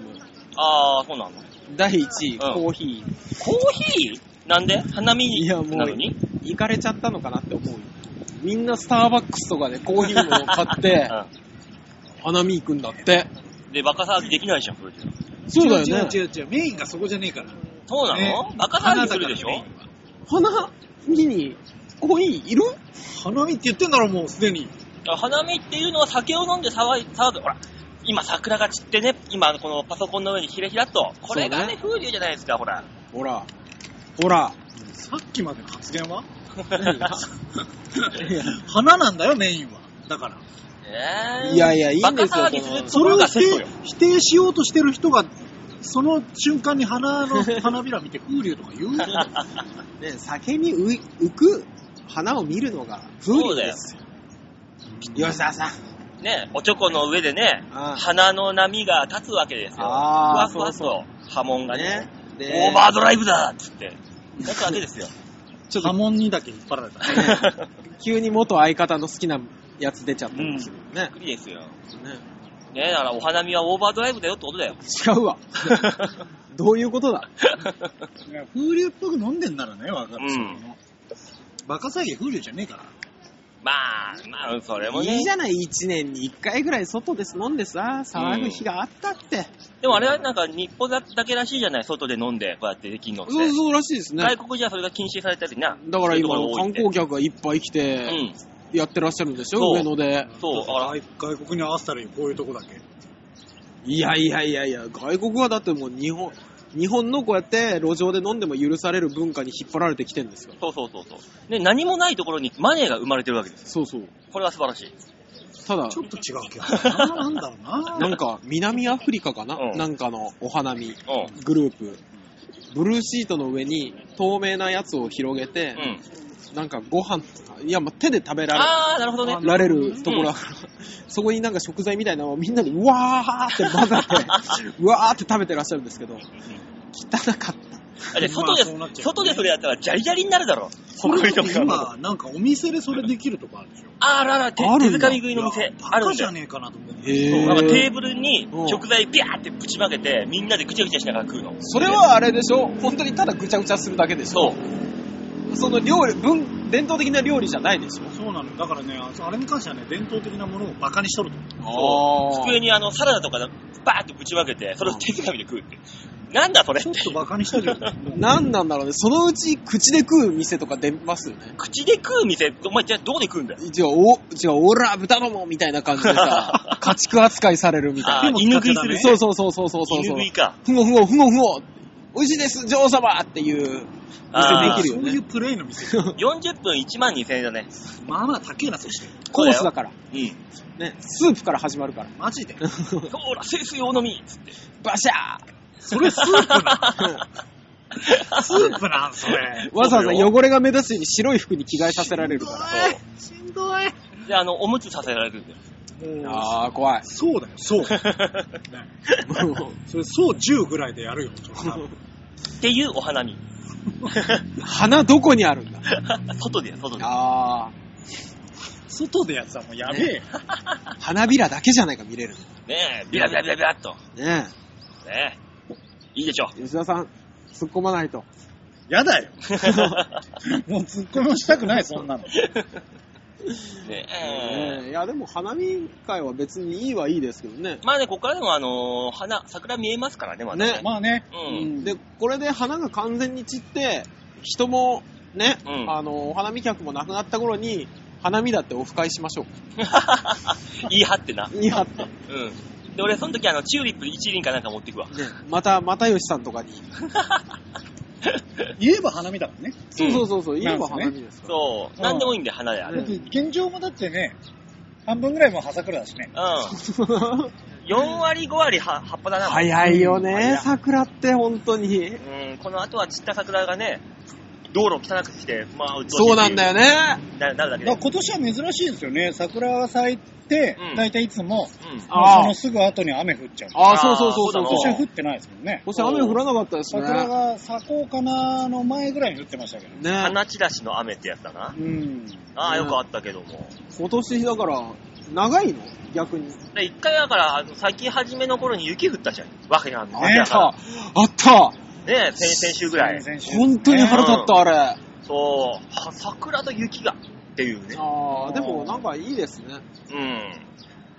Speaker 2: そうなの。
Speaker 3: 第1位、
Speaker 2: ん
Speaker 3: コーヒー。
Speaker 2: コーヒーなんで花見
Speaker 3: い
Speaker 2: な
Speaker 3: やもう
Speaker 2: のに
Speaker 3: 行かれちゃったのかなって思うよみんなスターバックスとかでコーヒーを買 って、花見行くんだって。
Speaker 2: うん。で、バカ騒ぎできないじゃん、それじゃ
Speaker 3: そうだよね。
Speaker 6: 違う違う違うメインがそこじゃねえから
Speaker 2: そうなの、
Speaker 6: ね
Speaker 2: バカ騒ぎするでしょ
Speaker 6: 花だから
Speaker 3: 花見にコーヒーいる
Speaker 6: 花見って言ってんだろもうすでに
Speaker 2: 花見っていうのは酒を飲んで騒い、騒ぐ。ほら、今桜が散ってね、今このパソコンの上にひらひらっと。これがね、風流じゃないですか、ほら。
Speaker 3: ほら、ほら、
Speaker 6: さっきまでの発言は花なんだよ、メインは。だから。
Speaker 2: えー
Speaker 7: いやいやいいんですよ
Speaker 2: バカ騒ぎすると
Speaker 6: そ
Speaker 2: こ
Speaker 6: れ
Speaker 2: ろ
Speaker 6: を
Speaker 2: が
Speaker 6: 否
Speaker 2: セット
Speaker 6: 定
Speaker 2: よ。
Speaker 6: 否定しようとしてる人が、その瞬間に花の 花びら見て風流とか言う
Speaker 3: ね、酒に浮い浮く花を見るのが風
Speaker 2: そう
Speaker 3: 流
Speaker 2: だよ
Speaker 3: ですよ。吉沢さん。
Speaker 2: ね、おちょこの上でね、
Speaker 3: ああ
Speaker 2: 花の波が立つわけですよ。ふ
Speaker 3: あ
Speaker 2: わ
Speaker 3: あ
Speaker 2: ふわと波紋がね、
Speaker 3: で
Speaker 2: オーバードライブだっつって、立つわけですよ。
Speaker 3: ちょっ
Speaker 6: 波
Speaker 3: と
Speaker 6: 紋にだけ引っ張られた。
Speaker 3: 急に元相方の好きなやつ出ちゃったんですよね。
Speaker 2: びっくりですよ。
Speaker 3: ね
Speaker 2: ね、だからお花見はオーバードライブだよってことだよ。
Speaker 3: 違うわ。どういうことだ
Speaker 6: いや風流っぽく飲んでんならね、わかる。
Speaker 2: うん
Speaker 6: バカ騒ぎ風流じゃねえから。
Speaker 2: まあ、まあ、それもね。
Speaker 3: いいじゃない、1年に1回ぐらい外です飲んでさ、騒ぐ日があったって。
Speaker 2: でもあれはなんか日本だけらしいじゃない、外で飲んで、こうやってできんのって。
Speaker 3: そうそうらしいですね。
Speaker 2: 外国じゃそれが禁止されたりな。
Speaker 3: だか
Speaker 2: そう
Speaker 3: ら今
Speaker 2: いうところ、が多い
Speaker 3: 観
Speaker 2: って
Speaker 3: 光客がいっぱい来て、
Speaker 2: うん。
Speaker 3: やってらっしゃるんでしょ、
Speaker 2: そう
Speaker 3: 上野で。
Speaker 2: そう、だから
Speaker 6: 外外国に合わせたらいいよこういうとこだけ。
Speaker 3: いやいやいやいや、外国はだってもう日本、日本のこうやって路上で飲んでも許される文化に引っ張られてきてんですから。
Speaker 2: そうそうそうそう。ね、何もないところにマネーが生まれてるわけですよ。
Speaker 3: そうそう。
Speaker 2: これは素晴らしい。
Speaker 3: ただ
Speaker 6: ち、ょっと違うけどな。なんだろうな。
Speaker 3: なんか南アフリカかな、
Speaker 2: うん
Speaker 3: なんかのお花見
Speaker 2: う
Speaker 3: グループ。ブルーシートの上に透明なやつを広げ
Speaker 2: ん。、
Speaker 3: て
Speaker 2: うん。
Speaker 3: なんかご飯、いや、まあ手で食べられ
Speaker 2: あー、なるほどね。
Speaker 3: られるところだ から、そこになんか食材みたいなのをみんなでうわーって混ざ って、うわーって食べてらっしゃるんですけど、汚かった。
Speaker 2: あで外で、
Speaker 6: まあそうなっちゃうね
Speaker 2: 外でそれやったらジャリジャリになるだろ。
Speaker 6: それだって
Speaker 2: ほこりとか
Speaker 6: 今、なんかお店でそれできるとこあるでしょ。
Speaker 2: あーあらあら、手手
Speaker 3: あるん
Speaker 2: づ
Speaker 3: だ
Speaker 2: かみ食いの店
Speaker 6: いや
Speaker 2: あ
Speaker 6: バ
Speaker 2: る
Speaker 6: カ
Speaker 2: んだ
Speaker 6: じゃ
Speaker 2: よ。
Speaker 6: ねえかなと思う。
Speaker 2: そうなんかテー
Speaker 3: ブ
Speaker 2: ブルに
Speaker 3: うん
Speaker 2: 食材ビャーってぶちまけて、みんなでぐちゃぐちゃしながら食うの。
Speaker 3: それはあれでしょ本当にただぐちゃぐちゃするだけでし
Speaker 2: そ
Speaker 3: ょ
Speaker 2: う。
Speaker 3: その料理、文、伝統的な料理じゃないでしょ
Speaker 6: そうなの。だからね、ああれに関してはね、伝統的なものをバカにしとると。
Speaker 3: あ
Speaker 2: 机にあの、サラダとかバーってぶちまけて、それを手づかみで食うって。なんだそれっ
Speaker 6: ちょ
Speaker 2: て
Speaker 6: っ。とバカにしとるよ。
Speaker 3: ー。なんなんだろうね。そのうち口で食う店とか出ますよね。
Speaker 2: 口で食う店、お前じゃあどこで食うんだよ。
Speaker 3: 一応、お、違う、オラ、豚どもみたいな感じでさ、家畜扱いされるみたいな。
Speaker 2: あー犬食いする。
Speaker 3: そうそうそうそうそうそう
Speaker 2: 犬
Speaker 3: そう
Speaker 2: 食。いか。
Speaker 3: ふごふごふごふご、美味しいです、女王様っていう
Speaker 2: あー
Speaker 3: 店でき
Speaker 6: そ
Speaker 3: る
Speaker 6: う
Speaker 3: よ
Speaker 6: い
Speaker 3: ね。
Speaker 6: うプレイの店。
Speaker 2: 40分1万2000円だね。
Speaker 6: まあまあ高えな、そして。
Speaker 3: コースだから。
Speaker 2: うん。
Speaker 3: ね、スープから始まるから。
Speaker 6: マジで。
Speaker 2: ほら、清水用のみつって。
Speaker 3: バシャー
Speaker 6: それスープな。スープなん、それ。
Speaker 3: わざわざ汚れが目立つように白い服に着替えさせられるか
Speaker 6: しんどい。
Speaker 2: で、あの、おむつさせられるんだよ。
Speaker 3: ら。
Speaker 6: もう
Speaker 3: あー、 怖い。
Speaker 6: そうだよ、そう。ねそれ、そう10ぐらいで やるよ、ちょっと多分
Speaker 2: っていうお花見。
Speaker 3: 鼻どこにあるんだ
Speaker 2: 外でや、外で。
Speaker 3: あ
Speaker 6: 外でやつはもうやべ えよ。
Speaker 3: ー、花びらだけじゃないか見れる
Speaker 2: ねえ、ビラビラビラビラっと。
Speaker 3: の。ね
Speaker 2: ねえ。いいでしょ。
Speaker 3: え。吉田さん、突っ込まないと。
Speaker 6: やだよ。もう突っ込みもしたくない、そんなの。
Speaker 2: ね
Speaker 3: ね
Speaker 2: え。
Speaker 3: えいや、でも花見会は別にいいはいいですけどね。
Speaker 2: まあね、ここからでもあのー花、桜見えますからね、まだ
Speaker 3: ね
Speaker 2: ね。
Speaker 6: まあね、
Speaker 2: うん。
Speaker 3: で、これで花が完全に散って、人もね、
Speaker 2: うん
Speaker 3: あの、お花見客もなくなった頃に、花見だってオフ会しましょう。
Speaker 2: 言い張ってな。
Speaker 3: にあって。ね、
Speaker 2: うん。で、俺、その時、あの、チューリップ一輪かなんか持ってくわ。
Speaker 3: また、又吉さんとかに。
Speaker 6: 言えば花見だもんね。
Speaker 3: そうそうそうそう、言えば
Speaker 6: なんですね
Speaker 3: 花見ですから。
Speaker 2: そう。なんでもいいんだよ、花であ
Speaker 6: だ
Speaker 2: れ。
Speaker 6: って現状もだってね、半分ぐらいも葉桜だしね。
Speaker 2: うん。4割、5割は葉っぱだな。
Speaker 3: 早いよ
Speaker 6: 早い
Speaker 3: ね、桜って本当に。
Speaker 2: うん、この後は散った桜がね、道路を汚くして、まあ、うっとうしい
Speaker 3: そうなんだよね。
Speaker 2: ななるだけ
Speaker 6: だ
Speaker 2: で。
Speaker 6: から今年は珍しいですよね。桜が咲いて、
Speaker 2: うん
Speaker 6: 大体いつも、
Speaker 2: うん。
Speaker 6: もう
Speaker 3: ああ
Speaker 6: そのすぐ後に雨降っちゃう。今
Speaker 3: ああ、そうそうそう
Speaker 2: あー
Speaker 3: そう
Speaker 2: そ
Speaker 6: 年
Speaker 2: う
Speaker 6: は
Speaker 2: だ
Speaker 6: 降ってないですもんね。
Speaker 3: そして雨降らなかったです
Speaker 6: 桜
Speaker 3: ね。
Speaker 6: が咲こうかなの前ぐらいに降ってましたけどね。
Speaker 3: ね、
Speaker 2: 花散らしの雨ってやつだな。
Speaker 6: うん。
Speaker 2: ああ、
Speaker 3: うん
Speaker 2: よくあったけども。
Speaker 3: 今年だから、長いの逆に。
Speaker 2: で、一回だから、あの咲き始めの頃に雪降ったじゃん。わけなんで。
Speaker 3: あった、
Speaker 2: か
Speaker 3: あった
Speaker 2: らね、先々週ぐらい。
Speaker 6: 先々週
Speaker 3: 本当に腹立った、あれ。
Speaker 2: そう。は桜と雪が。っていうね。
Speaker 3: ああ、でもなんかいいですね。
Speaker 2: うん。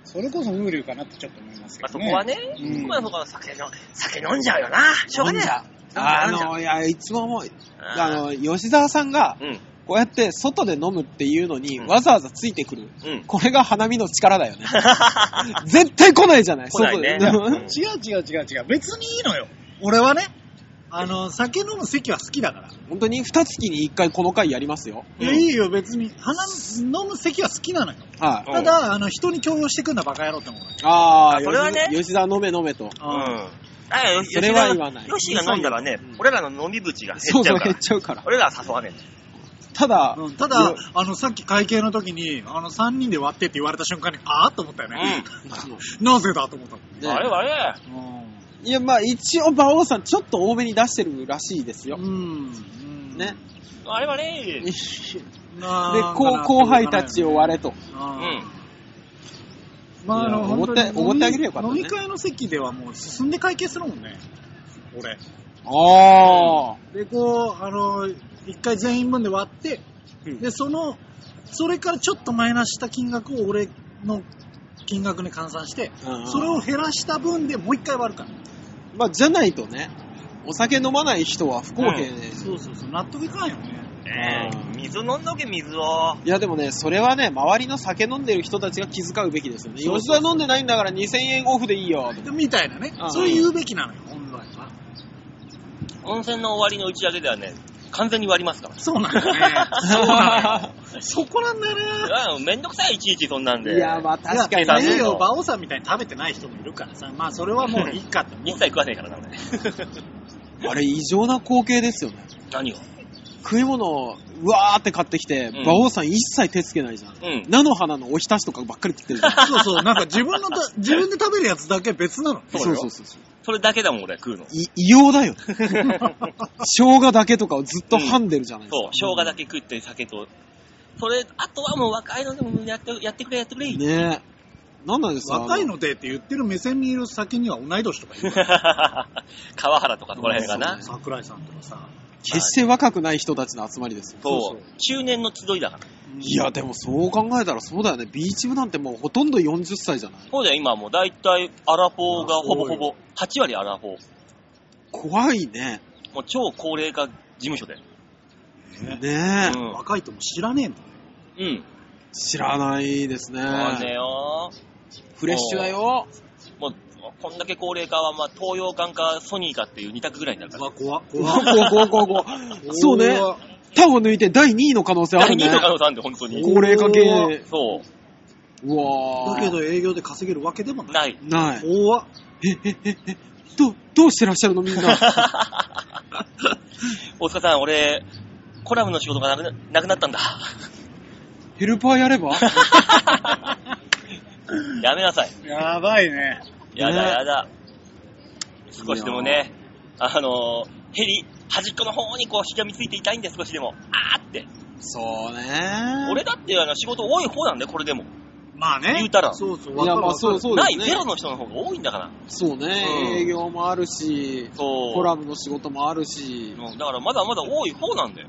Speaker 6: それこそ風流かなってちょっと思います
Speaker 2: まあ、
Speaker 6: け
Speaker 2: そこ
Speaker 6: どね。
Speaker 2: はね、
Speaker 6: うん
Speaker 2: まあそこは酒飲ん酒飲んじゃうよな。しょうがねえや。
Speaker 3: あ
Speaker 2: 飲んじゃう
Speaker 3: の、いや、いつも思う。あ
Speaker 2: うん
Speaker 3: の、吉沢さんが、
Speaker 2: うん、
Speaker 3: こうやって外で飲むっていうのに、
Speaker 2: うん
Speaker 3: わざわざついてくる。
Speaker 2: うん。
Speaker 3: これが花見の力だよね。絶対来ないじゃない、
Speaker 2: 来ないね
Speaker 3: 外で。
Speaker 2: うん
Speaker 6: 違う違う違う違う。別にいいのよ。俺はね、あの、酒飲む席は好きだから。
Speaker 3: 本当に二月に一回この回やりますよ。
Speaker 6: いや、いいよ、別に。話、飲む席は好きなのよ。
Speaker 3: はい。
Speaker 6: ただ、あの、人に強要してくんなバカ野郎って思う。
Speaker 3: ああ、
Speaker 2: あそれはね
Speaker 3: 吉田飲め飲めと。
Speaker 2: うん。
Speaker 6: あ
Speaker 2: だからよ吉
Speaker 3: それは言わない
Speaker 2: ヨッシーが飲んだらね、
Speaker 3: うん
Speaker 2: 俺らの飲み口が減
Speaker 3: そ
Speaker 2: っ
Speaker 3: う
Speaker 2: ちゃ
Speaker 3: そうう、
Speaker 2: か
Speaker 3: 減
Speaker 2: ら
Speaker 3: っ。ちゃうから。
Speaker 2: 俺らは誘わね
Speaker 3: ただ、
Speaker 6: うんただ
Speaker 3: よ、
Speaker 6: あの、さっき会計の時に、あの、3人で割ってって言われた瞬間に、あーっと思ったよ
Speaker 2: え
Speaker 6: ね。
Speaker 2: ん
Speaker 6: なぜだと思ったの。
Speaker 2: だ。あれあれ
Speaker 3: いや、まあ一応、馬王さん、ちょっと多めに出してるらしいですよ。
Speaker 6: うん。
Speaker 3: ね。
Speaker 2: あれあれ
Speaker 3: で、
Speaker 6: なんか
Speaker 3: こう
Speaker 6: な
Speaker 3: 後輩たちを割れと。
Speaker 2: う
Speaker 6: あー
Speaker 2: ん。
Speaker 6: まあ、あ
Speaker 3: い
Speaker 6: の、
Speaker 3: や
Speaker 6: 本
Speaker 3: おご
Speaker 6: 当に
Speaker 3: っておごってあげればよかったね
Speaker 6: 飲み会の席ではもう進んで会計するもんね。俺。
Speaker 3: ああ。
Speaker 6: で、こう、あの、一回全員分で割って、
Speaker 3: うん
Speaker 6: で、その、それからちょっとマイナスした金額を俺の金額に換算して、
Speaker 3: うん
Speaker 6: それを減らした分でもう一回割るから。
Speaker 3: まあ、じゃないとね、お酒飲まない人は不公平ね。
Speaker 6: そうそうそう、納得いかんよね。
Speaker 2: ねえ、水飲んどけ、水を。
Speaker 3: いやでもね、それはね、周りの酒飲んでる人たちが気遣うべきですよね。
Speaker 6: そうそう
Speaker 3: 吉田飲んでないんだから2000円オフでいいよ。
Speaker 6: でみたいなね
Speaker 3: う。ん
Speaker 6: そう言うべきなのよ、本来は。
Speaker 2: 温泉の終わりの打ち上げではね、完全に割ります から。
Speaker 6: そうなんだよね。そうなのよ。 そこなんだよね。
Speaker 2: うん、めんどくさい、いちいちそんなん
Speaker 3: い
Speaker 2: で。
Speaker 3: や、まあ確かに
Speaker 2: だね
Speaker 6: いや
Speaker 3: ね
Speaker 6: いい。よ、馬王さんみたいに食べてない人もいるからさ、まあそれはもういいか って
Speaker 2: 一
Speaker 6: 思う。
Speaker 2: 切食わねえからな、俺。
Speaker 3: あれ異常な光景ですよね。
Speaker 2: 何を
Speaker 3: 食い物をうわーって買ってきて、
Speaker 2: ん
Speaker 3: 馬王さん一切手つけないじゃん。
Speaker 2: うん
Speaker 3: 菜の花のおひたしとかばっかり食ってるじゃん。
Speaker 6: そうそう、なんか自分の た、自分で食べるやつだけ別なの。
Speaker 3: そうそうそうそう。
Speaker 2: それだけだもん、俺、食うの。
Speaker 3: い異様だ よ。生姜だけとかをずっとはんでるじゃないです
Speaker 2: そう、生姜だけ食って酒と。それ、あとはもう若いのでもやってやってくれ、やってくれ。
Speaker 3: か。ねえ。なんなんですか
Speaker 6: 若いのでって言ってる目線にいる先には同い年とかい る
Speaker 2: 川原とかそこら辺がな。
Speaker 6: そう桜井さんとかさ。
Speaker 3: 決して若くない人たちの集まりですよ。
Speaker 2: そ
Speaker 6: そう
Speaker 2: う、中年の集いだから。
Speaker 3: いや、でもそう考えたらそうだよね。ビーチ部なんてもうほとんど40歳じゃない
Speaker 2: そうだよ、今はもう大体アラフォーがほぼほぼ、8割アラフォー。
Speaker 3: 怖いね。
Speaker 2: もう超高齢化事務所で。
Speaker 3: ねえ。
Speaker 2: うん
Speaker 6: 若いとも知らねえんだね。
Speaker 2: うん。
Speaker 3: 知らないですね。
Speaker 2: そうねよ。
Speaker 3: フレッシュだよ。
Speaker 2: もう、こんだけ高齢化は、まあ、東洋館かソニーかっていう2択ぐらいになるか
Speaker 6: う
Speaker 2: ら。
Speaker 6: わ、怖っ
Speaker 3: こ
Speaker 6: 怖っ。
Speaker 3: こここそうね。他を抜いて第2位の可能性あ
Speaker 2: 第
Speaker 3: るね
Speaker 2: 2。とかの3で本当
Speaker 3: 高
Speaker 2: に。
Speaker 3: 齢化系。
Speaker 2: そう
Speaker 3: わ
Speaker 6: だ
Speaker 3: ぁ。
Speaker 6: けど営業で稼げるわけでも
Speaker 2: う、
Speaker 6: ない。
Speaker 2: ない。
Speaker 3: ない。
Speaker 6: 怖っ。
Speaker 3: ど、どうしてらっしゃるのみんな。
Speaker 2: 大塚さん、俺、コラムの仕事がなくななくなったんだ。
Speaker 3: ヘルパーやれば
Speaker 2: やめなさい。
Speaker 6: やばいね。
Speaker 2: やだ
Speaker 3: ね
Speaker 2: やだ。少しでもね、あの、ヘリ、端っこの方にこう、しがみついていたいんで、少しでも。あーって。
Speaker 3: そうね。
Speaker 2: 俺だって、あの、仕事多い方なんで、これでも。
Speaker 6: まあね。
Speaker 2: 言うたら
Speaker 6: そうそう、
Speaker 3: いや、まあそううそう
Speaker 2: ない、
Speaker 3: です
Speaker 2: ゼロ
Speaker 3: ね。
Speaker 2: の人の方が多いんだから。
Speaker 3: そうね
Speaker 2: うん。
Speaker 3: 営業もあるし、
Speaker 2: そう。
Speaker 3: コラムの仕事もある し。
Speaker 2: うんだから、まだまだ多い方なんだよ。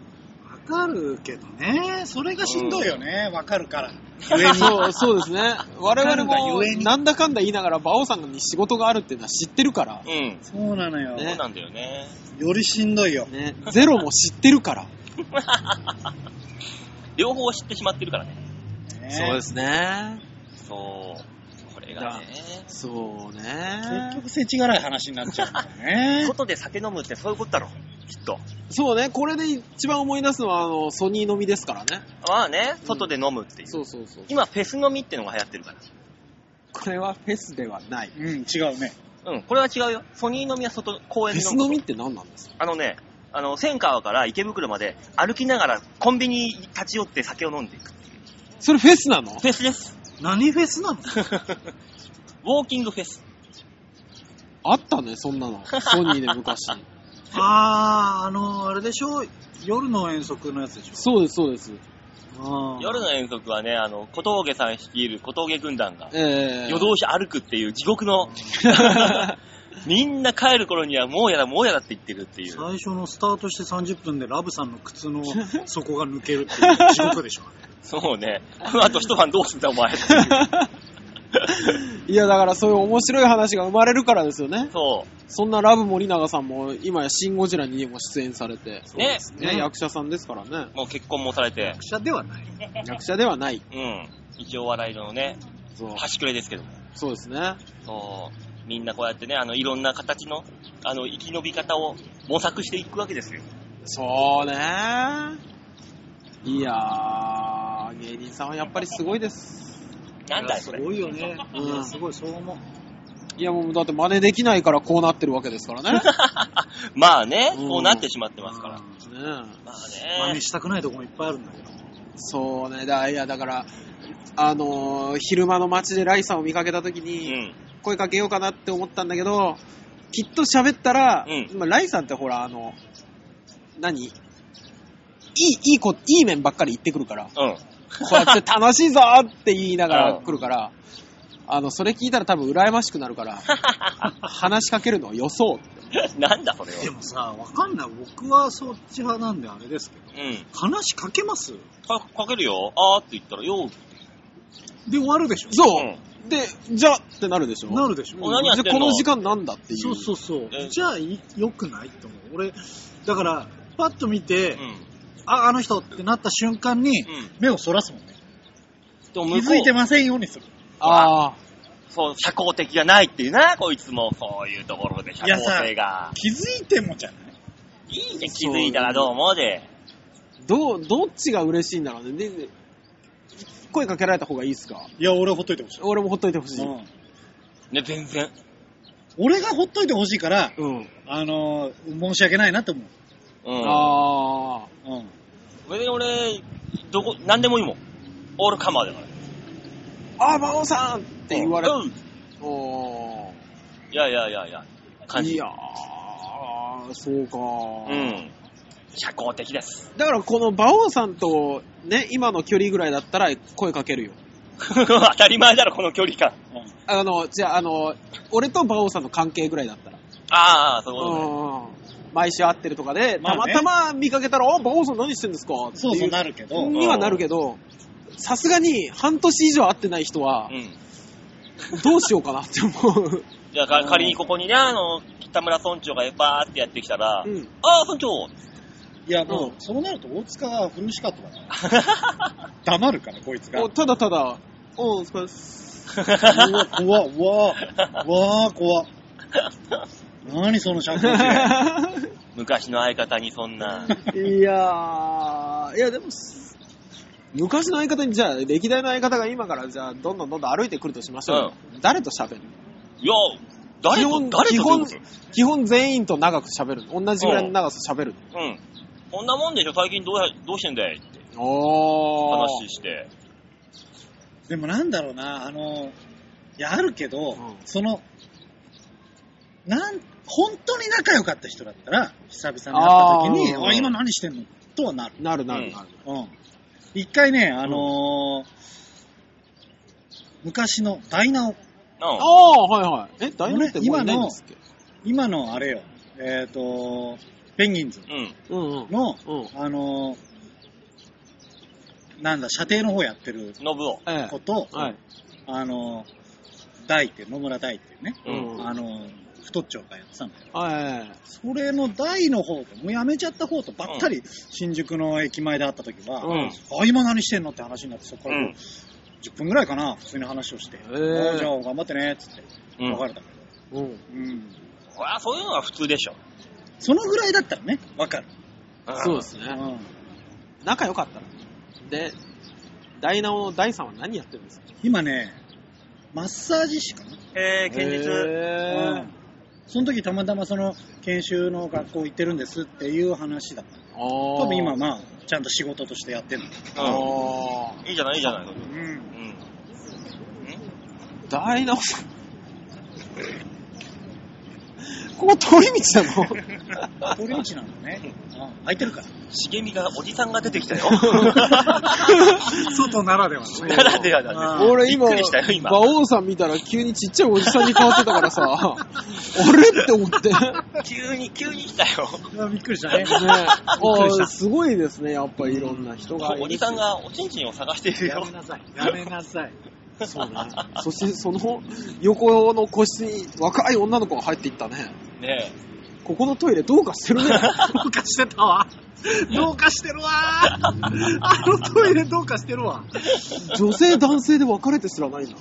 Speaker 6: わかるけどね。それがしんどいよね。わかるから。
Speaker 3: そう、そうですね。我々も
Speaker 6: なんだ故、に
Speaker 3: なんだかんだ言いながら、馬王さんに仕事があるっていうのは知ってるから。
Speaker 2: うん。
Speaker 6: そうなのよ
Speaker 2: そうなんだよね。
Speaker 6: よりしんどいよ。
Speaker 3: ね。ゼロも知ってるから。
Speaker 2: 両方知ってしまってるからね。
Speaker 3: すね。
Speaker 2: そう。これがね。
Speaker 3: そうね。
Speaker 6: 局世知辛い話になっちゃうんだよね。
Speaker 2: 外で酒飲むってそういうことだろ。きっと。
Speaker 3: そうね。これで一番思い出すのは、あの、ソニー飲みですからね。
Speaker 2: まあね、外で飲むっていう。
Speaker 3: そうそうそう。
Speaker 2: 今、フェス飲みってのが流行ってるから。
Speaker 3: これはフェスではない。
Speaker 6: うん、違うね。
Speaker 2: うん、これは違うよ。ソニー飲みは外、公
Speaker 3: フ
Speaker 2: 園
Speaker 3: ェ
Speaker 2: で
Speaker 3: ス
Speaker 2: む
Speaker 3: 飲みって何なんですか
Speaker 2: あのね、あの、千川から池袋まで歩きながらコンビニに立ち寄って酒を飲んでいく。
Speaker 3: それフェスなの
Speaker 2: フェスです。
Speaker 6: 何フェスなの
Speaker 2: ウォーキングフェス。
Speaker 3: あったね、そんなの。ソニーで 昔。
Speaker 6: あー、あの、あれでしょ夜の遠足のやつでしょ
Speaker 3: そうです、そうです。
Speaker 6: あー
Speaker 2: 夜の遠足はね、あの、小峠さん率いる小峠軍団が、
Speaker 3: ええ
Speaker 2: 夜通し歩くっていう地獄の、みんな帰る頃にはもうやだもうやだって言ってるっていう。
Speaker 6: 最初のスタートして30分でラブさんの靴 の底が抜けるっていう地獄でしょ
Speaker 2: そうね。この後一晩どうすんだお前。
Speaker 3: いや、だからそういう面白い話が生まれるからですよね。
Speaker 2: そ
Speaker 3: そんなラブ森永さんも今やシン・ゴジラにも出演されて、
Speaker 2: う。ね。
Speaker 3: ね、役者さんですからね。
Speaker 2: もう結婚もされて、
Speaker 6: 者ではない。
Speaker 3: 役者ではない。
Speaker 2: うん。一応笑いのね、
Speaker 3: そう
Speaker 2: 端くれですけども。
Speaker 3: そうですね。
Speaker 2: そうみんなこうやってね、あの、いろんな形の、あの、生き延び方を模索していくわけですよ。
Speaker 3: そうねいやー、芸人さんはやっぱりすごいです。
Speaker 2: なんだよ、
Speaker 8: す
Speaker 2: それ。
Speaker 8: ごいよね。
Speaker 3: うん
Speaker 8: いやすごい、そう思う。
Speaker 3: いやもうだって真似できないからこうなってるわけですからね。
Speaker 2: まあね、
Speaker 3: うん
Speaker 2: こうなってしまってますから。
Speaker 3: ねえ
Speaker 2: まあ
Speaker 8: 真
Speaker 2: ね
Speaker 8: 似。したくないとこもいっぱいあるんだけど。
Speaker 3: そうね、だいやだから、あのー昼間の街でライさんを見かけた時
Speaker 2: う
Speaker 3: に、
Speaker 2: ん。
Speaker 3: 声かけようかなって思ったんだけど、きっと喋ったら、
Speaker 2: うん
Speaker 3: まあライさんってほら、あの、何いい、いい子、いい面ばっかり言ってくるから、
Speaker 2: うん。
Speaker 3: こうやって楽しいぞって言いながら
Speaker 2: うん
Speaker 3: 来るから、あの、それ聞いたら多分羨ましくな るから、話しかけるのをよそう。
Speaker 2: なん だ、それ
Speaker 8: で
Speaker 2: は。
Speaker 8: もさ、わかんない。僕はそっち派なんであれですけど。
Speaker 2: うん。
Speaker 8: 話かけます
Speaker 2: か、かけるよ。あーって言ったら、よう。
Speaker 8: で終わるでしょ
Speaker 3: そうう、で、じゃあってなるでしょ
Speaker 8: なるでしょ
Speaker 2: お何やってんの
Speaker 3: でこの時間なんだっていう。
Speaker 8: そうそうそう
Speaker 2: え。
Speaker 8: じゃあい、良くないと思う。俺、だから、パッと見て、
Speaker 2: うん。うん。
Speaker 8: あ、あの人ってなった瞬間に、目をそらすもんね。
Speaker 2: でも
Speaker 8: 気
Speaker 2: 向こ
Speaker 8: づいて
Speaker 2: う、
Speaker 8: ませんようにする。
Speaker 3: ああ、
Speaker 2: そう、社交的じゃないっていうな、こいつも。そういうところで社交性が。
Speaker 6: 気づいてもじゃない
Speaker 2: いいね、気づいたらどうもで。
Speaker 3: どう、どっちが嬉しいんだろうね。でで声かけられた方がいいですか
Speaker 6: いや、俺はほっといてほしい。
Speaker 3: 俺もほっといてほしい。
Speaker 6: うん
Speaker 2: ね、全然。
Speaker 6: 俺がほっといてほしいから、
Speaker 3: うん。
Speaker 6: あのー、申し訳ないなと思う。
Speaker 2: うん。
Speaker 3: ああ。
Speaker 6: うん。
Speaker 2: 別に俺、どこ、なんでもいいもん。オールカマーだから。っ
Speaker 3: あー、馬王さんって言われた。
Speaker 2: うん。い
Speaker 3: お
Speaker 2: やいやいやいや。
Speaker 3: ー
Speaker 2: 感
Speaker 3: い
Speaker 2: じ。
Speaker 3: やー、そうか、
Speaker 2: うん。社交的です。
Speaker 3: だからこの馬王さんとね、今の距離ぐらいだったら声かけるよ。
Speaker 2: 当たり前だろ、この距離感。
Speaker 3: あの、じゃあ、あの、俺と馬王さんの関係ぐらいだったら。
Speaker 2: ああ、そういうことね。
Speaker 3: うん。毎週会ってるとかで、
Speaker 6: まあ
Speaker 3: た
Speaker 6: ね
Speaker 3: またま見かけたら、あ、馬王さん何してんですかってい
Speaker 6: そうそうなるけど、
Speaker 3: にはなるけど、さすがに半年以上会ってない人は
Speaker 2: う、ん。
Speaker 3: どうしようかなって思 う。
Speaker 2: じゃあ、か仮にここにね、あの、北村村長がバーってやってきたら、
Speaker 3: うん。
Speaker 2: ああ、村長
Speaker 6: いやもう、
Speaker 3: う
Speaker 6: そうなると大塚が古しかったから 黙るから、こいつが。
Speaker 3: もうただただ、おう、す
Speaker 6: うわ、怖っうわうわ怖っ何その社交性。
Speaker 2: 昔の相方にそん な、
Speaker 3: いやー、いやでも、す昔の相方に、じゃあ、歴代の相方が今から、じゃあ、どんどんどんどん歩いてくるとしましょうよ。誰と喋る
Speaker 2: いや、誰
Speaker 3: 基
Speaker 2: と、
Speaker 3: 本
Speaker 2: 誰
Speaker 3: 基
Speaker 2: とどういう
Speaker 3: 本
Speaker 2: こ、
Speaker 3: 基本全員と長く喋る。同じぐらいの長さ喋る。
Speaker 2: とうん。こんなもんでしょ、最近どうやどうしてんだいって
Speaker 3: おー。
Speaker 2: 話して。
Speaker 6: でもなんだろうな、あの、いや、あるけど、
Speaker 3: うん
Speaker 6: その、なん、本当に仲良かった人だったら、久々に会った時に、
Speaker 3: あ
Speaker 6: あ
Speaker 3: ー
Speaker 6: 今何してんのとはなる。
Speaker 3: なるなるなる。
Speaker 6: うん。一回ね、あのー昔のダイナオ、
Speaker 2: うん
Speaker 3: あ。あー、はいはい。え、大丈夫ってもういないんですっけ
Speaker 6: 今のあれよ、えっ、と、ペンギンズ
Speaker 2: うん。
Speaker 3: うんうん。
Speaker 6: の、
Speaker 3: うん。
Speaker 6: あのーなんだ、射程の方やってる
Speaker 2: ノブを。
Speaker 3: え
Speaker 6: 子と、
Speaker 3: え。はい。
Speaker 6: あのー大って、野村大っていうね、
Speaker 2: うん。
Speaker 6: あの、太っちょがやってたんだよ。
Speaker 3: はい。
Speaker 6: それの大の方と、もうやめちゃった方とばったり新宿の駅前で会った時は、
Speaker 2: うん
Speaker 6: あ、今何してんのって話になって、そこ
Speaker 2: う。
Speaker 6: からこうん10分ぐらいかな、普通に話をして、
Speaker 3: ー
Speaker 6: あじゃあ頑張ってね、っつって、
Speaker 2: うん。
Speaker 6: 別れたけど、
Speaker 3: うん。
Speaker 6: うん
Speaker 2: これはそういうのは普通でしょ。
Speaker 6: そのぐらいだったらね、わかる。
Speaker 3: そうです
Speaker 6: う
Speaker 3: ね。
Speaker 6: ん
Speaker 3: 仲良かったら。で、ダイナオのダイさんは何やってるんですか
Speaker 6: 今ね、マッサージ師かな、
Speaker 2: へえ、堅実。
Speaker 3: へ
Speaker 6: う
Speaker 3: ー
Speaker 6: んその時たまたまその研修の学校行ってるんですっていう話だった。
Speaker 3: あー
Speaker 6: 多分今まあ、ちゃんと仕事としてやってるんだけ
Speaker 3: あ
Speaker 2: うん。いいじゃない、いいじゃない。
Speaker 6: ど。 うん。
Speaker 2: うん。
Speaker 3: ーダイナオさん。ここ通り道なの
Speaker 6: 高領地なんだね。あ空いてるから。
Speaker 2: 茂みが、おじさんが出てきた よ。
Speaker 8: 外ならではのね。
Speaker 2: ならではだね。
Speaker 3: 俺今、
Speaker 2: びっくりしたよ、今
Speaker 3: 馬。王さん見たら急にちっちゃいおじさんに変わってたか らさ、あれって思って。ね
Speaker 2: 急に、急に来たよ。
Speaker 6: びっくりしたね。
Speaker 3: えあーすごいですね、やっぱりいろんな人 がいるし。
Speaker 2: おじさんがおちんちんを探している
Speaker 8: や
Speaker 2: よ
Speaker 8: め。なさい。や めなさい。
Speaker 3: そうね。そしてその横の個室に若い女の子が入っていったね。
Speaker 2: ね
Speaker 3: ここのトイレどうかして るね。
Speaker 8: どうかしてたわ。どうかしてるわ。あのトイレどうかしてるわ。
Speaker 3: 女性男性で別れてすらないんだね。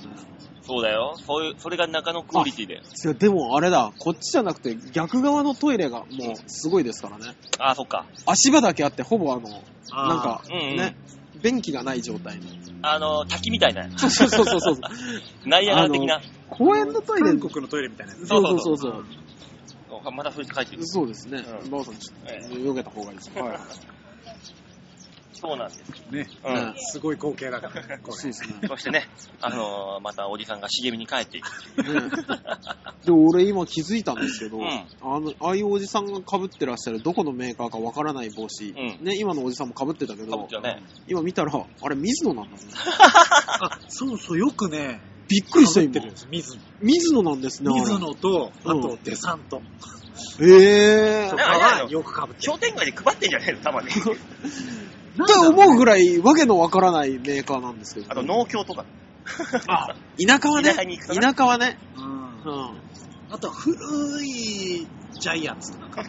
Speaker 2: そうだよ。そういう、それが中野クオリティで。
Speaker 3: いやでもあれだ、こっちじゃなくて逆側のトイレがもうすごいですからね。
Speaker 2: ああ、そっか。
Speaker 3: 足場だけあってほぼあの、なんか
Speaker 2: うんうん
Speaker 3: ね、便器がない状態の。
Speaker 2: あの、滝みたいな。
Speaker 3: そうそうそうそうそう。
Speaker 2: ナイアガラ的な。
Speaker 3: 公園のトイレ
Speaker 6: 韓国のトイレみたいなやつ。
Speaker 3: そ
Speaker 2: そうう
Speaker 3: そ
Speaker 2: そうう
Speaker 3: そ
Speaker 2: そうう
Speaker 3: そう。
Speaker 2: あまだそれ書いてる。
Speaker 3: そうですね。
Speaker 2: う
Speaker 3: 馬場さん、ちょっと、よけた方がいいですね。はい。
Speaker 2: そうなんです。
Speaker 6: ね。
Speaker 2: うん。
Speaker 3: うん
Speaker 6: すごい光景だから、こ
Speaker 3: そうで。
Speaker 6: れ
Speaker 3: すね。
Speaker 2: そしてね、あのーまたおじさんが茂みに帰っていく。
Speaker 3: ねで、俺今気づいたんですけど、
Speaker 2: うん
Speaker 3: あの、ああいうおじさんが被ってらっしゃるどこのメーカーかわからない帽子、
Speaker 2: うん
Speaker 3: ね、今のおじさんも被ってたけ
Speaker 2: かぶっ、
Speaker 3: ど
Speaker 2: てね。
Speaker 3: 今見たら、あれ、水野なんだね。
Speaker 6: あ、そうそう、よくね、
Speaker 3: びっくりした、
Speaker 6: 被ってるん
Speaker 3: 今
Speaker 6: で。す、水野。
Speaker 3: 水野なんですね、あれ
Speaker 6: 水。野と、あ
Speaker 3: う
Speaker 6: と
Speaker 3: ん、
Speaker 6: デサント
Speaker 3: ええ
Speaker 6: と
Speaker 3: ー。
Speaker 6: かはよく被ってる。
Speaker 2: 商店街で配ってんじゃねえの、たま に。
Speaker 3: って思うぐらい、わけのわからないメーカーなんですけど。
Speaker 2: あと農協とか。
Speaker 3: あ田舎はね、
Speaker 2: 田舎に行くとね
Speaker 3: 田舎はね、
Speaker 6: うん
Speaker 3: うん。
Speaker 6: あと、古いジャイアンツとか、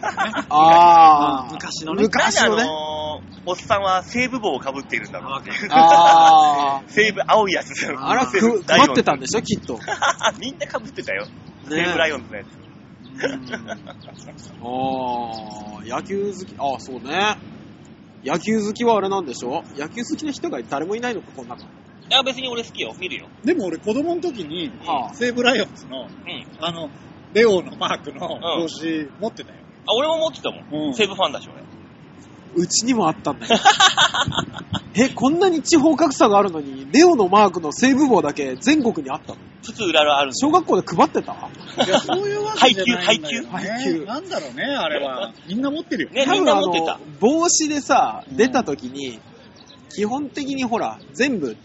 Speaker 3: ああ、
Speaker 6: 昔のね
Speaker 2: なんで
Speaker 3: 昔
Speaker 2: あ
Speaker 3: のね。
Speaker 2: のーおっさんは西武帽を被ってるんだろうっていう。
Speaker 3: あ
Speaker 2: 西武青いやつだよ。
Speaker 3: あ、あら、
Speaker 2: 西武
Speaker 3: く、配ってたんでしょ、きっと。
Speaker 2: ライオンズみんな被ってたよ。西武ライオンズのやつ。
Speaker 3: ああ、野球好き、ああ、そうね。野球好きはあれなんでしょ野球好きな人が誰もいないのか、こん中。
Speaker 2: いや、別に俺好きよ。見るよ。
Speaker 9: でも俺子供の時に、
Speaker 3: はあ
Speaker 9: 西武ライオンズの、
Speaker 2: ん
Speaker 9: あの、レオのマークの帽子持ってたよ。
Speaker 2: あ、俺も持ってたもん。
Speaker 9: うん
Speaker 2: 西武ファンだし、俺。
Speaker 3: うちにもあったん だよ。え、こんなに地方格差があるのに、レオのマークの西部帽だけ全国にあったの
Speaker 2: 普通裏裏あるんだよ
Speaker 3: 小学校で配ってた
Speaker 9: いや、そういうわけじゃないんだよ、ね。
Speaker 3: 配給配給配給
Speaker 9: なんだろうね、あれは。みんな持ってるよ。
Speaker 2: ね、みんな持って
Speaker 3: の
Speaker 2: た。、
Speaker 3: 帽子でさ、
Speaker 9: うん
Speaker 3: 出た時に、基本的にほら、全部、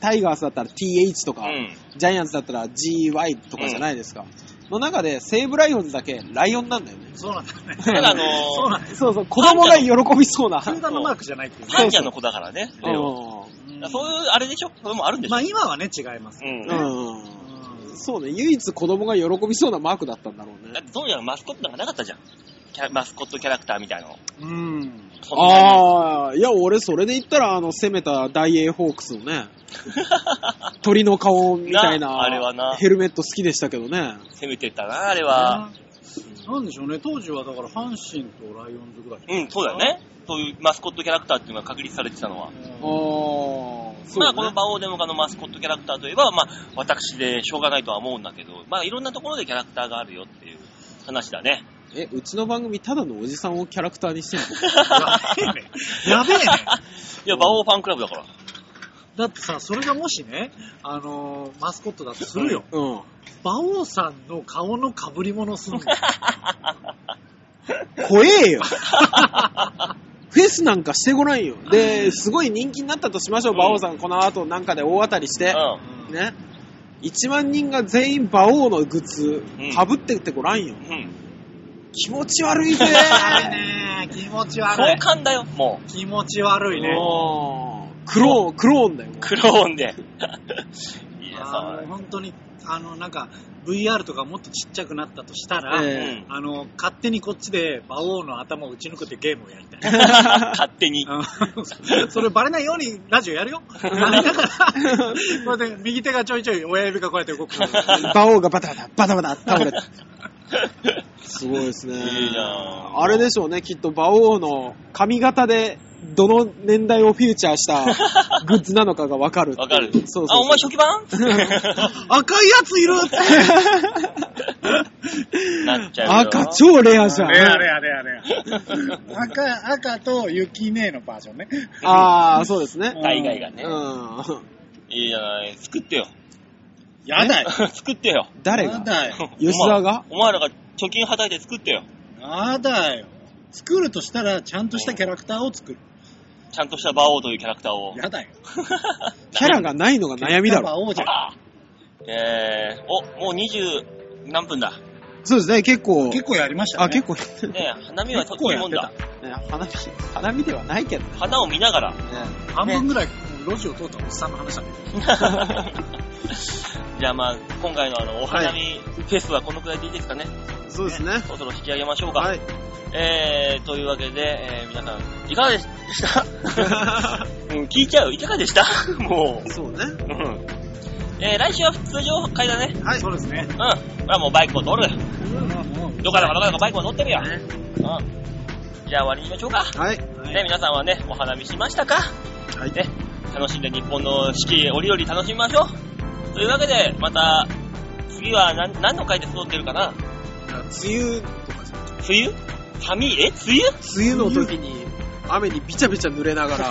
Speaker 3: タイガースだったら TH とか、
Speaker 2: うん。
Speaker 3: ジャイアンツだったら GY とかじゃないですか。の中で、西武ライオンズだけライオンなんだよね。
Speaker 6: そうなんだよね。
Speaker 2: ただあの
Speaker 6: そう
Speaker 2: ー、
Speaker 6: なんだよ。
Speaker 3: そうそう、子供が喜びそうな。
Speaker 6: 球団のマークじゃないっていうね。
Speaker 2: ファンちゃんの子だからね、
Speaker 3: う
Speaker 2: レオ。
Speaker 6: うん
Speaker 2: そういう、あれでしょそれもあるんでしょ
Speaker 6: まあ今はね、違います。
Speaker 2: うん。だ
Speaker 3: ん。うん。そうね、唯一子供が喜びそうなマークだったんだろう
Speaker 2: っ
Speaker 3: ね。
Speaker 2: て、ゾンヤのマスコットなんかなかったじゃん。キャマスコットキャラクターみたいなの。
Speaker 6: うん。
Speaker 2: そんなに
Speaker 3: ああ、いや、俺、それで言ったら、あの、攻めたダイエーホークスの ね、鳥の顔みたいな、
Speaker 2: なあれはな
Speaker 3: ヘルメット好きでしたけどね。
Speaker 2: 攻めてったな、あれは。
Speaker 6: なんでしょうね、当時はだから阪神とライオンズぐらい。
Speaker 2: うん、そうだよね。そういうマスコットキャラクターっていうのが確立されてたのは。
Speaker 3: ああ、そう
Speaker 2: ま
Speaker 3: だ
Speaker 2: あ、この
Speaker 3: ね。
Speaker 2: 馬王デモカのマスコットキャラクターといえば、まあ、私でしょうがないとは思うんだけど、まあ、いろんなところでキャラクターがあるよっていう話だね。
Speaker 3: え、うちの番組、ただのおじさんをキャラクターにしてんの
Speaker 6: やべえね。やべえね。
Speaker 2: いや、馬王ファンクラブだから。
Speaker 6: だってさ、それがもしね、あのーマスコットだとするよ。
Speaker 3: うん。
Speaker 6: 馬王さんの顔の被り物 すんの。
Speaker 3: 怖えよ。 フェスなんかしてごらんよ。で、すごい人気になったとしましょう、馬王さん。この後なんかで大当たりして。ね。1万人が全員馬王のグッズ、
Speaker 2: うん
Speaker 3: かぶってってごらんよ。
Speaker 2: うん。うん。
Speaker 3: 気持ち悪い ぜ
Speaker 6: あれね気持ち悪
Speaker 2: 壮
Speaker 6: い。
Speaker 2: 観だよ、もう。
Speaker 6: 気持ち悪いね。
Speaker 3: もうクローン、クローンだよ。もう
Speaker 2: クローンで。 いや、
Speaker 6: あの
Speaker 2: さ、
Speaker 6: 本当に、あの、なんか、VR とかもっとちっちゃくなったとしたら、
Speaker 3: ええ
Speaker 2: うん
Speaker 6: あの、勝手にこっちで馬王の頭を打ち抜くってゲームをやりたい。
Speaker 2: 勝手 に。
Speaker 6: うん それバレないようにラジオや るよ。あれだから、これで右手がちょいちょい親指がこうやって動く。
Speaker 3: 馬王がバタバタ、バタバタ倒れた。すごいですね。
Speaker 2: いいじゃん
Speaker 3: あれでしょうね、きっと馬王の髪型で、どの年代をフューチャ ーしたグッズなのかがわかるっていう。
Speaker 2: わかる。
Speaker 3: そうそうそう
Speaker 2: あ、お前初期版
Speaker 6: 赤いやついる
Speaker 2: なっちゃうよ。
Speaker 3: 赤超レアじゃん。
Speaker 9: あれあれあれあれ。赤、赤と雪姉のバージョンね。
Speaker 3: ああ、そうですね。
Speaker 2: 大概がね。
Speaker 3: うん。
Speaker 2: いいじゃない。作ってよ。
Speaker 9: やだよ。
Speaker 2: 作ってよ。
Speaker 3: 誰
Speaker 9: や
Speaker 3: が
Speaker 9: だよ。
Speaker 3: 吉沢が
Speaker 2: お前らお前らが貯金はたいて作ってよ。
Speaker 9: やだよ。作るとしたら、ちゃんとしたキャラクターを作る。
Speaker 2: ちゃんとした馬王というキャラクターを。
Speaker 9: やだよ。
Speaker 3: キャラがないのが悩みだろ。
Speaker 9: 王者。
Speaker 2: えー、お、もう20何分だ。
Speaker 3: そうですね、結構。
Speaker 9: 結構やりましたね。
Speaker 3: あ、結構。
Speaker 2: ねえ花見はとっていいもんだ。
Speaker 3: ね花見、花見ではないけどね。
Speaker 2: 花を見な がら。
Speaker 6: 半分ぐらい路地を通ったおっさんの話だね。
Speaker 2: じゃあまあ、今回のあの、お花見フェスはこのくらいでいいですかね。
Speaker 3: そうですね。
Speaker 2: そろそろ引き上げましょうか。
Speaker 3: はい。
Speaker 2: えー、というわけで、えー皆さん、いかがでした うん、聞いちゃういかがでしたもう。
Speaker 3: そうね。
Speaker 2: うんえー、来週は通常会だね。
Speaker 6: はい。そうですね
Speaker 2: う。ん。ほら、もうバイクを乗る。
Speaker 6: もう
Speaker 2: どかどかどかどかバイクを乗ってるよ。うん。じゃあ終わりにしましょうか。
Speaker 3: はい。
Speaker 2: ね、皆さんはね、お花見しましたか
Speaker 3: はい
Speaker 2: ね、楽しんで日本の四季折々楽しみましょう。というわけで、また、次は何何の回で揃ってるかな
Speaker 3: 梅雨とかじゃん
Speaker 2: 冬寒いえ梅
Speaker 3: 梅雨の時に雨にびちゃびちゃ濡れながら、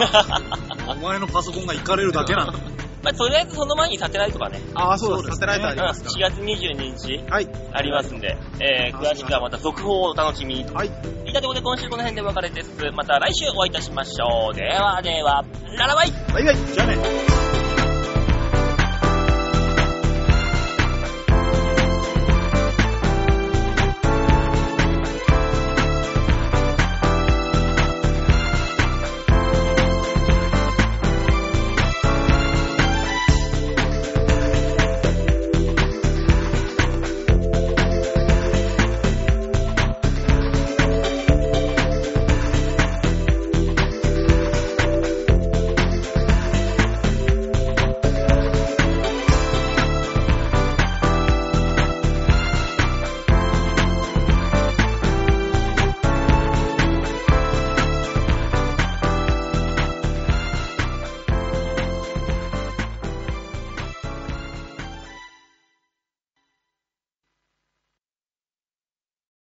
Speaker 2: 雨
Speaker 6: お前のパソコンがいかれるだけなんだ。
Speaker 2: まあ、とりあえずその前にサテライトがね、
Speaker 3: ああ、そうだ、
Speaker 6: そうですね
Speaker 3: サテライトあ
Speaker 2: うん
Speaker 3: り
Speaker 2: 4
Speaker 3: ますか
Speaker 2: 月22日
Speaker 3: ら。はい。
Speaker 2: ありますんで、えー、詳しくはまた続報をお楽しみにと。
Speaker 3: はい。
Speaker 2: いったところで今週この辺でお別れです。また来週お会いいたしましょう。ではでは、ならばい
Speaker 3: バイバイ。じゃあね。